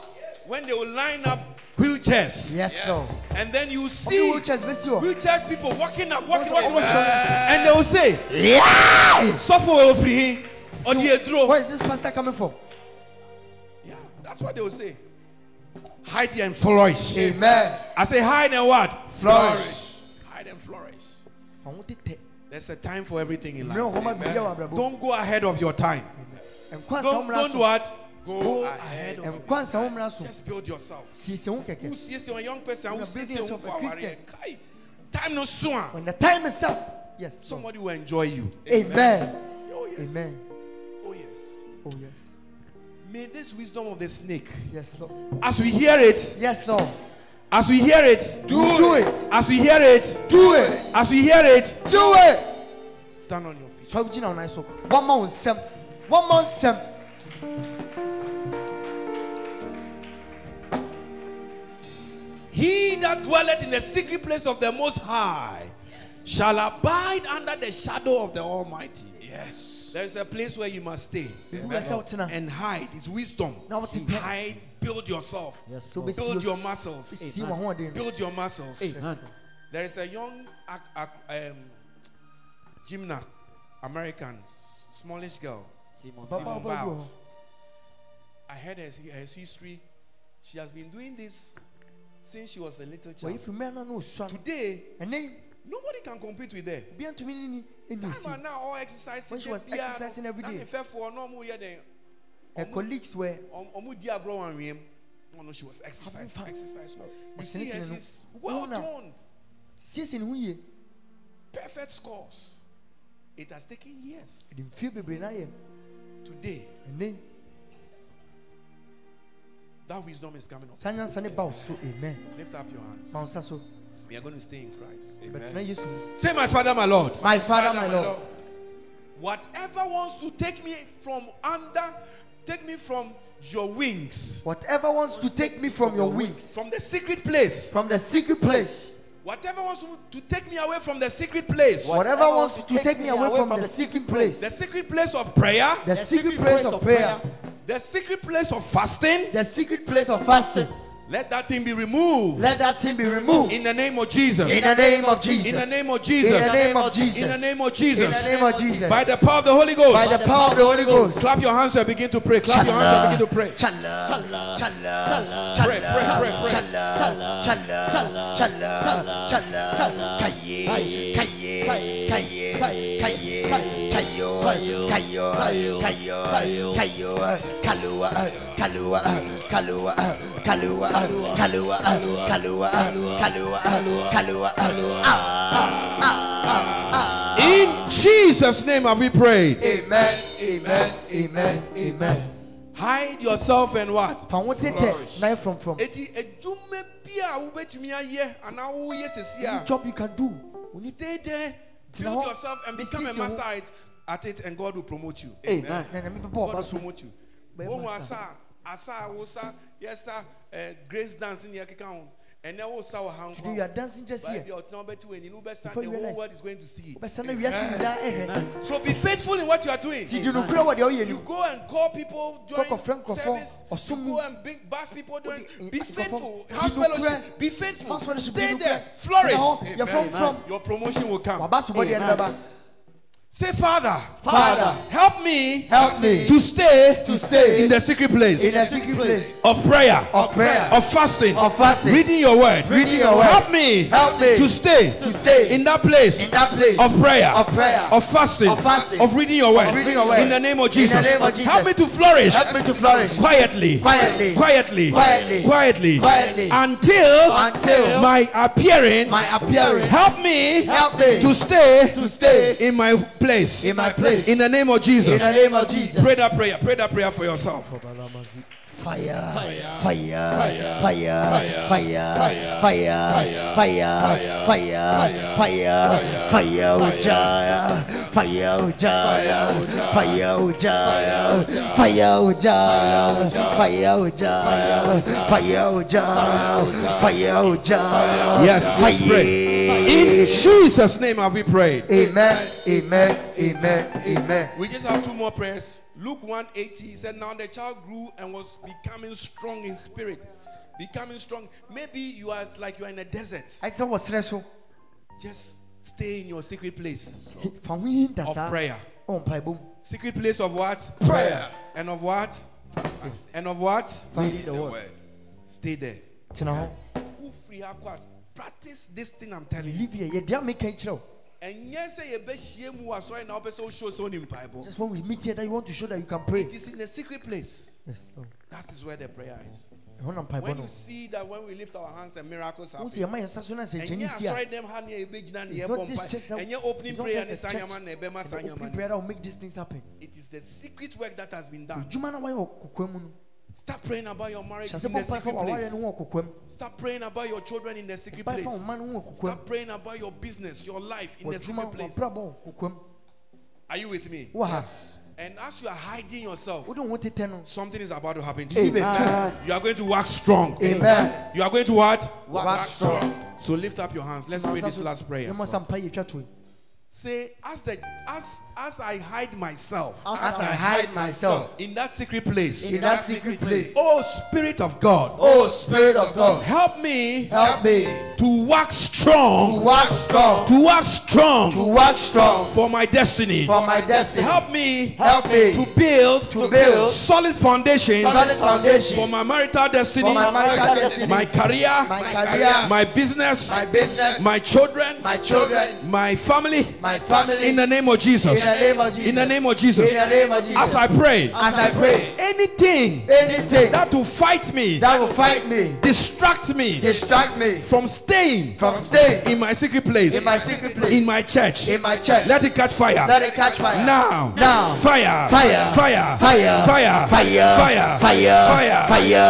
S1: when they will line up wheelchairs.
S4: Yes, Lord.
S1: And then you
S4: Ɔmo de
S1: see
S4: wheelchairs bɛsi hɔ.
S1: wheelchairs people walking up, walking
S4: Amen.
S1: up. And they will say,
S4: Yeah!
S1: Suffer will free or the
S4: Where is this pastor coming from?
S1: Yeah, that's what they will say. Hide and flourish.
S4: Amen.
S1: I say hide and what?
S4: Flourish.
S1: Hide and flourish.
S4: Fa ho tetɛ.
S1: There's a time for everything in
S4: Mmerɛ
S1: life.
S4: homa bi wɔ abrabɔ.
S1: Don't go ahead of your time.
S4: Nkwa nsa wo
S1: Don't,
S4: mmra
S1: don't
S4: so.
S1: what? Go, ahead. of your
S4: Nkwa nsa wo mmra so.
S1: Just build yourself.
S4: Siesie ho
S1: Who
S4: kɛkɛ.
S1: sees your young person?
S4: You
S1: Who
S4: are
S1: sees
S4: building
S1: your
S4: yourself a Christian.
S1: Time no soon.
S4: When the time is up. Yes. Lord.
S1: Somebody will enjoy you.
S4: Amen.
S1: Oh yes.
S4: Amen.
S1: Oh yes.
S4: Oh yes.
S1: May this wisdom of the snake,
S4: Yes, Lord.
S1: as we hear it,
S4: Yes, Lord.
S1: as we hear it,
S4: Do Do it. it.
S1: As we hear it,
S4: Do it.
S1: as we hear it,
S4: Do it.
S1: Stand on your feet.
S4: Sọ gyina wọn so. Wɔn ma wɔn nsɛm. Wɔn ma wɔn nsɛm.
S1: He that dwelleth in the secret place of the Most High shall abide under the shadow of the Almighty.
S2: Yes.
S1: There is a place where you must stay
S4: Bibi wɔ sɛ wotena.
S1: and hide. It's wisdom.
S4: Na wotetɛ.
S1: Hide, build yourself,
S4: Yes, Lord.
S1: build your muscles,
S4: Si wɔn ho ɔden no.
S1: build your muscles.
S4: Yes, Lord.
S1: There is a young ac- ac- um, gymnast, American, s- smallish girl.
S4: Baba
S1: Simone
S4: ɔbɔ bi wɔ hɔ.
S1: Biles. I heard her, her history. She has been doing this since she was a little
S4: Wɔyi
S1: child.
S4: firi mmerɛ no na osua no.
S1: Today,
S4: Ɛnɛ
S1: Nobody can compete with her.
S4: bia ntumi ne ni ɛni
S1: Time
S4: esi.
S1: and now all exercising.
S4: When she was
S1: biara no,
S4: exercising every
S1: na
S4: day.
S1: ne fɛfoɔ na ɔmo yɛ den,
S4: Her colleagues were
S1: ɔm- ɔmo di agorɔ wɔn wiem. No, no, she was exercising,
S4: fun.
S1: exercising. You
S4: Ɔtene
S1: see her,
S4: tene no.
S1: she's well
S4: Ɔno na-
S1: toned,
S4: siesie ne ho yie.
S1: perfect scores. It has taken years.
S4: Ɛde mfie bebree na yɛ.
S1: Today,
S4: Ɛnɛ
S1: that wisdom is coming up.
S4: saa nyansa ne ba wo so amen.
S1: Lift up your hands.
S4: Ma wo nsa so.
S1: We are going to stay in Christ.
S4: Bɛtena Yesu mu.
S1: Say, my father, my Lord.
S4: My father, my lord.
S1: Whatever wants to take me from under, take me from your wings,
S4: Whatever wants to take me from your wings,
S1: from the secret place.
S4: from the secret place,
S1: Whatever wants to- to take me away from the secret place,
S4: whatever wants to take me away from the secret place,
S1: the secret place of prayer,
S4: the secret place of prayer,
S1: the secret place of fasting,
S4: the secret place of fasting,
S1: let that thing be removed
S4: let that thing be removed.
S1: in the name of Jesus.
S4: In the name of Jesus.
S1: In the name of
S4: In the
S1: Jesus.
S4: name of Jesus.
S1: In the name of
S4: In the
S1: Jesus.
S4: name of Jesus.
S1: By the power of the Holy
S4: By
S1: Ghost.
S4: the power of the Holy Ghost.
S1: Clap your hands and begin to pray. Clap your hands and begin to pray. Pray, pray, pray, pray.
S9: Calle, calle, calle, calle,
S4: Kayo, kayo, kayo, kayo, kalua, kalua, kalua, kalua, kalua, kalua, kalua, kalua, ah, ah, ah, ah.
S8: In Jesus' name have we prayed.
S4: Amen, amen, amen, amen.
S1: hide yourself and what.
S4: Fa wo tete na from from
S1: eti edwuma bi a wobɛtumi ayɛ anaa woyɛ sesi a.
S4: job you can do. We need
S1: Stay there,
S4: Tina
S1: build
S4: hɔ.
S1: yourself, and
S4: Besi
S1: become a
S4: sɛ
S1: master at it, at it, and God will promote you.
S4: Hey, na na me bɔ
S1: God
S4: ba
S1: will
S4: so.
S1: promote you.
S4: Bɛyɛ
S1: Wohu
S4: master.
S1: asa a, asa a wosa, yes sir, eh, grace dance in yɛkeka ho. Ɛnɛ wosa wɔ ha nkwa.
S4: Today you are dancing just
S1: Baabi
S4: here.
S1: a ɔtena wobɛte w'ani na wobɛsa,
S4: Before
S1: the
S4: you
S1: whole
S4: realize-
S1: world is going to see it. Eh.
S4: Obesa na wiase nyinaa ehwɛ.
S1: So be faithful in what you are doing.
S4: Ti di no kura wo de oyɛ ni.
S1: You go and call people during
S4: kɔfrɛ nkɔfɔ,
S1: service. You
S4: ɔsom mu.
S1: go and bring bus people during.
S4: Wode-
S1: Be
S4: nkɔfɔ,
S1: faithful.
S4: di
S1: House
S4: no kura.
S1: fellowship. Be faithful.
S4: House fellowship, di
S1: Stay
S4: no
S1: there.
S4: kura. Tena
S1: Flourish.
S4: hɔ, You're from from.
S1: Your promotion will come.
S4: Waba so bɔ deɛ no bɛba.
S1: Say, Father,
S4: Father,
S1: help me,
S4: help me
S1: to stay,
S4: to stay
S1: in the secret place
S4: in a secret place
S1: of prayer,
S4: of prayer,
S1: of fasting,
S4: of fasting,
S1: reading your word.
S4: reading your word.
S1: Help me,
S4: Help me
S1: to stay,
S4: to stay
S1: in that place.
S4: in that place
S1: of prayer,
S4: of prayer,
S1: of fasting,
S4: of fasting,
S1: of reading your word,
S4: of reading your word.
S1: in the name of
S4: In the
S1: Jesus.
S4: name of Jesus.
S1: Help me to flourish
S4: Help me to flourish
S1: quietly,
S4: Quietly.
S1: quietly,
S4: Quietly.
S1: quietly,
S4: Quietly.
S1: until,
S4: Until
S1: my appearing.
S4: my appearing.
S1: help me,
S4: Help me
S1: to stay,
S4: to stay
S1: in my place,
S4: in my place.
S1: in the name of
S4: in
S1: Jesus.
S4: the name of Jesus.
S1: Pray that prayer. Pray that prayer for yourself.
S4: fire, fire, fire, fire, fire, fire, fire, fire, fire, fire, Ujaya, fire, Ujaya, fire, Ujaya, fire, Ujaya, fire, Ujaya, fire, Ujaya, fire, Ujaya.
S1: Yes, let's pray. In Jesus' name have we prayed.
S4: Amen, amen, amen, amen.
S1: We just have two more prayers. Luke 180 he said, Now the child grew and was becoming strong in spirit. Becoming strong. Maybe you are like you are in a desert.
S4: I saw what's special.
S1: Just stay in your secret place
S4: From him,
S1: of prayer.
S4: On boom.
S1: Secret place of what?
S4: Prayer.
S1: And of what?
S4: Fasting.
S1: And of what?
S4: Fast the word.
S2: Word.
S1: Stay there.
S4: Tena hɔ.
S1: Who free aquas? Practice this thing I'm telling you.
S4: Live here. Yɛde ama ka kyerɛ wo.
S1: And yes, say a beshie mu asɔre na wopɛ sɛ wohyɛ so nim Bible.
S4: Just when we meet here, that you want to show that you can pray.
S1: It is in a secret place.
S4: Yes, Lord.
S1: That is where the prayer is.
S4: Ɛhɔ na mpaebɔ
S1: When
S4: no.
S1: you see that when we lift our hands and miracles
S4: Wo
S1: happen.
S4: sɛ yɛma yɛnsa so na sɛ
S1: ɛnyɛ
S4: nkyɛnni si a.
S1: asɔre dɛm ha ne ɛbɛgyina ne
S4: It's
S1: yɛbɔ
S4: not this church
S1: mpa
S4: that
S1: ɛnyɛ opening
S4: it's not
S1: prayer ne
S4: just
S1: sa
S4: the church
S1: nyama na ɛbɛma sa
S4: and
S1: nyama
S4: the opening
S1: ne sa
S4: prayer that will make these things happen.
S1: it is the secret work that has been done
S4: Adwuma na wayɛ wɔ kokoa mu no.
S1: start praying about your marriage
S4: Hyɛ
S1: in
S4: sɛ
S1: the
S4: bɔmpae fa
S1: secret
S4: wawareɛ
S1: place
S4: no ho wɔ kokoa mu.
S1: start praying about your children in the secret
S4: Mpae fa
S1: place
S4: wo mma no ho wɔ kokoa
S1: start
S4: mu.
S1: praying about your business your life in the
S4: W'adwuma
S1: secret
S4: wɔ
S1: place
S4: abrabɔ wɔ kokoa mu.
S1: are you with me
S4: Wɔ ha.
S1: and as you are hiding yourself
S4: Wode wo ho tetɛ no.
S1: something is about to happen to you
S4: Amen.
S1: you are going to work strong
S4: Amen.
S1: you are going to what
S4: Wax strong.
S1: so lift up your hands let's pray this last prayer
S4: Yɛma sɛ mpa yɛtwa to.
S1: say as the as as i hide myself
S4: As I hide myself
S1: in that secret place
S4: in that secret place.
S1: Oh Spirit of God,
S4: Oh Spirit of God,
S1: help me
S4: help me
S1: to work strong,
S4: work strong,
S1: to work strong
S4: work strong
S1: for my destiny.
S4: for my destiny.
S1: Help me
S4: Help me
S1: to build
S4: to build
S1: solid foundations
S4: solid foundation
S1: for my marital destiny,
S4: for my marital destiny,
S1: my career,
S4: my career,
S1: my business,
S4: my business,
S1: my children,
S4: my children,
S1: my family.
S4: my family.
S1: In the name of Jesus.
S4: In the name of Jesus.
S1: In the name of Jesus.
S4: In the name of Jesus.
S1: As I pray,
S4: As I pray,
S1: anything
S4: anything
S1: that will fight me,
S4: that will fight me,
S1: distract me
S4: distract me
S1: from staying
S4: from staying
S1: in my secret place,
S4: in my secret place,
S1: in my church.
S4: in my church,
S1: Let it catch fire.
S4: let it catch fire.
S1: now,
S4: Now.
S1: fire,
S4: Fire.
S1: fire,
S4: Fire.
S1: fire,
S4: Fire.
S1: fire,
S4: Fire.
S1: fire,
S4: Fire.
S1: fire.
S4: Fire. Fire. Fire. Fire. Fire. Fire. Fire. Fire. Fire. Fire. Fire. Fire. Fire.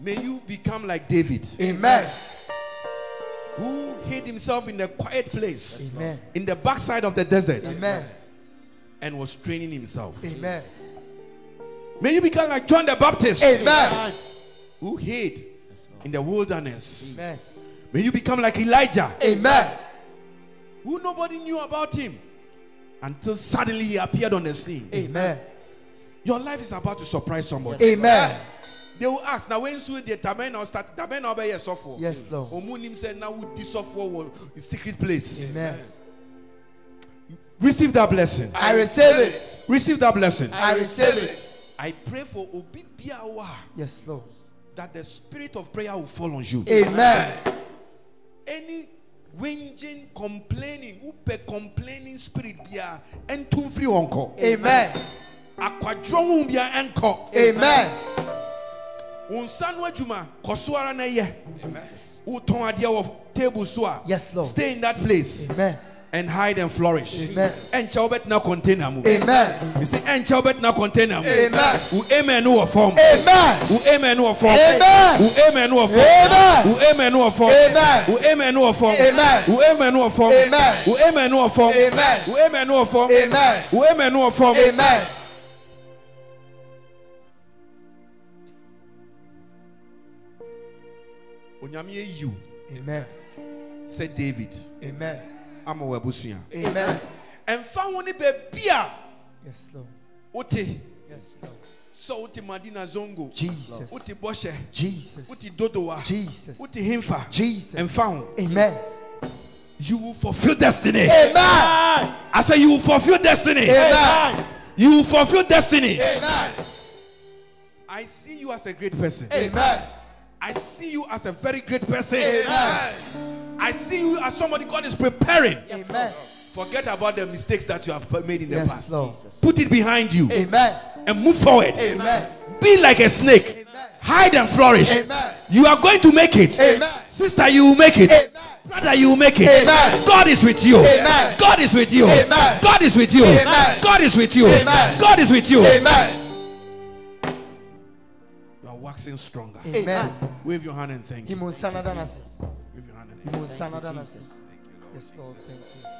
S1: May you become like David,
S4: Amen.
S1: who hid himself in a quiet place,
S4: Amen.
S1: in the backside of the desert,
S4: Amen.
S1: and was training himself.
S4: Amen.
S1: May you become like John the Baptist,
S4: Amen.
S1: who hid in the wilderness.
S4: Amen.
S1: May you become like Elijah,
S4: Amen.
S1: who nobody knew about him, until suddenly he appeared on the scene.
S4: Amen.
S1: Your life is about to surprise somebody.
S4: Amen.
S1: They will ask, now when soon the Tamen now start Tamen now be a software.
S4: Yes, Lord.
S1: Omunim said now with this software will in secret place.
S4: Amen.
S1: Receive that blessing.
S4: I receive it.
S1: Receive that blessing.
S4: I receive it.
S1: I pray for Obi Biawa
S4: Yes, Lord.
S1: that the spirit of prayer will fall on you.
S4: Amen.
S1: Any whinging, complaining, upe complaining spirit bia entum free onko.
S4: Amen.
S1: Akwadwo bia enko.
S4: Amen.
S1: Wo nsa no adwuma kɔ so ara na yɛ. Wotɔn adeɛ wɔ table so a.
S4: Yes, Lord.
S1: Stay in that place.
S4: Amen.
S1: and hide and flourish.
S4: Amen.
S1: Ɛnkyɛ wobɛtena container mu.
S4: Amen.
S1: Mesi ɛnkyɛ wobɛtena container mu.
S4: Amen.
S1: Wo amen no wɔ fam.
S4: Amen.
S1: Wo amen no wɔ fam.
S4: Amen.
S1: Wo amen no wɔ fam.
S4: Amen.
S1: Wo amen no wɔ fam.
S4: Amen.
S1: Wo amen no wɔ fam.
S4: Amen.
S1: Wo amen no wɔ fam.
S4: Amen.
S1: Wo amen no wɔ fam.
S4: Amen.
S1: Wo amen no wɔ fam.
S4: Amen.
S1: Wo amen no wɔ fam.
S4: Amen.
S1: Onyame ayi wo
S4: Amen.
S1: sɛ David
S4: Amen.
S1: ama wo abusua.
S4: Amen.
S1: Ɛmfa wo ne baabi a
S4: Yes, Lord.
S1: wote.
S4: Yes, Lord.
S1: Sɛ wote Madina Zongo.
S4: Jesus.
S1: Wote Bɔhyɛ.
S4: Jesus.
S1: Wote Dodowa.
S4: Jesus.
S1: Wote Himfa.
S4: Jesus.
S1: Ɛmfa ho.
S4: Amen.
S1: You will fulfill destiny.
S4: Amen.
S1: I say you will fulfill destiny.
S4: Amen.
S1: You will fulfill destiny.
S4: Amen.
S1: I see you as a great person.
S4: Amen.
S1: I see you as a very great person.
S4: Amen.
S1: I see you as somebody God is preparing.
S4: Amen.
S1: Forget about the mistakes that you have made in the
S4: Yes,
S1: past.
S4: Lord.
S1: Put it behind you
S4: Amen.
S1: and move forward.
S4: Amen.
S1: Be like a snake.
S4: Amen.
S1: Hide and flourish.
S4: Amen.
S1: You are going to make it.
S4: Amen.
S1: Sister, you will make it.
S4: Amen.
S1: Brother, you will make it.
S4: Amen.
S1: God is with you.
S4: Amen.
S1: God is with you.
S4: Amen.
S1: God is with you.
S4: Amen.
S1: God is with you.
S4: Amen.
S1: God is with you.
S4: Amen.
S1: You are waxing stronger.
S4: Amen.
S1: Wave your hand and thank you.
S4: Him on Sanadanas.
S1: Wave your hand and thank
S4: Him on Sanadanas. Yes, Lord. Thank you.